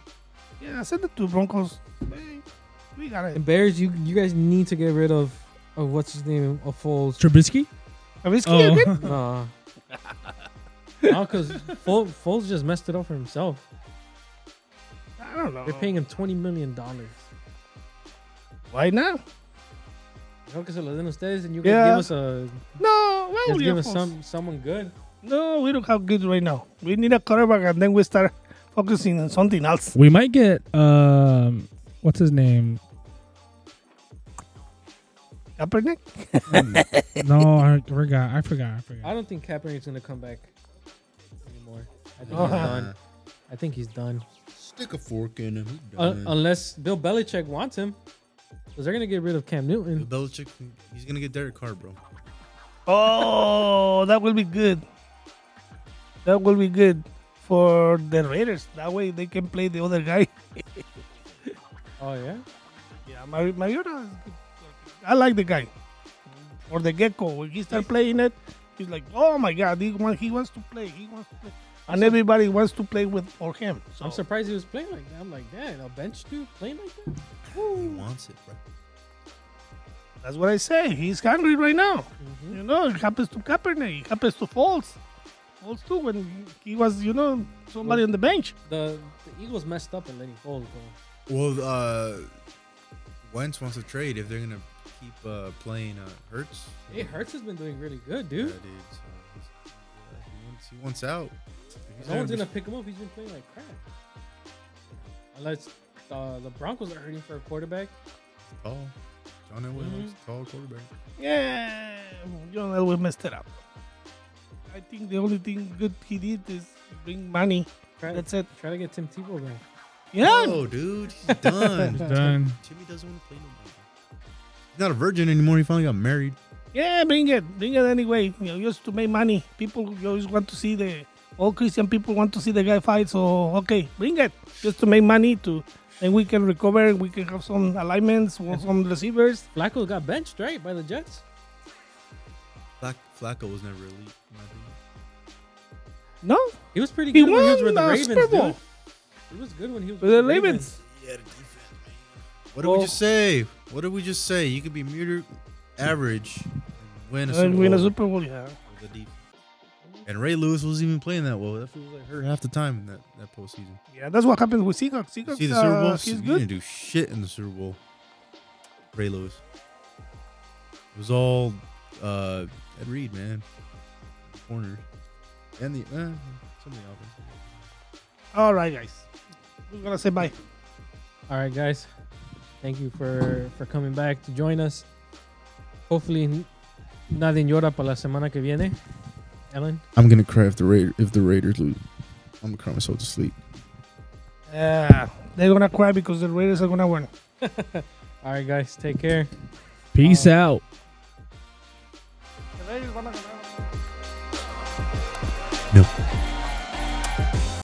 [SPEAKER 3] Yeah, send it to Broncos. Hey, we got it.
[SPEAKER 2] And Bears, you you guys need to get rid of of what's his name of *laughs* Foles.
[SPEAKER 4] Trubisky?
[SPEAKER 3] Trubisky again?
[SPEAKER 4] Oh,
[SPEAKER 2] Nah. no, because Foles, Foles just messed it up for himself.
[SPEAKER 3] *laughs* I don't know.
[SPEAKER 2] They're paying him twenty million dollars.
[SPEAKER 3] Why not?
[SPEAKER 2] No, because lo den ustedes, and you can
[SPEAKER 3] Yeah.
[SPEAKER 2] give us a
[SPEAKER 3] No, well,
[SPEAKER 2] just
[SPEAKER 3] we
[SPEAKER 2] give
[SPEAKER 3] are
[SPEAKER 2] us
[SPEAKER 3] close.
[SPEAKER 2] some someone good.
[SPEAKER 3] No, we don't have good right now. We need a quarterback, and then we start focusing on something else.
[SPEAKER 4] *laughs* we might get um, what's his name?
[SPEAKER 3] Kaepernick?
[SPEAKER 4] no, I forgot. I forgot. I
[SPEAKER 2] I *laughs*
[SPEAKER 4] forgot.
[SPEAKER 2] don't think Kaepernick's gonna come back anymore. I think
[SPEAKER 1] *laughs*
[SPEAKER 3] Uh-huh.
[SPEAKER 2] he's Oh, done. I think he's done.
[SPEAKER 1] Stick a fork in him. He's done.
[SPEAKER 2] Un- unless Bill Belichick wants him, because they're gonna get rid of Cam Newton.
[SPEAKER 1] Belichick, he's gonna get Derek Carr, bro.
[SPEAKER 3] Oh, that will be good. That will be good for the Raiders. That way they can play the other guy.
[SPEAKER 2] Oh yeah,
[SPEAKER 3] Yeah, Mari- Mariota. is good. I like the guy. Or the gecko. When he start playing it, he's like, oh my god, he wants, he wants to play. He wants to play. And everybody wants to play with for him. So
[SPEAKER 2] I'm surprised he was playing like that. I'm like, damn, a bench dude playing like that.
[SPEAKER 1] He wants it, bro.
[SPEAKER 3] that's what I say. He's hungry right now. You know, it happens to Kaepernick. It happens to Falls. Falls too when he was, you know, somebody on the bench.
[SPEAKER 2] The the Eagles messed up in letting Foles go.
[SPEAKER 1] Well, uh, Wentz wants to trade if they're gonna keep uh, playing uh, Hurts.
[SPEAKER 2] Hey, Hurts has been doing really good,
[SPEAKER 1] Yeah,
[SPEAKER 2] dude.
[SPEAKER 1] dude. So he's- yeah, he, wants, he wants out. He's
[SPEAKER 2] No one's
[SPEAKER 1] gonna
[SPEAKER 2] gonna
[SPEAKER 1] be-
[SPEAKER 2] pick him up. He's been playing like crap. Unless uh, the Broncos are hurting for a quarterback.
[SPEAKER 1] tall. John Elway
[SPEAKER 3] Mm-hmm.
[SPEAKER 2] Mhm.
[SPEAKER 1] likes tall quarterback.
[SPEAKER 3] Yeah, John Elway messed it up. I think the only thing good he did is bring money.
[SPEAKER 2] Try,
[SPEAKER 3] That's it.
[SPEAKER 2] try to get Tim Tebow back.
[SPEAKER 3] Yeah,
[SPEAKER 1] Oh, dude, he's
[SPEAKER 3] *laughs*
[SPEAKER 1] done.
[SPEAKER 4] Done.
[SPEAKER 1] Jimmy doesn't want to play no more. He's not a virgin anymore. He finally got married.
[SPEAKER 3] Yeah, bring it, bring it anyway. You know, just to make money. People you always want to see the all Christian people want to see the guy fight. So okay, bring it just to make money to, and we can recover. We can have some alignments, or some receivers.
[SPEAKER 2] Flacco got benched right by the Jets.
[SPEAKER 1] Flack, Flacco was never elite. in my opinion.
[SPEAKER 3] No,
[SPEAKER 2] He was pretty
[SPEAKER 3] he
[SPEAKER 2] good when he was
[SPEAKER 3] won
[SPEAKER 2] with the
[SPEAKER 3] the Super
[SPEAKER 2] Ravens, dude.
[SPEAKER 3] Bowl.
[SPEAKER 2] He was good when he was
[SPEAKER 3] With the Ravens. Uh,
[SPEAKER 1] He had a defense, man. What did
[SPEAKER 2] Well-
[SPEAKER 1] we just say? What did we just say? You could be meter average and win a Super
[SPEAKER 3] And win a
[SPEAKER 1] Bowl
[SPEAKER 3] Super Bowl. Yeah.
[SPEAKER 1] with a defense. And Ray Lewis wasn't even playing that well. That feels like hurt half the time in that, that postseason.
[SPEAKER 3] Yeah, that's what happens with Seahawks.
[SPEAKER 1] You
[SPEAKER 3] Seahawks,
[SPEAKER 1] see the Super Bowl?
[SPEAKER 3] uh,
[SPEAKER 1] he
[SPEAKER 3] he's
[SPEAKER 1] didn't
[SPEAKER 3] good.
[SPEAKER 1] do shit in the Super Bowl. Ray Lewis. It was all uh, Ed Reed, man. Corner. And the uh, some of the offense.
[SPEAKER 3] All right, guys, we're gonna say bye.
[SPEAKER 2] All right, guys. Thank you for for coming back to join us. Hopefully, nadie llora para la semana que viene. Ellen,
[SPEAKER 1] I'm gonna cry if the Raider, if the Raiders lose. I'm gonna cry myself to sleep.
[SPEAKER 3] Yeah, Uh, they're gonna cry because the Raiders are gonna win.
[SPEAKER 2] all right, guys, take care.
[SPEAKER 4] Peace out.